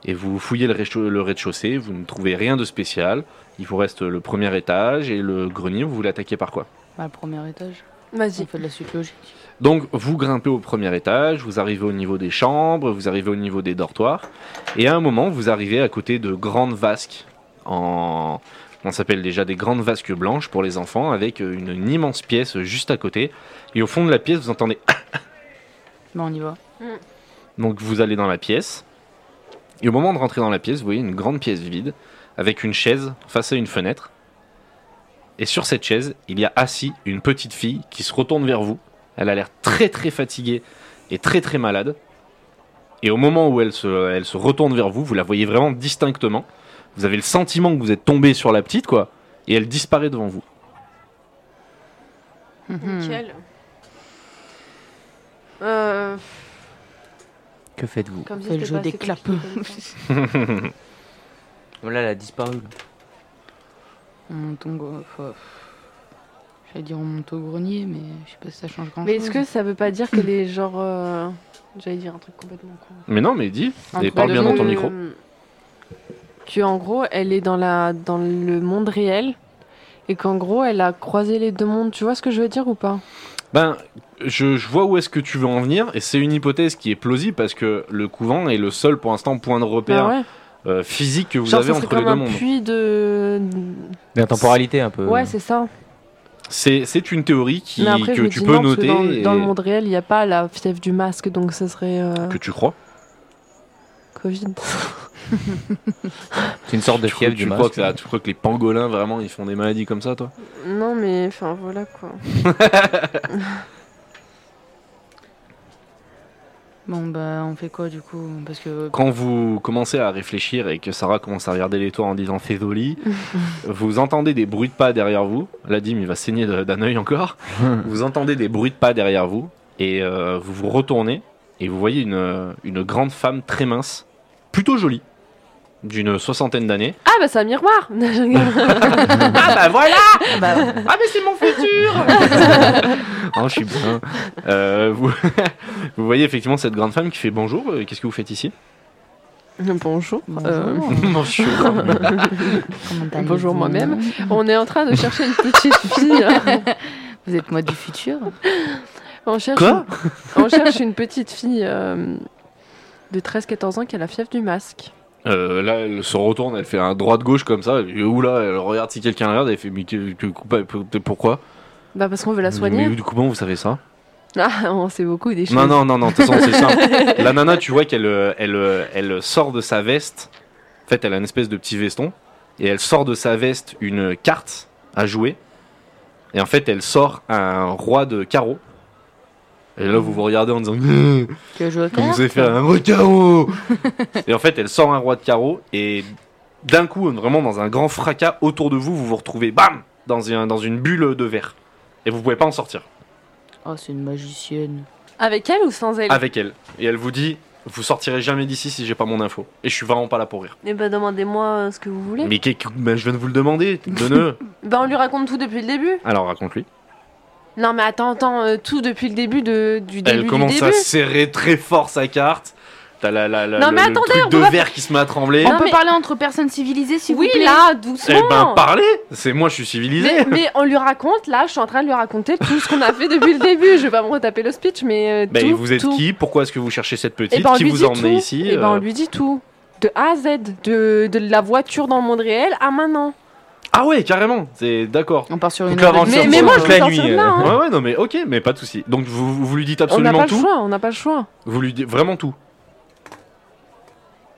B: Et vous fouillez le rez-de-chau- le rez-de-chaussée, vous ne trouvez rien de spécial. Il vous reste le premier étage et le grenier. Vous l'attaquez par quoi
C: Bah, le premier étage. On
E: Vas-y.
C: fait de la suite logique.
B: Donc vous grimpez au premier étage, vous arrivez au niveau des chambres, vous arrivez au niveau des dortoirs, et à un moment vous arrivez à côté de grandes vasques en on s'appelle déjà des grandes vasques blanches pour les enfants avec une, une immense pièce juste à côté. Et au fond de la pièce vous entendez
C: Bah, on y va.
B: donc vous allez dans la pièce. Et au moment de rentrer dans la pièce, vous voyez une grande pièce vide avec une chaise face à une fenêtre. Et sur cette chaise, il y a assis une petite fille qui se retourne vers vous. Elle a l'air très très fatiguée et très très malade. Et au moment où elle se, elle se retourne vers vous, vous la voyez vraiment distinctement. Vous avez le sentiment que vous êtes tombé sur la petite, quoi. Et elle disparaît devant vous.
C: Mhm.
E: Euh,
D: Que faites-vous
E: comme si
C: Fait le
E: c'était
C: jeu
E: pas
C: des
E: assez
C: clapes.
E: compliqué
C: [laughs]
E: comme ça.
D: Là, elle a disparu.
C: On monte au... enfin, J'allais dire on monte au grenier, mais je sais pas si ça change grand
E: Mais
C: chose.
E: est-ce que ça veut pas dire qu'elle est genre. euh, J'allais dire un truc complètement con.
B: Mais non, mais dis,
C: Entre
B: et parle
C: les
B: bien dans ton
E: Que- euh,
B: micro.
E: Que en gros, elle est dans, la, dans le monde réel et qu'en gros, elle a croisé les deux mondes. Tu vois ce que je veux dire ou pas
B: Ben, je, je vois où est-ce que tu veux en venir, et c'est une hypothèse qui est plausible parce que le couvent est le seul pour l'instant point de repère
E: Ah Bah ouais.
B: euh, physique que vous
E: Genre,
B: avez
E: ça serait
B: entre les
E: comme
B: deux
E: un
B: mondes.
E: puits de.
D: L'intemporalité un peu.
E: Ouais, c'est ça.
B: C'est c'est une théorie qui,
E: Mais après,
B: que
E: je me
B: tu
E: dis
B: peux
E: non, parce que
B: noter
E: dans,
B: et
E: dans le monde réel, il n'y a pas la fièvre du masque, donc ça serait euh,
B: que tu crois.
E: Covid.
D: C'est une sorte de
B: Tu crois,
D: fièvre du
B: tu,
D: masque.
B: crois que ça- tu crois que les pangolins, vraiment, ils font des maladies comme ça, toi
E: Non, mais enfin voilà quoi.
C: Bon, bah, on fait quoi du coup Parce
E: Euh,
C: que.
B: Quand vous commencez à réfléchir et que Sarah commence à regarder les toits en disant [laughs] Fézoli, vous entendez des bruits de pas derrière vous. La dîme, il va saigner de- d'un œil encore. vous entendez des bruits de pas derrière vous et euh, vous vous retournez et vous voyez une, une grande femme très mince, plutôt jolie, d'une soixantaine d'années.
E: Ah bah c'est un miroir [laughs]
B: ah bah voilà
C: bah,
B: Ah mais c'est mon futur [laughs] Oh je suis bien. Euh, vous, [laughs] vous voyez effectivement cette grande femme qui fait bonjour, euh, qu'est-ce que vous fêtes ici
E: [laughs] Bonjour.
C: bonjour.
E: Euh,
B: Bonjour.
C: Comment allez-vous
E: bonjour moi-même. on est en train de chercher une petite
B: [laughs]
E: fille. hein.
C: Vous êtes moi du futur
E: On cherche,
B: Quoi
E: une, on cherche une petite fille euh, de 13-14 ans qui a la fièvre du masque.
B: Euh, là elle se retourne, elle fait un droit-gauche comme ça, et oula, elle regarde si quelqu'un regarde, elle fait mais que- que- que- pourquoi
E: Bah parce qu'on veut la
B: Mais
E: soigner.
B: du coup bon vous savez ça
E: [laughs] Ah, on sait beaucoup des choses.
B: Non, non, non, non, de toute façon, c'est
E: [laughs]
B: simple. La nana, tu vois qu'elle euh, elle, euh, elle sort de sa veste. En fait, elle a une espèce de petit veston. Et elle sort de sa veste une carte à jouer. Et en fait, elle sort un roi de carreau. Et là, vous vous regardez en disant [laughs]
E: [laughs]
B: Grrr,
C: Que je veux
B: Comment
C: faire
B: vous avez fait un roi de carreau [laughs] Et en fait, elle sort un roi de carreau. Et d'un coup, vraiment dans un grand fracas autour de vous, vous vous retrouvez bam dans, un- dans une bulle de verre. Et vous pouvez pas en sortir.
C: Oh, c'est une magicienne.
E: Avec elle ou sans elle
B: avec elle. Et elle vous dit Vous sortirez jamais d'ici si j'ai pas mon info. Et je suis vraiment pas là pour rire.
E: Eh bah demandez-moi euh, ce que vous voulez.
B: Mais qu'est- que- ben, je viens de vous le demander,
E: [laughs]
B: donne
E: Bah on lui raconte tout depuis le début.
B: Alors raconte-lui.
E: Non mais attends, attends, euh, tout depuis le début de, du début
B: Elle commence
E: du
B: à
E: début.
B: serrer très fort sa carte. T'as la, la, la-
E: Non,
B: le,
E: mais
B: le
E: attendez, on
B: truc de
E: peut pas-
B: verre qui se met à trembler.
E: Non,
C: on peut
E: mais-
C: parler entre personnes civilisées, si
E: Oui
C: vous plaît
E: là,
B: Eh
E: doucement.
B: ben parlez C'est moi, je suis civilisé
E: mais, mais on lui raconte, là, je suis en train de lui raconter tout ce qu'on a fait depuis le début. Je vais pas me retaper le speech, mais euh,
B: Ben,
E: tout,
B: vous êtes
E: tout.
B: qui Pourquoi est-ce que vous cherchez cette
E: Et
B: petite
E: ben on
B: Qui
E: lui
B: vous
E: dit
B: a
E: tout.
B: emmené ici
E: Et ben on
B: euh
E: lui dit tout. De A à Z, de, de la voiture dans le monde réel à maintenant.
B: Ah ouais, carrément C'est d'accord.
C: On part sur une
B: Donc
C: heure de
B: l'aventure
E: Mais-
B: sur
E: mais moi,
B: toute
E: je
B: la
E: peux
B: nuit. euh.
E: sortir de là, hein.
B: Ouais ouais, non mais ok, mais pas de souci. Donc vous, vous lui dites
E: on n'a
B: absolument
E: pas le
B: tout.
E: choix, on n'a pas le choix.
B: Vous lui dites vraiment tout.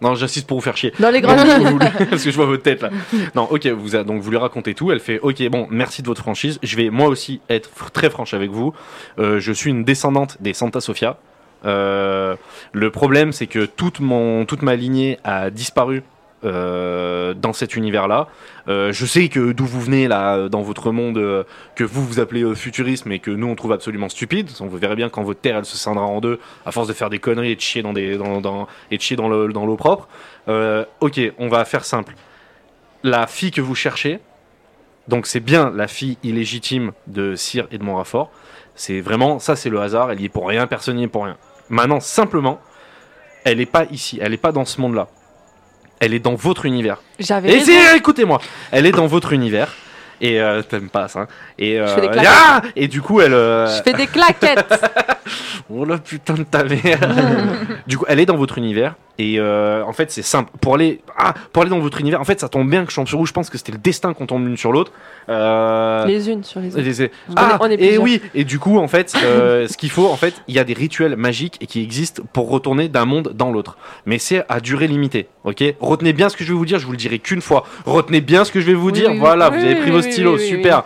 B: Non, j'insiste pour vous faire chier.
E: Dans les
B: Non,
E: grandes
B: parce que
E: lignes.
B: vous voulez- [laughs] parce que je vois votre tête là. Non, ok, vous a, donc vous lui racontez tout. Elle fait ok, bon, merci de votre franchise. Je vais moi aussi être fr- très franche avec vous. Euh, je suis une descendante des Santa Sofia. Euh, le problème, c'est que toute mon toute ma lignée a disparu. euh, dans cet univers-là, Euh, je sais que d'où vous venez là, euh, dans votre monde euh, que vous vous appelez euh, futurisme et que nous on trouve absolument stupide. On vous verrez bien quand votre terre elle se scindera en deux à force de faire des conneries et de chier dans des dans, dans- et de chier dans le- dans l'eau propre. Euh, ok, on va faire simple. La fille que vous cherchez, donc c'est bien la fille illégitime de Cyr et de Montrafort. C'est vraiment, ça c'est le hasard, elle y est pour rien, personne n'y est pour rien. Maintenant, simplement, elle n'est pas ici, elle n'est pas dans ce monde-là. Elle est dans votre univers.
E: J'avais
B: Et
E: raison.
B: c'est- écoutez-moi, elle est dans votre univers. Et euh, t'aimes pas ça. Et, euh,
E: fais des claquettes.
B: ah et du coup, elle. euh,
E: Je fais
B: [laughs]
E: des claquettes.
B: Oh la putain de ta mère Du coup, elle est dans votre univers. Et euh, en fait, c'est simple. Pour aller, ah, pour aller dans votre univers, en fait, ça tombe bien que je tombe sur vous. Je pense que c'était le destin qu'on tombe l'une sur l'autre. Euh,
E: les unes sur les autres.
B: et c'est-
E: On est-
B: Ah,
E: on est
B: et
E: plusieurs.
B: oui, et du coup, en fait, euh, ce qu'il faut, en fait, il y a des rituels magiques et qui existent pour retourner d'un monde dans l'autre. Mais c'est à durée limitée, ok Retenez bien ce que je vais vous dire, je vous le dirai qu'une fois. Retenez bien ce que je vais vous
E: Oui,
B: dire,
E: oui, oui.
B: voilà,
E: Oui,
B: vous avez
E: oui,
B: pris
E: oui,
B: vos
E: oui,
B: stylos,
E: oui, oui,
B: super.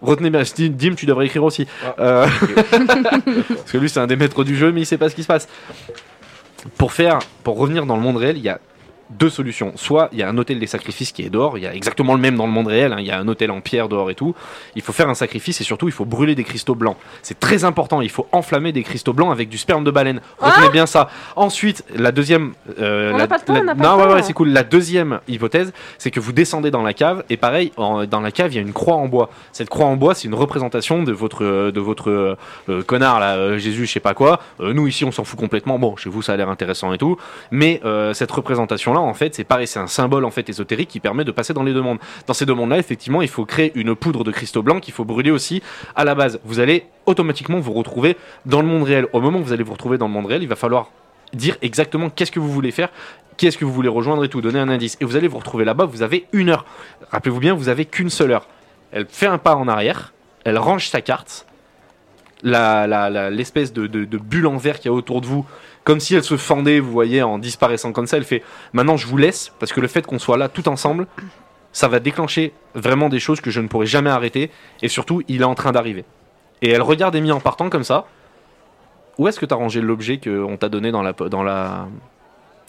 B: Retenez bien, Sti- Dim, tu devrais écrire aussi.
D: Ah.
B: Euh, [laughs] Parce que lui, c'est un des maîtres du jeu, mais il sait pas ce qui se passe. Pour faire, pour revenir dans le monde réel, il y a deux solutions. Soit il y a un hôtel des sacrifices qui est dehors, il y a exactement le même dans le monde réel, hein, il y a un hôtel en pierre dehors et tout. Il faut faire un sacrifice et surtout il faut brûler des cristaux blancs. C'est très important, il faut enflammer des cristaux blancs avec du sperme de baleine. Retenez bien ça. Ensuite, la deuxième. euh,
E: Ah On
B: la-
E: n'a pas le temps,
B: la-
E: on n'a pas
B: non,
E: le
B: ouais,
E: temps.
B: ouais, c'est cool. La deuxième hypothèse, c'est que vous descendez dans la cave et pareil, en- dans la cave, il y a une croix en bois. Cette croix en bois, c'est une représentation de votre, euh, de votre euh, euh, connard là, euh, Jésus, je sais pas quoi. Euh, nous ici, on s'en fout complètement. Bon, chez vous, ça a l'air intéressant et tout, mais euh, cette représentation-là, en fait, c'est pareil, c'est un symbole en fait ésotérique qui permet de passer dans les deux mondes. Dans ces deux mondes-là, effectivement, il faut créer une poudre de cristaux blancs qu'il faut brûler aussi à la base. Vous allez automatiquement vous retrouver dans le monde réel. Au moment où vous allez vous retrouver dans le monde réel, il va falloir dire exactement qu'est-ce que vous voulez faire, qui est-ce que vous voulez rejoindre et tout, donner un indice. Et vous allez vous retrouver là-bas, vous avez une heure. Rappelez-vous bien, vous avez qu'une seule heure. Elle fait un pas en arrière, elle range sa carte, la- la- la- l'espèce de, de- de bulle en verre qu'il y a autour de vous comme si elle se fendait, vous voyez, en disparaissant comme ça. Elle fait Maintenant, je vous laisse, parce que le fait qu'on soit là tout ensemble, ça va déclencher vraiment des choses que je ne pourrai jamais arrêter. Et surtout, il est en train d'arriver. Et elle regarde Amy en partant comme ça. Où est-ce que t'as rangé l'objet qu'on t'a donné dans la, po- dans la,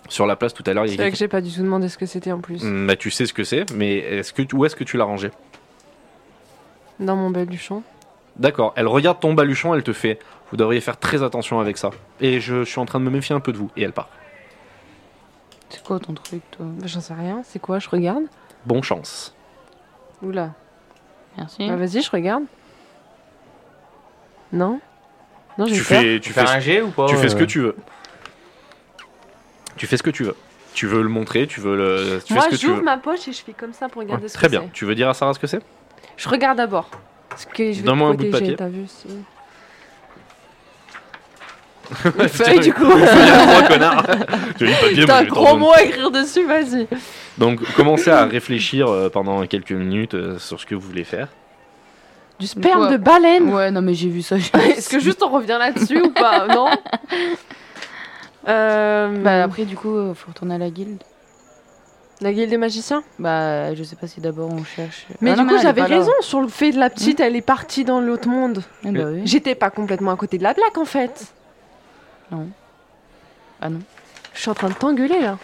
B: sur la place tout à l'heure il y a
E: C'est vrai que
B: quelqu'un-
E: j'ai pas du tout demandé ce que c'était en plus.
B: Mm, bah, tu sais ce que c'est, mais est-ce que, où est-ce que tu l'as rangé
E: Dans mon baluchon.
B: D'accord, elle regarde ton baluchon, elle te fait Vous devriez faire très attention avec ça. Et je, suis en train de me méfier un peu de vous. Et elle part.
C: C'est quoi ton truc, toi
E: Bah, J'en sais rien, c'est quoi Je regarde.
B: Bon chance.
E: Oula.
C: Merci.
E: Bah, vas-y, je regarde. Non Non, j'ai
B: Tu
E: peur.
B: fais, tu, fais,
D: Faire un G ou pas
B: tu fais ce
D: euh
B: que tu veux. Tu fais ce que tu veux. Tu veux le montrer, tu veux le. Tu
E: Moi,
B: fais ce que tu
E: j'ouvre
B: veux.
E: ma poche et je fais comme ça pour regarder
B: Ouais,
E: ce
B: très
E: que
B: bien. Tu veux dire à Sarah ce que
E: [laughs]
B: c'est
E: c'est. Je regarde d'abord. Parce que je vais
B: Donne-moi
E: te
B: un bout de
E: protéger,
B: papier.
E: T'as
B: [laughs]
E: vu c'est-
B: [laughs] Une
E: feuille, du coup.
B: Une feuille à trois,
E: [laughs]
B: connard. Tu as eu le papier, mais
E: T'as
B: je
E: un
B: vais t'en
E: gros
B: donner.
E: mot à écrire dessus, vas-y.
B: Donc, commencez à réfléchir euh, pendant quelques minutes euh, sur ce que vous voulez faire.
E: Du
C: Du
E: sperme
C: coup,
E: de baleine
C: Ouais, non, mais j'ai
E: [laughs]
C: vu ça. j'ai-
E: Est-ce que juste on revient là-dessus ou [laughs] pas Non Euh,
C: Bah, après, du coup, euh, faut retourner à la guilde.
E: La guilde des magiciens
C: Bah, je sais pas si d'abord on cherche.
E: Ah Mais
C: Ah
E: du
C: non,
E: coup,
C: non, elle est
E: j'avais
C: pas là.
E: raison sur le fait de la petite, elle est partie dans l'autre monde.
C: Eh bah oui.
E: J'étais pas complètement à côté de la plaque en fait.
C: Ah non.
E: Je suis en train de t'engueuler là.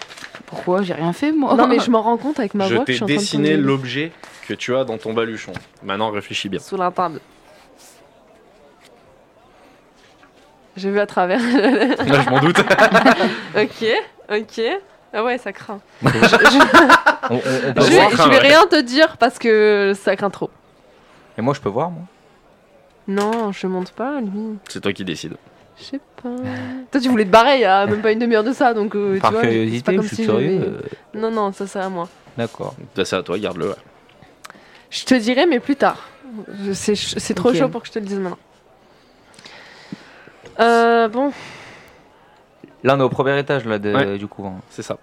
C: Pourquoi J'ai rien fait, moi.
E: Non, mais je m'en rends compte avec ma
B: je
E: voix que Bah,
B: t'ai
E: je suis en train de
B: dessiné
E: t'engueuler.
B: l'objet que tu as dans ton baluchon. Maintenant, réfléchis bien.
E: Sous la table. J'ai vu à travers. ok,
B: Là, je m'en
D: [laughs]
B: doute.
E: ok. Ah ouais, ça
F: [laughs]
E: craint.
F: On- on- on peut
E: Je,
F: voir.
E: vais- je vais rien te dire parce que ça craint trop.
F: Et moi, je peux voir, moi.
E: Non, je monte pas, lui.
B: C'est toi qui décides.
E: Je sais pas. Toi, tu voulais te barrer il y a même pas une demi-heure de ça, donc euh, tu
F: Par
E: vois. c'est pas
F: curiosité,
E: comme
F: je suis
E: si
F: curieux.
E: j'avais-
F: euh,
E: Non, non, ça c'est à moi.
F: D'accord.
B: Ça, C'est à toi, garde-le. ouais.
E: Je te dirai, mais plus tard. Je- C'est c'est trop
C: Ok.
E: chaud pour que je te le dise maintenant. Euh, bon,
F: Là, on est au premier étage, là, de-
B: Ouais.
F: du coup. hein.
B: C'est ça.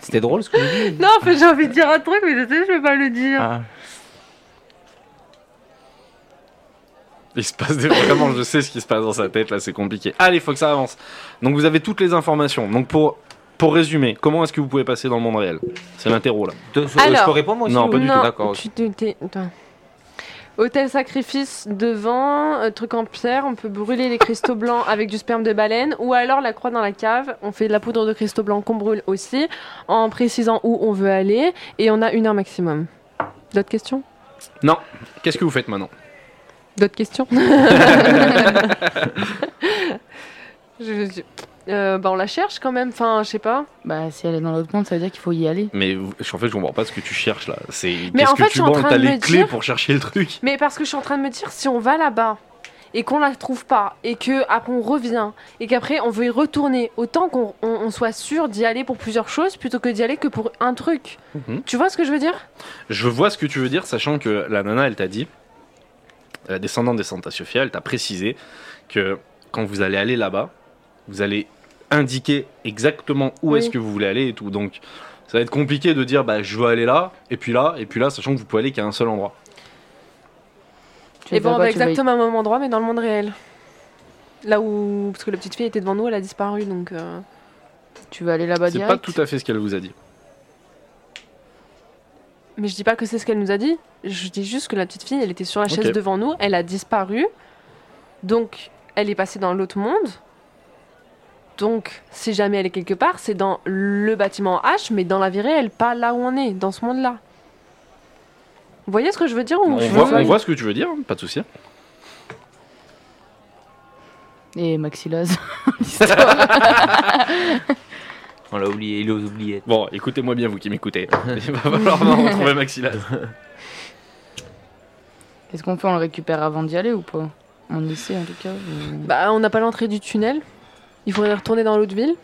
F: C'était drôle, ce que j'ai dit
E: non, en fait, j'ai envie de dire un truc, mais je sais, je vais pas le dire.
F: Ah.
B: Il se passe des... vraiment, je sais ce qui se passe dans sa tête là, c'est compliqué. Allez, faut que ça avance. Donc vous avez toutes les informations. Donc pour pour résumer, comment est-ce que vous pouvez passer dans le monde réel C'est l'interro là.
F: De- je-
E: Alors.
D: euh,
F: je peux répondre, moi aussi
B: Non,
F: ou-
B: pas du
E: non,
F: tout, d'accord,
E: Tu tu- t'es- attends. Hôtel sacrifice devant, euh, truc en pierre, on peut brûler les cristaux blancs avec du sperme de baleine, ou alors la croix dans la cave, on fait de la poudre de cristaux blancs qu'on brûle aussi, en précisant où on veut aller, et on a une heure maximum. D'autres questions
B: Qu'est-ce que vous faites maintenant [laughs]
E: D'autres questions Je- je- euh, bah on la cherche quand même, enfin je sais pas.
C: Bah, si elle est dans l'autre monde, ça veut dire qu'il faut y aller.
B: Mais vous- je- en fait, je comprends pas ce que tu cherches là. C'est
E: Mais
B: qu'est-ce
E: en fait,
B: que
E: je
B: tu
E: suis en
B: branles
E: train
B: T'as
E: de
B: les
E: me
B: clés
E: dire-
B: pour chercher le truc.
E: Mais parce que je suis en train de me dire, si on va là-bas et qu'on la trouve pas et que après on revient et qu'après on veut y retourner, autant qu'on on- on soit sûr d'y aller pour plusieurs choses plutôt que d'y aller que pour un truc.
B: Mhm.
E: Tu vois ce que je veux dire
B: Je vois ce que tu veux dire, sachant que la nana, elle t'a dit, la descendante des Santa Sofia, elle t'a précisé que quand vous allez aller là-bas, vous allez indiquer exactement où
E: Oui.
B: est-ce que vous voulez aller et tout. Donc, ça va être compliqué de dire, bah, je veux aller là, et puis là, et puis là, sachant que vous pouvez aller qu'à un seul endroit.
C: Tu
E: Et bon,
C: vas
E: on
C: pas,
E: va
C: tu vas y-
E: exactement au même endroit mais dans le monde réel. Là où parce que la petite fille était devant nous, elle a disparu donc. euh,
C: Tu vas aller là-bas
B: C'est
C: direct.
B: pas tout à fait ce qu'elle vous a dit.
E: Mais je dis pas que c'est ce qu'elle nous a dit. Je dis juste que la petite fille, elle était sur la chaise
B: Ok.
E: devant nous, elle a disparu. Donc, elle est passée dans l'autre monde. Donc, si jamais elle est quelque part, c'est dans le bâtiment H, mais dans la vie réelle, pas là où on est, dans ce monde-là. Vous voyez ce que je veux dire ou
B: On
E: je
B: voit,
E: veux-
B: on voit ce que tu veux dire, hein, pas de souci.
C: Et Maxilaz. [laughs]
F: On l'a oublié, il l'a oublié.
B: Bon, écoutez-moi bien, vous qui
C: [laughs]
B: m'écoutez. Il va falloir m'en retrouver Maxilaz.
C: Est-ce qu'on peut on le récupère avant d'y aller ou pas On essaie en tout cas. ou-
E: Bah, on n'a pas l'entrée du tunnel. Il faudrait retourner dans l'autre ville.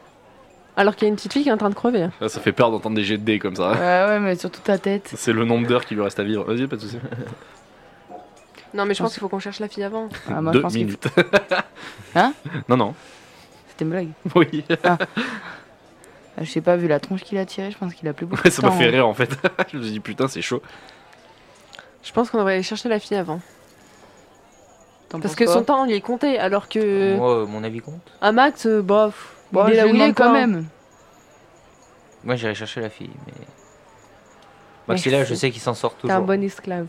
E: Alors qu'il y a une petite fille qui est en train de crever. hein.
B: Là, ça fait peur d'entendre des jets de dés comme ça.
C: Ouais, ouais, mais surtout
B: [laughs]
C: ta tête.
B: C'est le nombre d'heures qui lui reste à vivre. Vas-y, pas de souci.
E: Non, mais je pense qu'il faut qu'on cherche la fille avant.
C: Ah, moi, je
B: Deux
C: pense que
B: minutes.
C: Hein
B: Non, non.
C: c'était une blague.
B: Oui,
C: Ah, Je sais pas, vu la tronche qu'il a tirée, je pense qu'il a plus beaucoup
B: Ouais,
C: de
B: ça m'a
C: temps,
B: fait
C: hein.
B: rire en fait. [laughs] je me suis dit putain, c'est chaud.
E: Je pense qu'on devrait aller chercher la fille avant.
C: T'en
E: Parce
C: penses
E: que
C: quoi
E: son temps, il est compté, alors que
D: Moi, euh, mon avis compte.
E: un max, euh, bof.
C: Bon,
E: il est
C: je
E: là où
C: lui
E: il est
C: demande quand
E: quoi.
C: même.
D: Moi, j'irai chercher la fille, mais.
E: Merci.
D: Maxilla, je sais qu'il s'en sort
E: T'es un
D: toujours.
E: bon [laughs] esclave.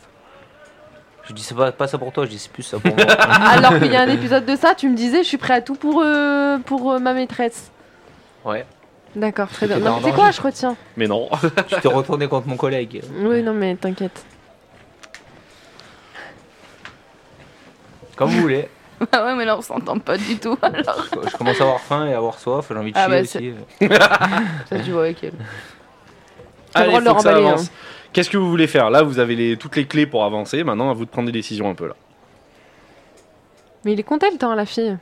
D: Je dis c'est pas, pas ça pour toi, je dis c'est plus ça pour moi.
B: [laughs]
E: alors qu'il y a un épisode de ça, tu me disais, je suis prêt à tout pour, euh, pour euh, ma maîtresse.
D: Ouais.
E: D'accord, très bien.
D: T'étais
E: Non,
D: en
E: mais c'est
D: danger.
E: quoi, je retiens.
B: Mais non.
D: je t'ai retourné contre mon collègue.
E: Oui, non, mais t'inquiète.
D: Comme vous voulez.
C: [laughs] Ah ouais, mais là, on s'entend pas du tout. Alors,
D: Je commence à avoir faim et à avoir soif, j'ai envie de
C: Ah
D: chier
C: bah,
D: aussi.
C: ça, tu vois avec elle.
E: T'as le
B: Allez,
E: droit de
B: faut
E: le
B: que ça
E: remballer, hein.
B: avance. Qu'est-ce que vous voulez faire Là, vous avez les- toutes les clés pour avancer. Maintenant, à vous de prendre des décisions un peu là.
E: Mais il est content le temps, la fille.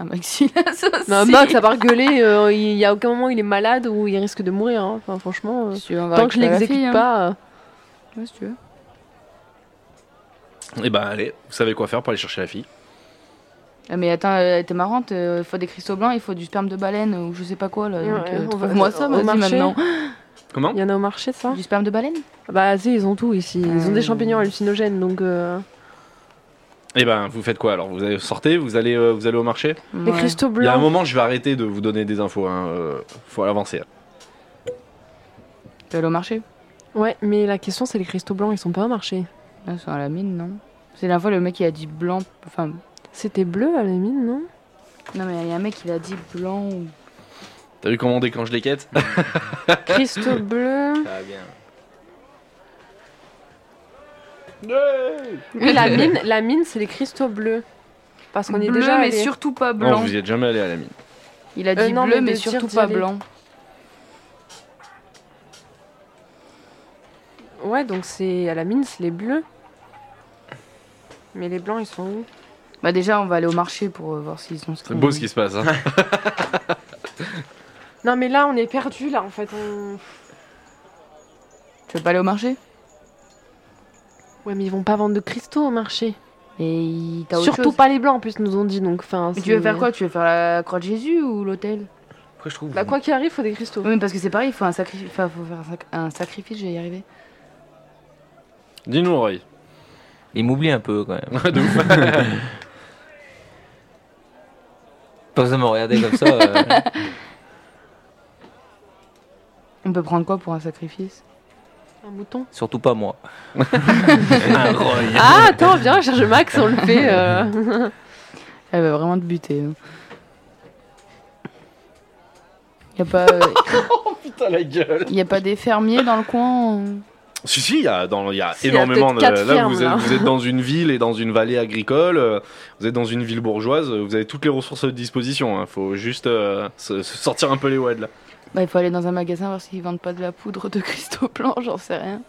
C: Ah, Maxi, là, [laughs] ça aussi.
E: Non, Max, à part gueuler, euh, il y a aucun moment où il est malade ou il risque de mourir. hein. Enfin, franchement, euh,
C: Si tu veux, on va
E: tant que je
C: récupérer la
E: l'exécute
C: fille, hein.
E: pas. euh,
C: Ouais, si tu veux.
B: Et ben, allez, vous savez quoi faire pour aller chercher la fille.
C: Ah, mais attends, euh, t'es marrante, il faut des cristaux blancs, il faut du sperme de baleine ou je sais pas quoi là. donc,
E: Ouais,
C: euh,
E: on va-
C: Trouve-moi ça,
E: au
C: vas-y
E: marché. Hein
C: maintenant.
B: Comment
E: Il y en a au marché, ça
C: Du sperme de baleine
E: Bah, si, ils ont tout ici. Ils ont
C: Euh.
E: des champignons hallucinogènes, donc. euh,
B: Et ben, vous faites quoi alors Vous allez- sortez Vous allez, euh, vous allez au marché
E: Les
C: Ouais.
E: cristaux
B: Il y a un
E: blancs.
B: moment, je vais arrêter de vous donner des infos. Hein. euh, faut avancer.
C: T'es allé au marché
E: Ouais, mais la question, c'est les cristaux blancs, ils sont pas au marché.
C: Là, c'est à Ah, la mine, non C'est la fois le mec il a dit blanc. Enfin,
E: C'était bleu à la mine, non
C: non, mais il y a un mec il a dit blanc. ou-
B: T'as vu comment on déclenche les quêtes
E: Cristaux bleus.
D: Ça va bien.
E: Oui,
C: [laughs]
E: la mine, la mine c'est les cristaux bleus. Parce qu'on y est
C: bleu,
E: déjà
C: mais
E: allé.
C: surtout pas
B: Non,
C: blanc.
B: Oh, vous y êtes jamais allé à la mine.
C: Il a dit
E: Euh, non,
C: bleu,
E: mais
C: mais,
E: de dire
C: surtout
E: d'y
C: pas
E: aller.
C: blanc.
E: Ouais, donc c'est à la mine, c'est les bleus. Mais les blancs, ils sont où
C: Bah, déjà, on va aller au marché pour euh, voir s'ils sont
B: C'est beau ce qui se passe. hein.
E: Non, mais là, on est perdu, là, en fait. on-
C: Tu veux pas aller au marché
E: Ouais, mais ils vont pas vendre de cristaux au marché.
C: Et il- t'as autre
E: Surtout
C: chose
E: pas les blancs, en plus, nous ont dit. Donc, enfin.
C: Mais
E: c'est-
C: tu veux faire quoi Tu veux faire la croix de Jésus ou l'autel
D: Après, je trouve.
E: Bah, quoi qu'il arrive, faut des cristaux.
C: Oui, mais parce que c'est pareil, il faut, un sacrifice, faut faire un, sac- un sacrifice, je vais y arriver.
B: Dis-nous, Roy. [laughs]
D: Il m'oublie un peu quand même.
B: De ouf.
E: [laughs]
D: Pas besoin de me regarder comme ça. euh.
C: On peut prendre quoi pour un sacrifice
E: Un bouton.
C: [laughs]
D: Surtout pas moi.
B: Ah, Roy.
E: Ah, attends, viens, cherche Max, on le fait.
C: [laughs]
E: euh.
C: Elle va Ah, bah, vraiment te buter. hein. Il n'y a pas, euh,
B: Putain, la gueule.
C: y a pas des fermiers dans le coin euh
B: Si, si, il y a, dans, il y a
E: Si, il y a
B: énormément
E: peut-être quatre hein.
B: de. Là,
E: fermes,
B: vous,
E: là.
B: Êtes, vous êtes dans une ville et dans une vallée agricole, euh, vous êtes dans une ville bourgeoise, euh, vous avez toutes les ressources à disposition. hein. Faut juste euh, se, se sortir un peu les wads là.
C: bah, Il faut aller dans un magasin voir s'ils vendent pas de la poudre de cristaux blancs, j'en sais rien.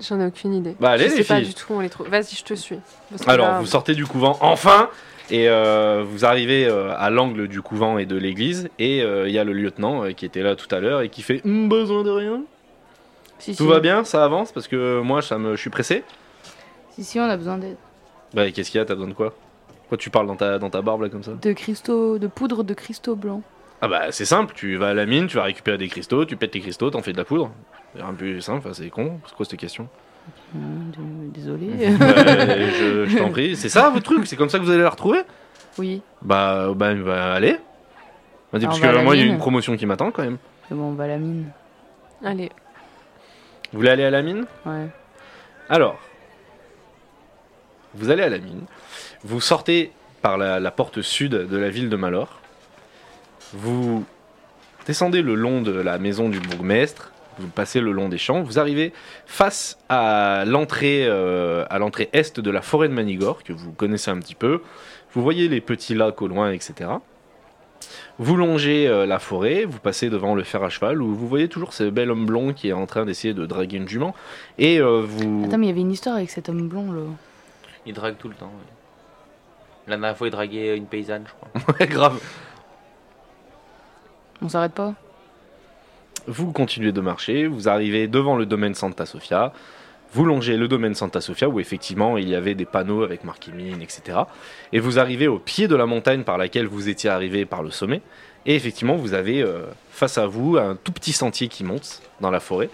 E: J'en ai aucune idée.
B: Bah, allez,
E: je
B: les
E: sais pas
B: filles.
E: du tout, où on les trouve. Vas-y, je te suis. Parce que
B: Alors,
E: là-
B: vous sortez du couvent enfin et euh, vous arrivez euh, à l'angle du couvent et de l'église et euh, il y a le lieutenant euh, qui était là tout à l'heure et qui fait Hum, besoin de rien.
C: Si,
B: Tout
C: si.
B: va bien, ça avance parce que moi, ça me, je suis pressé.
C: Si, si, on a besoin d'aide.
B: Bah, et qu'est-ce qu'il y a T'as besoin de quoi Pourquoi tu parles dans ta, dans ta barbe là comme ça
C: De cristaux, de poudre de cristaux blancs.
B: Ah bah c'est simple, tu vas à la mine, tu vas récupérer des cristaux, tu pètes tes cristaux, t'en fais de la poudre. C'est un peu simple, enfin, c'est con, c'est quoi cette
C: [laughs]
B: question
C: Hum, d- [laughs] Désolé.
B: Bah, Je, je t'en prie, c'est ça votre truc, c'est comme ça que vous allez la retrouver
C: oui,
B: Bah, euh, bah, bah, allez Vas-y,
C: Ah,
B: parce
C: on va à
B: que
C: la
B: moi il y a
C: mine.
B: une promotion qui m'attend quand même.
C: mais bon, on va à la mine.
E: Allez.
B: Vous voulez aller à la mine
C: Ouais.
B: Alors, vous allez à la mine, vous sortez par la, la porte sud de la ville de Malor, vous descendez le long de la maison du bourgmestre, vous passez le long des champs, vous arrivez face à l'entrée euh, à l'entrée est de la forêt de Manigore que vous connaissez un petit peu. Vous voyez les petits lacs au loin, etc. Vous longez euh, la forêt, vous passez devant le fer à cheval où vous voyez toujours ce bel homme blond qui est en train d'essayer de draguer une jument et euh, vous.
C: Attends, mais il y avait une histoire avec cet homme blond là.
D: Il drague tout le temps. ouais. La dernière fois, il draguait une paysanne, je crois.
B: Ouais, grave.
C: On s'arrête pas
B: Vous continuez de marcher, vous arrivez devant le domaine Santa Sofia, vous longez le domaine Santa Sofia où effectivement il y avait des panneaux avec marqué mine, etc. Et vous arrivez au pied de la montagne par laquelle vous étiez arrivé par le sommet. Et effectivement, vous avez euh, face à vous un tout petit sentier qui monte dans la forêt.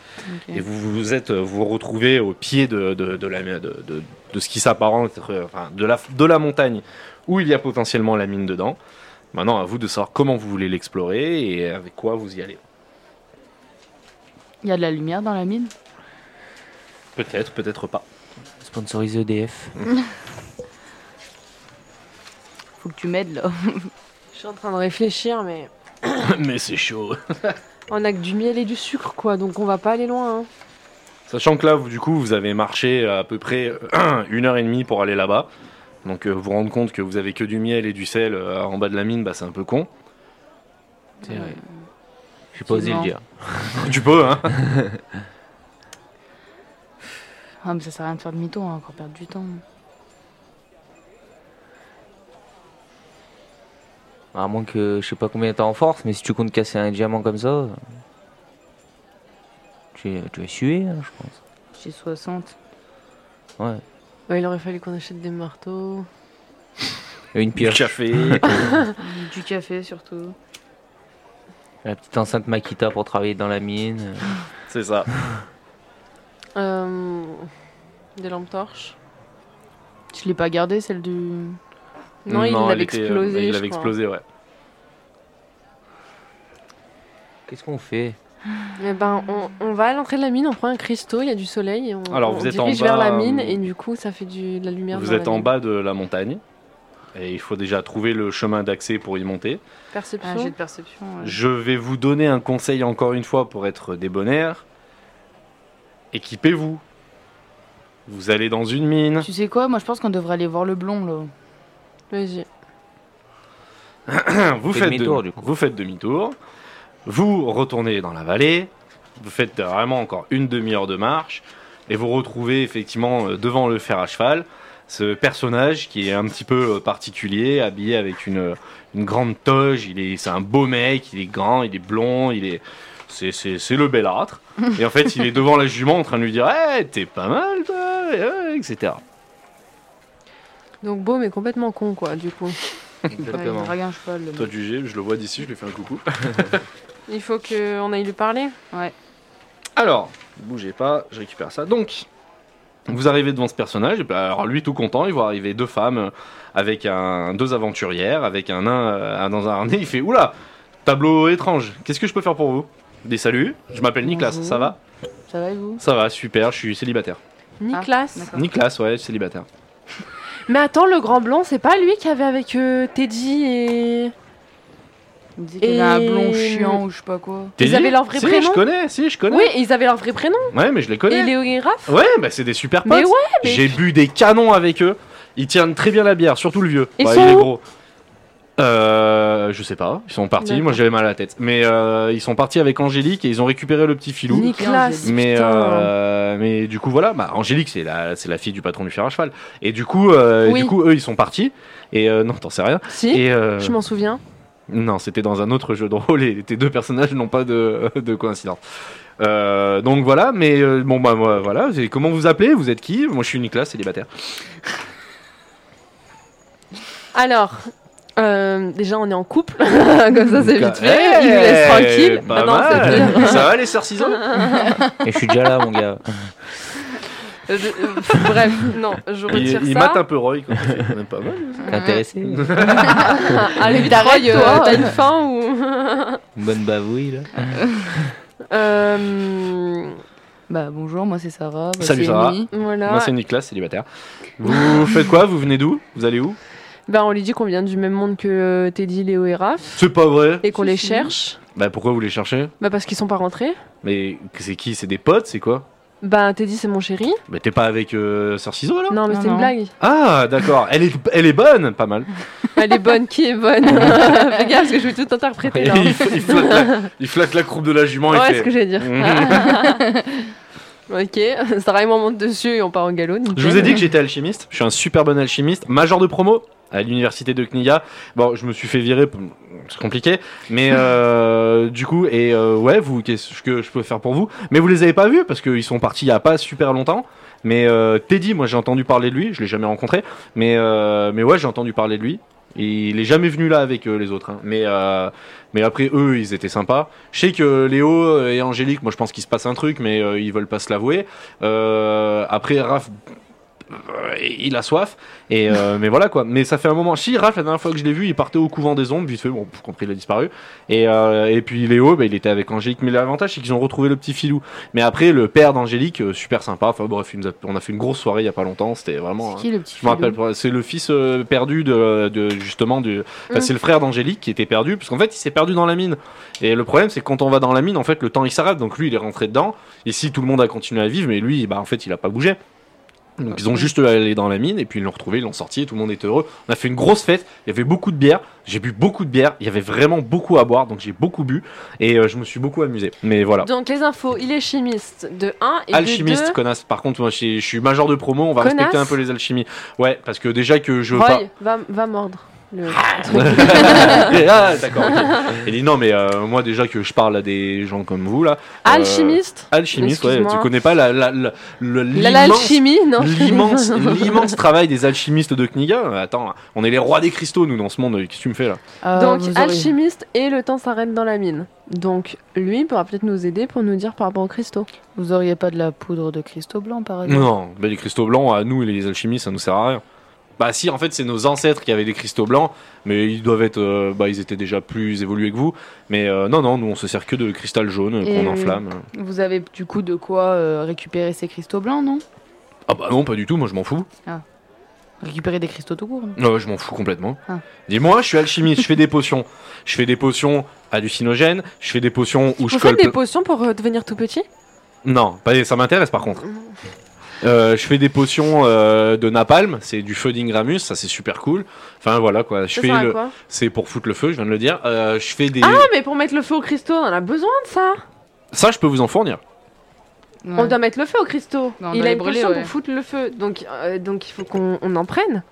C: Ok.
B: Et vous vous êtes, euh, vous retrouvez au pied de, de, de la, de, de- de ce qui s'apparente, euh, enfin, de, la, de la montagne où il y a potentiellement la mine dedans. Maintenant, à vous de savoir comment vous voulez l'explorer et avec quoi vous y allez.
C: Il y a de la lumière dans la mine
B: Peut-être, peut-être pas. [coughs]
D: Sponsorise EDF.
C: Faut que tu m'aides là. [laughs]
E: Je suis en train de réfléchir, mais
B: Mais c'est chaud.
E: on a que du miel et du sucre, quoi, donc on va pas aller loin. hein.
B: Sachant que là, vous, du coup, vous avez marché à peu près [coughs] euh, une heure et demie pour aller là-bas. Donc, euh, vous vous rendez compte que vous avez que du miel et du sel euh, en bas de la mine, bah c'est un peu con. [laughs]
D: C'est vrai. J'ai pas osé le
C: Non.
D: dire.
B: tu peux, hein
C: Ah, mais ça sert à rien de faire demi-tour, on va encore perdre du temps.
D: À moins que je sais pas combien t'as en force, mais si tu comptes casser un diamant comme ça, euh, tu, tu vas suer, hein, je pense.
C: J'ai 60.
D: Ouais.
E: Ouais, il aurait fallu qu'on achète des marteaux.
D: Et une
B: Du
D: pioche.
B: café.
C: Du café surtout.
D: La petite enceinte Makita pour travailler dans la mine.
B: c'est ça.
E: Euh, des lampes torches.
C: Je l'ai pas gardé celle du.
E: Non, il
B: elle
E: l'avait
B: était, euh,
E: explosé.
B: Il
E: je
B: l'avait
E: crois.
B: explosé, ouais.
D: Qu'est-ce qu'on fait
E: Eh ben, on, on va à l'entrée de la mine, on prend un cristaux, il y a du soleil. et On,
B: Alors,
E: on
B: vous êtes
E: dirige
B: en
E: vers
B: bas,
E: la mine
B: euh,
E: et du coup, ça fait du, de la lumière.
B: Vous
E: vers
B: êtes
E: la
B: en
E: mine.
B: bas de la montagne. Et il faut déjà trouver le chemin d'accès pour y monter.
E: Perception.
C: Ah, j'ai de perception. ouais.
B: Je vais vous donner un conseil encore une fois pour être débonnaire. Équipez-vous. Vous allez dans une mine.
C: Tu sais quoi Moi je pense qu'on devrait aller voir le blond là.
E: Vas-y.
B: Hein, vous,
D: Fait
B: faites
D: demi-tour,
B: demi-
D: du coup.
B: vous faites demi-tour, vous retournez dans la vallée, vous faites euh, vraiment encore une demi-heure de marche, et vous retrouvez effectivement euh, devant le fer à cheval ce personnage qui est un petit peu euh, particulier, habillé avec une, euh, une grande toge, il est, c'est un beau mec, il est grand, il est blond, il est... C'est, c'est, c'est le belâtre. Et en fait, il est devant la jument en train de lui dire Eh, t'es pas mal, toi eh, eh, etc.
E: Donc, beau, mais complètement con, quoi, du coup.
C: Ouais, il drague un cheval, le
B: Toi,
C: mec.
B: du G, je le vois d'ici, je lui fais un coucou.
E: Il faut qu'on aille lui parler.
C: Ah,
B: Alors, bougez pas, je récupère ça. Donc, vous arrivez devant ce personnage, et puis, alors lui tout content, il voit arriver deux femmes euh, avec un, deux aventurières, avec un nain euh, un dans un harnais, il fait Oula, tableau étrange, qu'est-ce que je peux faire pour vous Des saluts, je m'appelle Nicolas,
C: Bonjour.
B: ça va
C: Ça va et vous
B: Ça va, super, je suis célibataire.
E: Nicolas.
C: d'accord.
B: Nicolas, ouais, je suis célibataire.
E: mais attends, le grand blanc, c'est pas lui qui avait avec euh, Teddy et.
C: Il me disait qu'il y avait
E: Et-
C: un blond chiant ou je sais pas quoi.
B: T'es
E: Ils
B: dit
E: avaient leur vrai
B: Si,
E: prénom
B: je connais, si, je connais.
E: Oui, et ils avaient leur vrai prénom.
B: Ouais, mais je les
E: Et
B: connais.
E: Léo et Raph.
B: Ouais, bah c'est des super potes.
E: Mais ouais, mais-
B: J'ai bu des canons avec eux. Ils tiennent très bien la bière, surtout le vieux.
E: Ils
B: Bah,
E: sont
B: il est
E: où
B: gros. Euh, je sais pas, ils sont partis,
E: D'accord.
B: moi j'avais mal à la tête. Mais euh, ils sont partis avec Angélique et ils ont récupéré le petit filou.
E: Nicolas.
C: Angélique.
B: Mais,
E: putain.
B: euh, mais du coup, voilà, bah, Angélique, c'est la, c'est la fille du patron du fer à cheval. Et du coup, euh,
E: Oui.
B: du coup eux, ils sont partis. Et euh, non, t'en sais rien.
E: Si,
B: Et, euh,
E: je m'en souviens.
B: non, c'était dans un autre jeu de rôle et tes deux personnages n'ont pas de, [laughs] de coïncidence. Euh, donc voilà, mais euh, bon bah moi, voilà, c'est- comment vous appelez Vous êtes qui Moi je suis Nicolas, célibataire.
E: Alors, euh, déjà, on est en couple. [laughs] Comme ça, c'est vite
B: Eh,
E: fait. Il nous laisse
B: Hey,
E: tranquille.
B: pas
E: Maintenant, c'est
B: mal.
E: clair.
B: Ça va les sœurs ciseaux
D: Et je suis déjà là, mon gars.
E: Euh, je- euh, Bref, non, je retire
B: Il, il
E: ça.
B: mate un peu Roy
E: [laughs]
B: quand il fait, même pas mal.
D: T'es intéressé Une
E: Allez, vite,
C: t'arrêtes,
E: Roy, euh,
C: toi.
E: t'as une faim ou...
D: bonne bavouille, là.
E: [laughs] Euh,
C: Bah bonjour, moi c'est Sarah. bah,
B: Salut,
C: c'est
B: Sarah.
C: Amy.
E: voilà.
B: Moi c'est Nicolas, célibataire. Vous faites quoi Vous venez d'où Vous allez où
E: Ben, on lui dit qu'on vient du même monde que euh, Teddy, Léo et Raph
B: C'est pas vrai.
E: et qu'on
C: Si,
E: les
C: si.
E: cherche.
B: Bah pourquoi vous les cherchez
E: Ben, parce qu'ils sont pas rentrés.
B: Mais c'est qui C'est des potes C'est quoi
E: Ben, Teddy, c'est mon chéri.
B: Bah t'es pas avec euh, sœur ciseaux là
E: Non, mais
C: Non,
E: c'est une
C: non.
E: blague.
B: Ah d'accord, elle est, elle est bonne, pas mal.
E: Elle est bonne, qui est [laughs] bonne Fais gaffe, parce que je vais tout interpréter là.
B: [laughs] il, il flatte la, il flatte la croupe de la jument et
E: Ouais,
B: fait-
E: ce que j'allais dire.
B: Mhm.
E: [laughs] ok, Sarah et moi on monte dessus et on part en galop. nickel.
B: Je vous ai dit que j'étais alchimiste. Je suis un super bon alchimiste, major de promo à l'université de Kniga. Bon, je me suis fait virer, p- c'est compliqué. Mais euh, [laughs] du coup, et euh, ouais, vous, qu'est-ce que je peux faire pour vous Mais vous les avez pas vus parce qu'ils sont partis il y a pas super longtemps. Mais euh, Teddy, moi j'ai entendu parler de lui, je l'ai jamais rencontré. Mais, euh, mais ouais, j'ai entendu parler de lui. Il est jamais venu là avec euh, les autres. hein. Mais, euh, mais après, eux, ils étaient sympas. Je sais que Léo et Angélique, moi je pense qu'il se passe un truc, mais euh, ils veulent pas se l'avouer. Euh, après, Euh, Raph, il a soif. Et euh, mais voilà quoi. Mais ça fait un moment. Si Raph, la dernière fois que je l'ai vu, il partait au couvent des ombres. Vite fait, bon, pour compris, il a disparu. Et, euh, et puis Léo, bah, il était avec Angélique. Mais l'avantage, c'est qu'ils ont retrouvé le petit filou. Mais après, le père d'Angélique, euh, super sympa. Enfin bref, il nous a- on a fait une grosse soirée il y a pas longtemps. C'était vraiment. hein.
C: C'est qui le petit
B: Je me
C: filou
B: rappelle, pas. c'est le fils euh, perdu de, de- justement du. enfin,
E: Mm.
B: C'est le frère d'Angélique qui était perdu, parce qu'en fait, il s'est perdu dans la mine. Et le problème, c'est que quand on va dans la mine, en fait, le temps il s'arrête. Donc lui, il est rentré dedans. Et si tout le monde a continué à vivre, mais lui, bah en fait, il a pas bougé. Donc ils ont juste allé dans la mine et puis ils l'ont retrouvé, ils l'ont sorti et tout le monde était heureux. On a fait une grosse fête, il y avait beaucoup de bière, j'ai bu beaucoup de bière, il y avait vraiment beaucoup à boire, donc j'ai beaucoup bu et euh, je me suis beaucoup amusé. Mais voilà.
E: Donc les infos, il est chimiste de 1 et
B: Alchimiste,
E: de 2.
B: connasse. Par contre, moi, je suis- je suis major de promo, on va
E: Connasse
B: respecter un peu les alchimies. Ouais, parce que déjà que je veux pas- Ah, euh,
E: Roy, va, va mordre. Le...
B: Et, ah, d'accord. ok. Il dit non, mais euh, moi déjà que je parle à des gens comme vous là. euh,
E: Alchimiste
B: alchimiste, ouais. Tu
E: Excuse-moi.
B: connais pas la, la, la- le-
E: La-
B: l'immense,
E: L'alchimie, hein. non [laughs]
B: l'immense, l'immense travail des alchimistes de Kniga. Attends, on est les rois des cristaux nous dans ce monde. Qu'est-ce que tu me fais là
C: Euh,
E: Donc
C: vous aurez-
E: alchimiste et le temps s'arrête dans la mine. Donc lui pourra peut-être nous aider pour nous dire par rapport aux cristaux.
C: Vous auriez pas de la poudre de cristaux blancs, par exemple
B: Non, bah, les cristaux blancs à nous et les alchimistes ça nous sert à rien. Bah si, en fait c'est nos ancêtres qui avaient des cristaux blancs, mais ils doivent être, euh, bah ils étaient déjà plus évolués que vous. Mais euh, non, non, nous on se sert que de cristal jaune euh, qu'on
C: Et-
B: enflamme.
C: Vous avez du coup de quoi euh, récupérer ces cristaux blancs, non
B: Ah bah non, pas du tout, moi je m'en fous.
C: Récupérer des cristaux tout court, non
B: Non, je m'en fous complètement.
C: Ah.
B: Dis-moi, je suis alchimiste, je fais des potions. Je fais des potions hallucinogènes, je fais des potions où je
E: Vous
B: colle.
E: faites des
B: ple-
E: potions pour euh, devenir tout petit
B: Non, pas- ça m'intéresse par contre.
E: Mm.
B: Euh, je fais des potions euh, de napalm, c'est du feu d'Ingramus, ça c'est super cool. Enfin voilà quoi, je
E: Ça
B: fais
E: sert à
B: le-
E: quoi
B: c'est pour foutre le feu, je viens de le dire. Euh, je fais des,
E: Ah mais pour mettre le feu aux cristaux, on en a besoin de ça
B: ça je peux vous en fournir.
E: On doit mettre le feu aux cristaux.
C: Non, on
E: il
C: doit
E: a
C: les
E: une
C: brûler,
E: potion
C: ouais.
E: pour foutre le feu. Donc, euh, donc il faut qu'on on en prenne.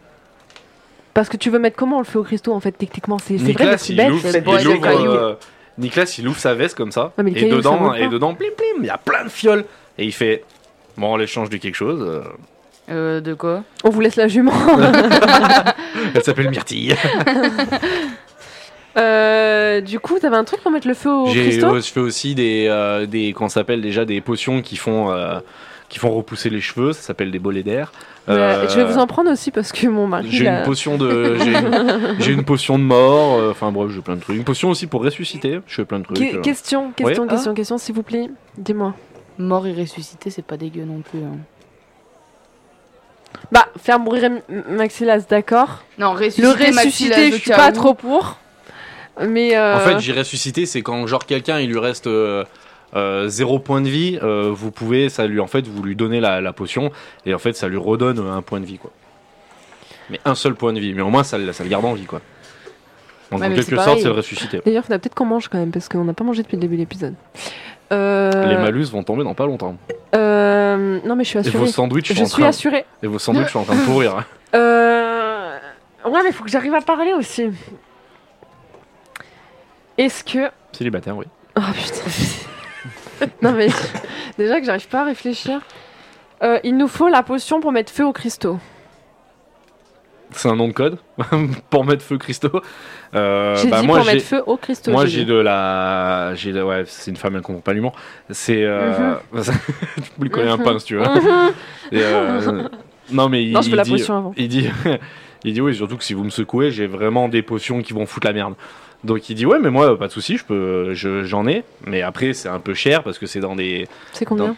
E: Parce que tu veux mettre comment le feu aux cristaux en fait techniquement C'est c'est vrai
B: Nicolas
E: le truc
B: il
E: bête.
B: ouvre,
C: c'est bon,
B: il
C: il y a
B: ouvre,
C: le caillou.
B: euh, Nicolas il ouvre sa veste comme ça
E: Ouais, mais le
B: et
E: caillou, ça
B: dedans
E: vaut
B: et
E: pas.
B: dedans plim plim, il y a plein de fioles et il fait bon on l'échange de quelque chose. euh,
C: Euh, de quoi
E: On vous laisse
B: [laughs]
E: la jument.
B: Elle s'appelle Myrtille.
E: Euh, du coup, t'avais un truc pour mettre le feu aux
B: J'ai,
E: cristaux
B: ouais, je fais aussi des, euh, des qu'on s'appelle déjà des potions qui font, euh, qui font repousser les cheveux. Ça s'appelle des bolets d'air.
E: Euh,
B: Euh,
E: Je vais vous en prendre aussi parce que mon mari.
B: J'ai
E: il a-
B: une potion de, j'ai
E: [laughs]
B: une, j'ai une potion de mort. euh, Enfin bref, j'ai plein de trucs. Une potion aussi pour ressusciter. Je fais plein de trucs.
E: Que-
B: euh.
E: question, question,
B: Oui.
E: question, question, s'il vous plaît, dis-moi.
C: Mort et ressuscité, c'est pas dégueu non plus. hein.
E: Bah, faire mourir M- Maxilas, d'accord.
C: Non,
E: Le
C: ressusciter,
E: ressusciter, je suis pas trop pour. Mais euh,
B: En fait, j'ai ressuscité, c'est quand genre quelqu'un il lui reste euh, euh, zéro point de vie, euh, vous pouvez, ça lui en fait, vous lui donnez la, la potion et en fait ça lui redonne un point de vie quoi. Mais un seul point de vie, mais au moins ça, le- ça le garde en vie quoi. Donc
C: Ouais,
B: en
C: mais
B: quelque
C: c'est
B: sorte,
C: pareil.
B: c'est le ressuscité.
E: d'ailleurs, faudrait peut-être qu'on mange quand même parce qu'on n'a pas mangé depuis le début de l'épisode. Euh,
B: Les malus vont tomber dans pas longtemps.
E: euh, Non, mais je suis
B: Et vos
E: assurée.
B: sandwichs sont
E: Je
B: en
E: suis
B: train,
E: assurée.
B: et vos sandwichs sont en train de pourrir.
E: [laughs] Euh... Ouais, mais faut que j'arrive à parler aussi. Est-ce que.
B: Célibataire, oui.
E: Oh putain. [laughs] non, mais déjà que j'arrive pas à réfléchir. Euh, il nous faut la potion pour mettre feu aux cristaux.
B: C'est un nom de code [laughs] pour mettre feu Christo. Euh,
E: j'ai
B: bah,
E: dit
B: moi,
E: pour
B: j'ai-
E: mettre feu aux cristaux.
B: Moi,
E: j'ai
B: j'ai
E: dit.
B: de la. J'ai de- Ouais, c'est une femme, elle comprend pas l'humour. C'est. Euh... [laughs] tu lui connais un
E: Mhm.
B: pain, si tu veux. Et,
E: [laughs]
B: euh, Non, mais hein. il,
E: Non, je veux
B: il
E: la
B: dit.
E: potion avant.
B: Il dit. [laughs] il dit, oui, surtout que si vous me secouez, j'ai vraiment des potions qui vont foutre la merde. Donc il dit, ouais, mais moi, pas de souci, je peux, je- j'en ai. Mais après, c'est un peu cher parce que c'est dans des.
E: C'est combien
B: Non.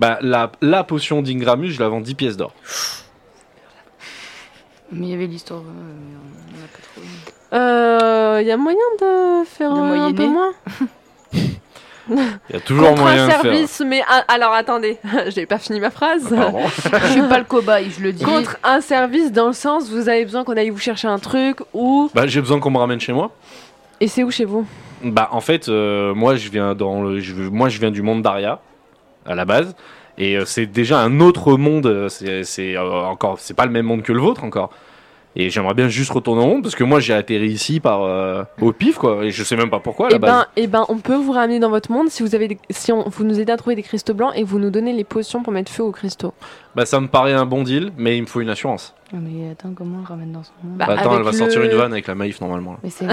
B: Bah, la, la potion d'Ingramus, je la vends 10 pièces d'or.
C: Mais il y avait l'histoire. euh, mais on- on a pas trop-
E: Il Euh, y a moyen de faire
C: De
E: euh, un peu
C: moyenner.
E: moins
B: Il y a toujours
E: Contre
B: moyen
E: un
B: de faire. Ah,
E: service, mais un- alors attendez, [laughs] j'ai pas fini ma phrase.
B: Pardon.
C: [laughs] Je suis pas le cobaye, je le dis.
E: Contre un service dans le sens, vous avez besoin qu'on aille vous chercher un truc ou.
B: [laughs] Bah, j'ai besoin qu'on me ramène chez moi.
E: Et c'est où chez vous
B: Bah en fait, euh, moi je viens dans le, je, moi je viens du monde d'Aria à la base, et euh, c'est déjà un autre monde. euh, C'est c'est, euh, encore, c'est pas le même monde que le vôtre encore. Et j'aimerais bien juste retourner au monde parce que moi j'ai atterri ici par euh, au pif quoi, et je sais même pas pourquoi à Oh, la
E: Eh
B: base.
E: ben, eh ben, on peut vous ramener dans votre monde si vous avez, des- si on, vous nous aidez à trouver des cristaux blancs et vous nous donnez les potions pour mettre feu aux cristaux.
B: Bah ça me paraît un bon deal, mais il me faut une assurance.
C: Non, mais attends, comment on le ramène dans son monde
E: Bah,
B: Bah, attends,
E: avec
B: elle va sortir
E: le-
B: une vanne avec la maïf normalement. là.
C: Mais c'est.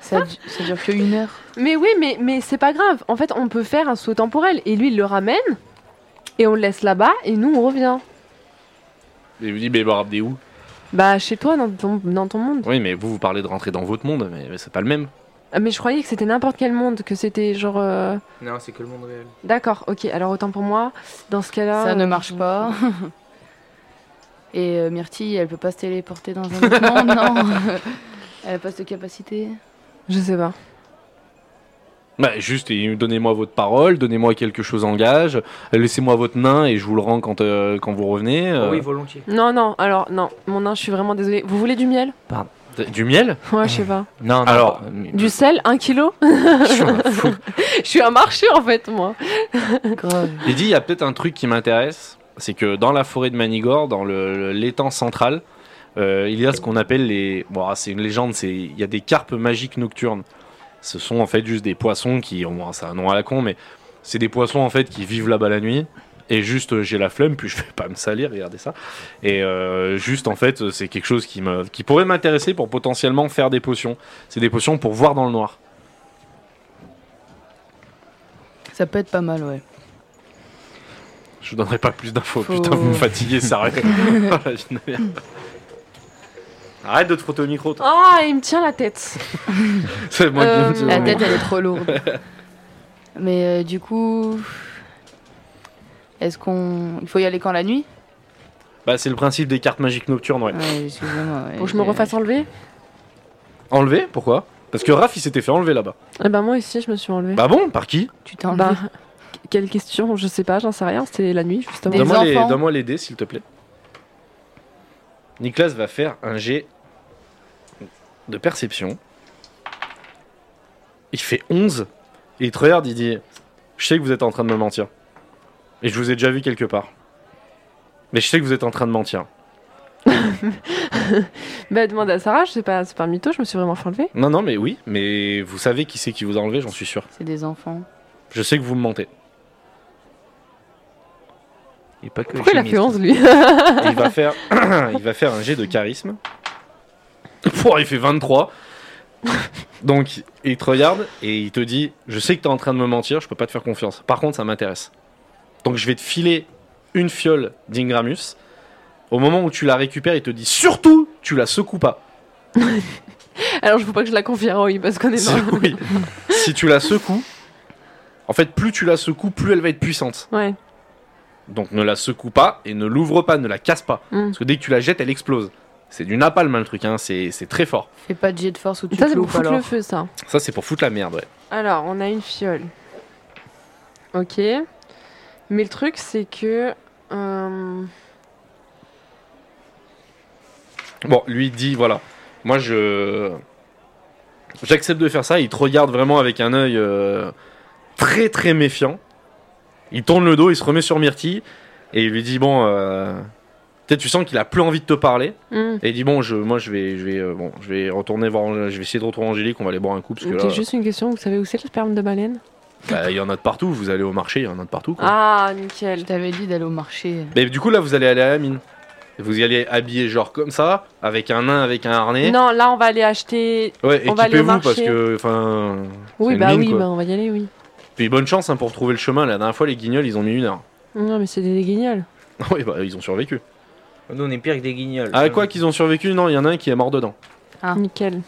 C: ça, [laughs] du- ça dure que une heure.
E: Mais oui, mais mais c'est pas grave. En fait, on peut faire un saut temporel et lui il le ramène et on le laisse là-bas et nous on revient.
B: Et vous dites, mais bah, des où
E: Bah, chez toi, dans ton, dans ton monde.
B: Oui, mais vous, vous parlez de rentrer dans votre monde, mais, mais c'est pas le même.
E: Ah, Mais je croyais que c'était n'importe quel monde, que c'était genre. euh,
D: Non, c'est que le monde réel.
E: D'accord, ok, alors autant pour moi, dans ce cas-là.
C: Ça ne
E: euh,
C: marche pas. Ah, [laughs] Et euh, Myrtille, elle peut pas se téléporter dans un autre monde, [laughs] non Elle a pas cette capacité.
E: Je sais pas.
B: Bah, juste, et donnez-moi votre parole, donnez-moi quelque chose en gage, euh, laissez-moi votre nain et je vous le rends quand, euh, quand vous revenez. euh.
D: oui, volontiers.
E: Non, non, alors, non, mon nain, je suis vraiment désolée. Vous voulez du miel
B: D- Du miel
E: Ouais, je sais
C: [laughs]
E: pas.
F: Non, non.
B: Alors,
F: euh,
E: Du sel, un kilo [laughs] Je suis un marché en fait, moi.
C: Grave.
B: [laughs] Il dit, il y a peut-être un truc qui m'intéresse, c'est que dans la forêt de Manigore, dans le- l'étang central, euh, il y a ce qu'on appelle les... Bon, ah, c'est une légende, c'est il y a des carpes magiques nocturnes. Ce sont en fait juste des poissons qui... ont c'est un nom à la con, mais c'est des poissons en fait qui vivent là-bas la nuit. Et juste, euh, j'ai la flemme, puis [laughs] je vais pas me salir, regardez ça. Et euh, juste, en fait, c'est quelque chose qui, me, qui pourrait m'intéresser pour potentiellement faire des potions. C'est des potions pour voir dans le noir.
C: Ça peut être pas mal, ouais.
B: Je vous donnerai pas plus d'infos,
C: Faut-
B: putain, vous me fatiguez, sérieux.
C: [laughs]
B: Oh, la vie de merde. Arrête de te frotter au micro, toi.
E: Ah, il me tient la tête.
B: C'est moi
E: Euh,
B: qui-
C: La tête, elle est trop lourde. [laughs] Mais euh, du coup. Est-ce qu'on. Il faut y aller quand la nuit
B: Bah, c'est le principe des cartes magiques nocturnes, ouais.
C: Ouais, excusez-moi. ouais,
E: Faut que je me
C: j'ai-
E: refasse enlever
B: Enlevé Pourquoi Parce que Raph, il s'était fait enlever là-bas.
E: Eh ben, moi aussi, je me suis
C: Mm.
E: enlevée.
B: Bah bon, par qui
C: Tu t'es enlevé.
E: Bah, quelle question Je sais pas, j'en sais rien. C'était la nuit, justement.
C: Des
B: Donne-moi les,
C: enfants.
B: donne-moi les dés, s'il te plaît. Nicolas va faire un jet de perception. Il fait 11. Et il te regarde, il dit Je sais que vous êtes en train de me mentir. Et je vous ai déjà vu quelque part. Mais je sais que vous êtes en train de mentir.
E: Bah, demande à Sarah, je sais pas, c'est pas un mytho, je me suis vraiment fait enlever.
B: Non, non, mais oui, mais vous savez qui c'est qui vous a enlevé, j'en suis sûr.
C: C'est des enfants.
B: Je sais que vous me mentez.
F: Et pas que
E: Pourquoi il a
F: chimiste.
E: fait
D: hein.
E: 11 lui [laughs]
B: Et il va faire, [clears throat] il va faire un jet de charisme. Pouah, il fait 23. Donc, il te regarde et il te dit Je sais que t'es en train de me mentir, je peux pas te faire confiance. Par contre, ça m'intéresse. Donc, je vais te filer une fiole d'Ingramus. Au moment où tu la récupères, il te dit Surtout, tu la secoues pas.
E: Alors, je veux pas que je la confie à Roy parce qu'on
C: [laughs]
E: est
B: Si,
E: mort.
B: [laughs] oui. si tu la secoues, en fait, plus tu la secoues, plus elle va être puissante.
E: Ouais.
B: Donc, ne la secoue pas et ne l'ouvre pas, ne la casse pas.
E: Mm.
B: Parce que dès que tu la jettes, elle explose. C'est du napalm, hein, le truc, hein, c'est c'est très fort.
C: Fais pas de jet de force ou tu
E: Ça,
C: te
E: c'est pour
C: loupes
E: foutre le
C: alors.
E: feu, ça.
B: Ça, c'est pour foutre la merde, ouais.
E: Alors, on a une fiole. Ok. Mais le truc, c'est que. euh,
B: Bon, lui il dit voilà, moi je. J'accepte de faire ça. Il te regarde vraiment avec un œil euh, très très méfiant. Il tourne le dos, il se remet sur Myrtille et il lui dit bon. euh, Peut-être tu sens qu'il a plus envie de te parler
E: hmm,
B: et il dit bon je moi je vais je vais euh, bon je vais retourner voir Ang- je vais essayer de retrouver Angélique on va aller boire un coup parce que là
E: J'ai juste une question, vous savez où c'est le sperme de baleine
B: bah, il y en a de partout vous allez au marché il y en a de partout quoi.
E: Ah,
C: Je
E: nickel.
C: t'avais dit d'aller au marché.
B: Mais du coup là vous allez aller à la mine vous y allez habillé genre comme ça avec un nain avec un harnais
E: Non, là, on va aller acheter.
B: Ouais,
E: On va aller au
B: équipez-vous parce
E: marché.
B: que, enfin.
E: Oui,
B: une
E: bah
B: mine,
E: oui,
B: quoi.
E: bah, on va y aller, oui.
B: Puis bonne chance hein, pour trouver le chemin. La dernière fois, les guignols, ils ont mis une heure. [laughs]
E: Non, mais c'est des guignols.
B: oui, bah ils ont survécu.
D: Nous, on est pire que des guignols.
E: Euh.
B: Ah, quoi qu'ils ont survécu, non, il y en a un qui est mort dedans.
C: Ah.
E: Nickel.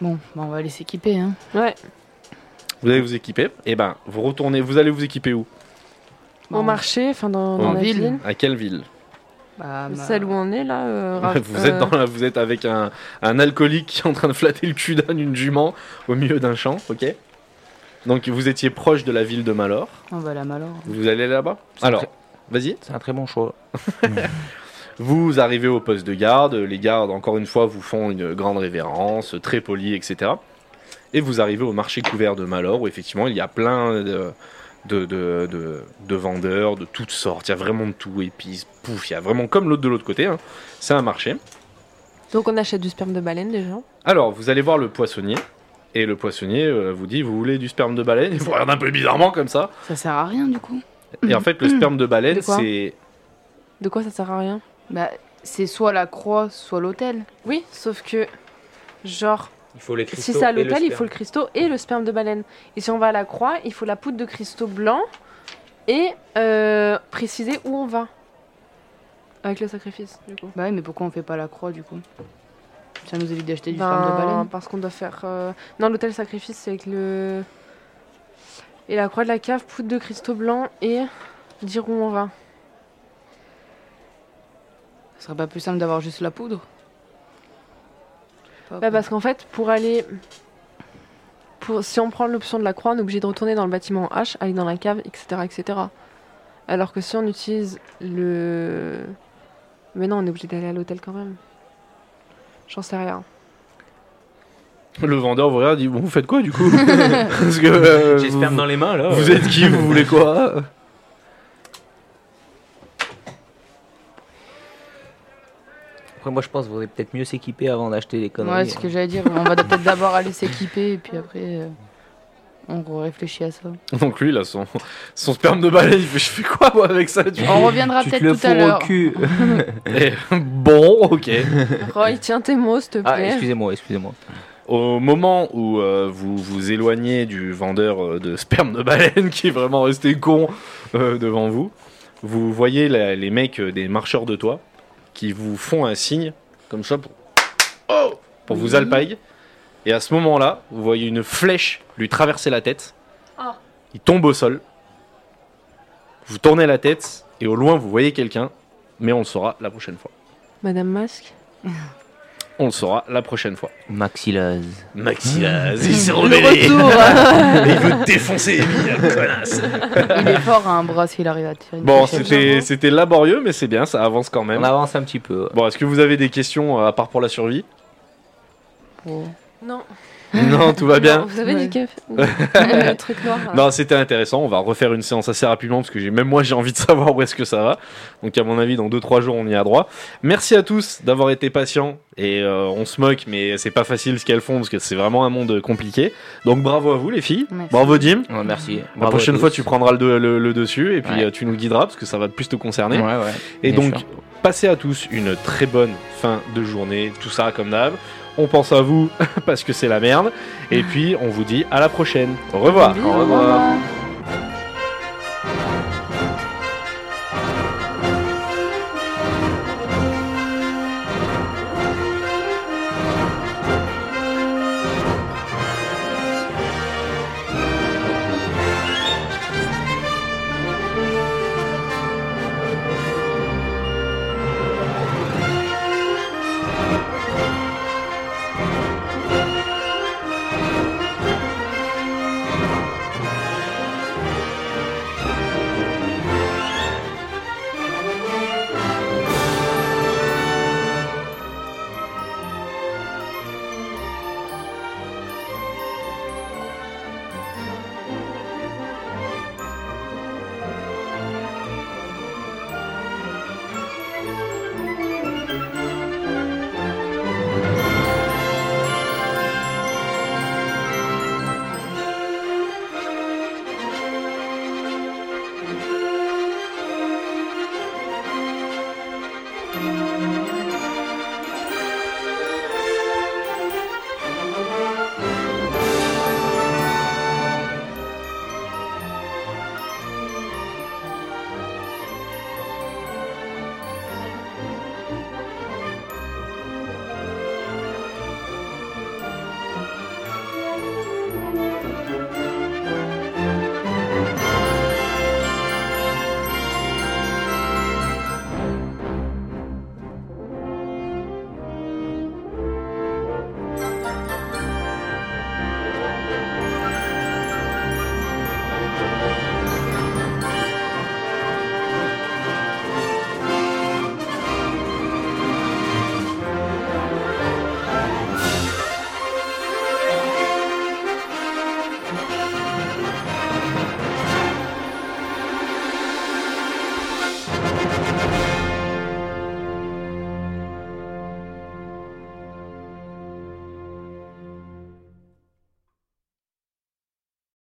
C: Bon, bah on va aller s'équiper. Hein.
E: Ouais,
B: Vous allez vous équiper. Et ben, vous retournez. Vous allez vous équiper où
E: au
C: Bon,
E: marché, enfin, dans, dans
B: En
E: la
C: ville.
E: ville.
B: À quelle ville
C: bah, bah,
E: Celle où on est, là. [laughs] euh, Raph-
B: [laughs] Vous êtes
E: euh,
B: dans la- Vous êtes avec un, un alcoolique qui est en train de flatter le cul d'un- d'une jument au milieu d'un champ, ok Donc vous étiez proche de la ville de Malor.
C: On va à la malheur.
B: Vous allez là-bas
F: C'est
B: Alors,
F: très-
B: vas-y.
F: C'est un très bon choix.
B: Vous arrivez au poste de garde, les gardes, encore une fois, vous font une grande révérence, très polie, etc. Et vous arrivez au marché couvert de Malor, où effectivement, il y a plein de, de, de- de- de vendeurs de toutes sortes. Il y a vraiment de tout, épices, pouf, il y a vraiment comme l'autre de l'autre côté. hein. C'est un marché.
E: Donc, on achète du sperme de baleine, déjà.
B: Alors, vous allez voir le poissonnier. Et le poissonnier euh, vous dit, vous voulez du sperme de baleine [laughs] Il vous regarde un peu bizarrement comme ça.
C: Ça sert à rien du coup.
B: Et en fait, le sperme de baleine,
E: De quoi
B: c'est...
E: De quoi ça sert à rien
C: Bah, c'est soit la croix, soit l'hôtel.
E: Oui, sauf que. Genre,
D: Il faut les cristaux.
E: si c'est à
D: et le
E: l'hôtel, il
D: sperme.
E: faut le cristaux et le sperme de baleine. Et si on va à la croix, il faut la poudre de cristaux blanc et euh, préciser où on va. Avec le sacrifice, du coup.
C: Bah oui, mais pourquoi on fait pas la croix du coup Ça nous évite d'acheter du
E: Ben,
C: sperme de baleine.
E: parce qu'on doit faire. euh, Non, l'hôtel sacrifice, c'est avec le. Et la croix de la cave, poudre de cristaux blancs et. Dire où on va.
C: Ce serait pas plus simple d'avoir juste la poudre Pas
E: Bah, parce qu'en fait, pour aller. Pour... Si on prend l'option de la croix, on est obligé de retourner dans le bâtiment H, aller dans la cave, etc. etc. Alors que si on utilise le. Mais non, on est obligé d'aller à l'hôtel quand même. J'en sais rien.
B: [laughs] Le vendeur vous regarde, dit Bon, vous faites quoi du
E: [laughs]
B: coup Parce que. [laughs] euh,
D: J'ai le sperme
B: vous,
D: dans les mains là.
B: vous êtes qui Vous voulez quoi
D: Après, moi je pense que vous peut-être mieux s'équiper avant d'acheter les conneries. hein.
C: Ouais, c'est ce que j'allais dire. On va peut-être d'abord aller s'équiper et puis après euh, on réfléchit à ça.
B: [laughs] Donc lui, là, son, son sperme de baleine, il fait Je fais quoi moi avec ça tu vois
C: On reviendra
D: Tu te
C: peut-être
D: le
C: tout à
D: fous au
C: l'heure. [laughs]
D: cul.
B: Et, Eh, Bon, ok.
E: Roy, tiens tes mots, s'il te
D: Ah,
E: plaît.
D: excusez-moi, excusez-moi.
B: Au moment où euh, vous vous éloignez du vendeur euh, de sperme de baleine [laughs] qui est vraiment resté con euh, devant vous, vous voyez la- les mecs euh, des marcheurs de toit qui vous font un signe comme ça pour, Oh pour vous alpailler. Et à ce moment-là, vous voyez une flèche lui traverser la tête.
E: Ah.
B: Il tombe au sol. Vous tournez la tête et au loin vous voyez quelqu'un, mais on le saura la prochaine fois.
E: Madame Masque
B: On le saura la prochaine fois.
D: Maxilaz.
B: Maxilaz,
C: [laughs]
B: il s'est
C: Le
B: rebellé.
D: [laughs]
C: retour hein.
B: Et [laughs] il veut défoncer Amy, la connasse.
C: Il est fort à un bras s'il arrive à tirer. une
B: Bon,
C: flèche.
B: c'était c'était laborieux, mais c'est bien, ça avance quand
D: On
B: même.
D: avance un petit peu.
B: Bon, est-ce que vous avez des questions euh, à part pour la survie
C: Pour-
E: Non.
B: Non, tout va
E: Non,
B: bien.
E: vous avez
C: Ouais.
E: dit que
B: [laughs]
E: le truc noir. là.
B: Non, c'était intéressant. On va refaire une séance assez rapidement parce que j'ai- même moi j'ai envie de savoir où est-ce que ça va. Donc à mon avis, dans 2-3 jours, on y a droit. Merci à tous d'avoir été patients. Et euh, on se moque, mais c'est pas facile ce qu'elles font parce que c'est vraiment un monde compliqué. Donc bravo à vous les filles.
C: Merci.
B: Bravo Dim.
D: Ouais, merci.
B: La prochaine fois, tu prendras le, de- le- le dessus et puis
D: Ouais.
B: euh, tu nous guideras parce que ça va plus te concerner.
D: Ouais, ouais.
B: Et
D: Bien
B: donc,
D: sûr.
B: passez à tous une très bonne fin de journée, tout ça comme d'hab. On pense à [laughs] vous parce que c'est la merde. Et puis, on vous dit à la prochaine. Au revoir.
D: Au revoir.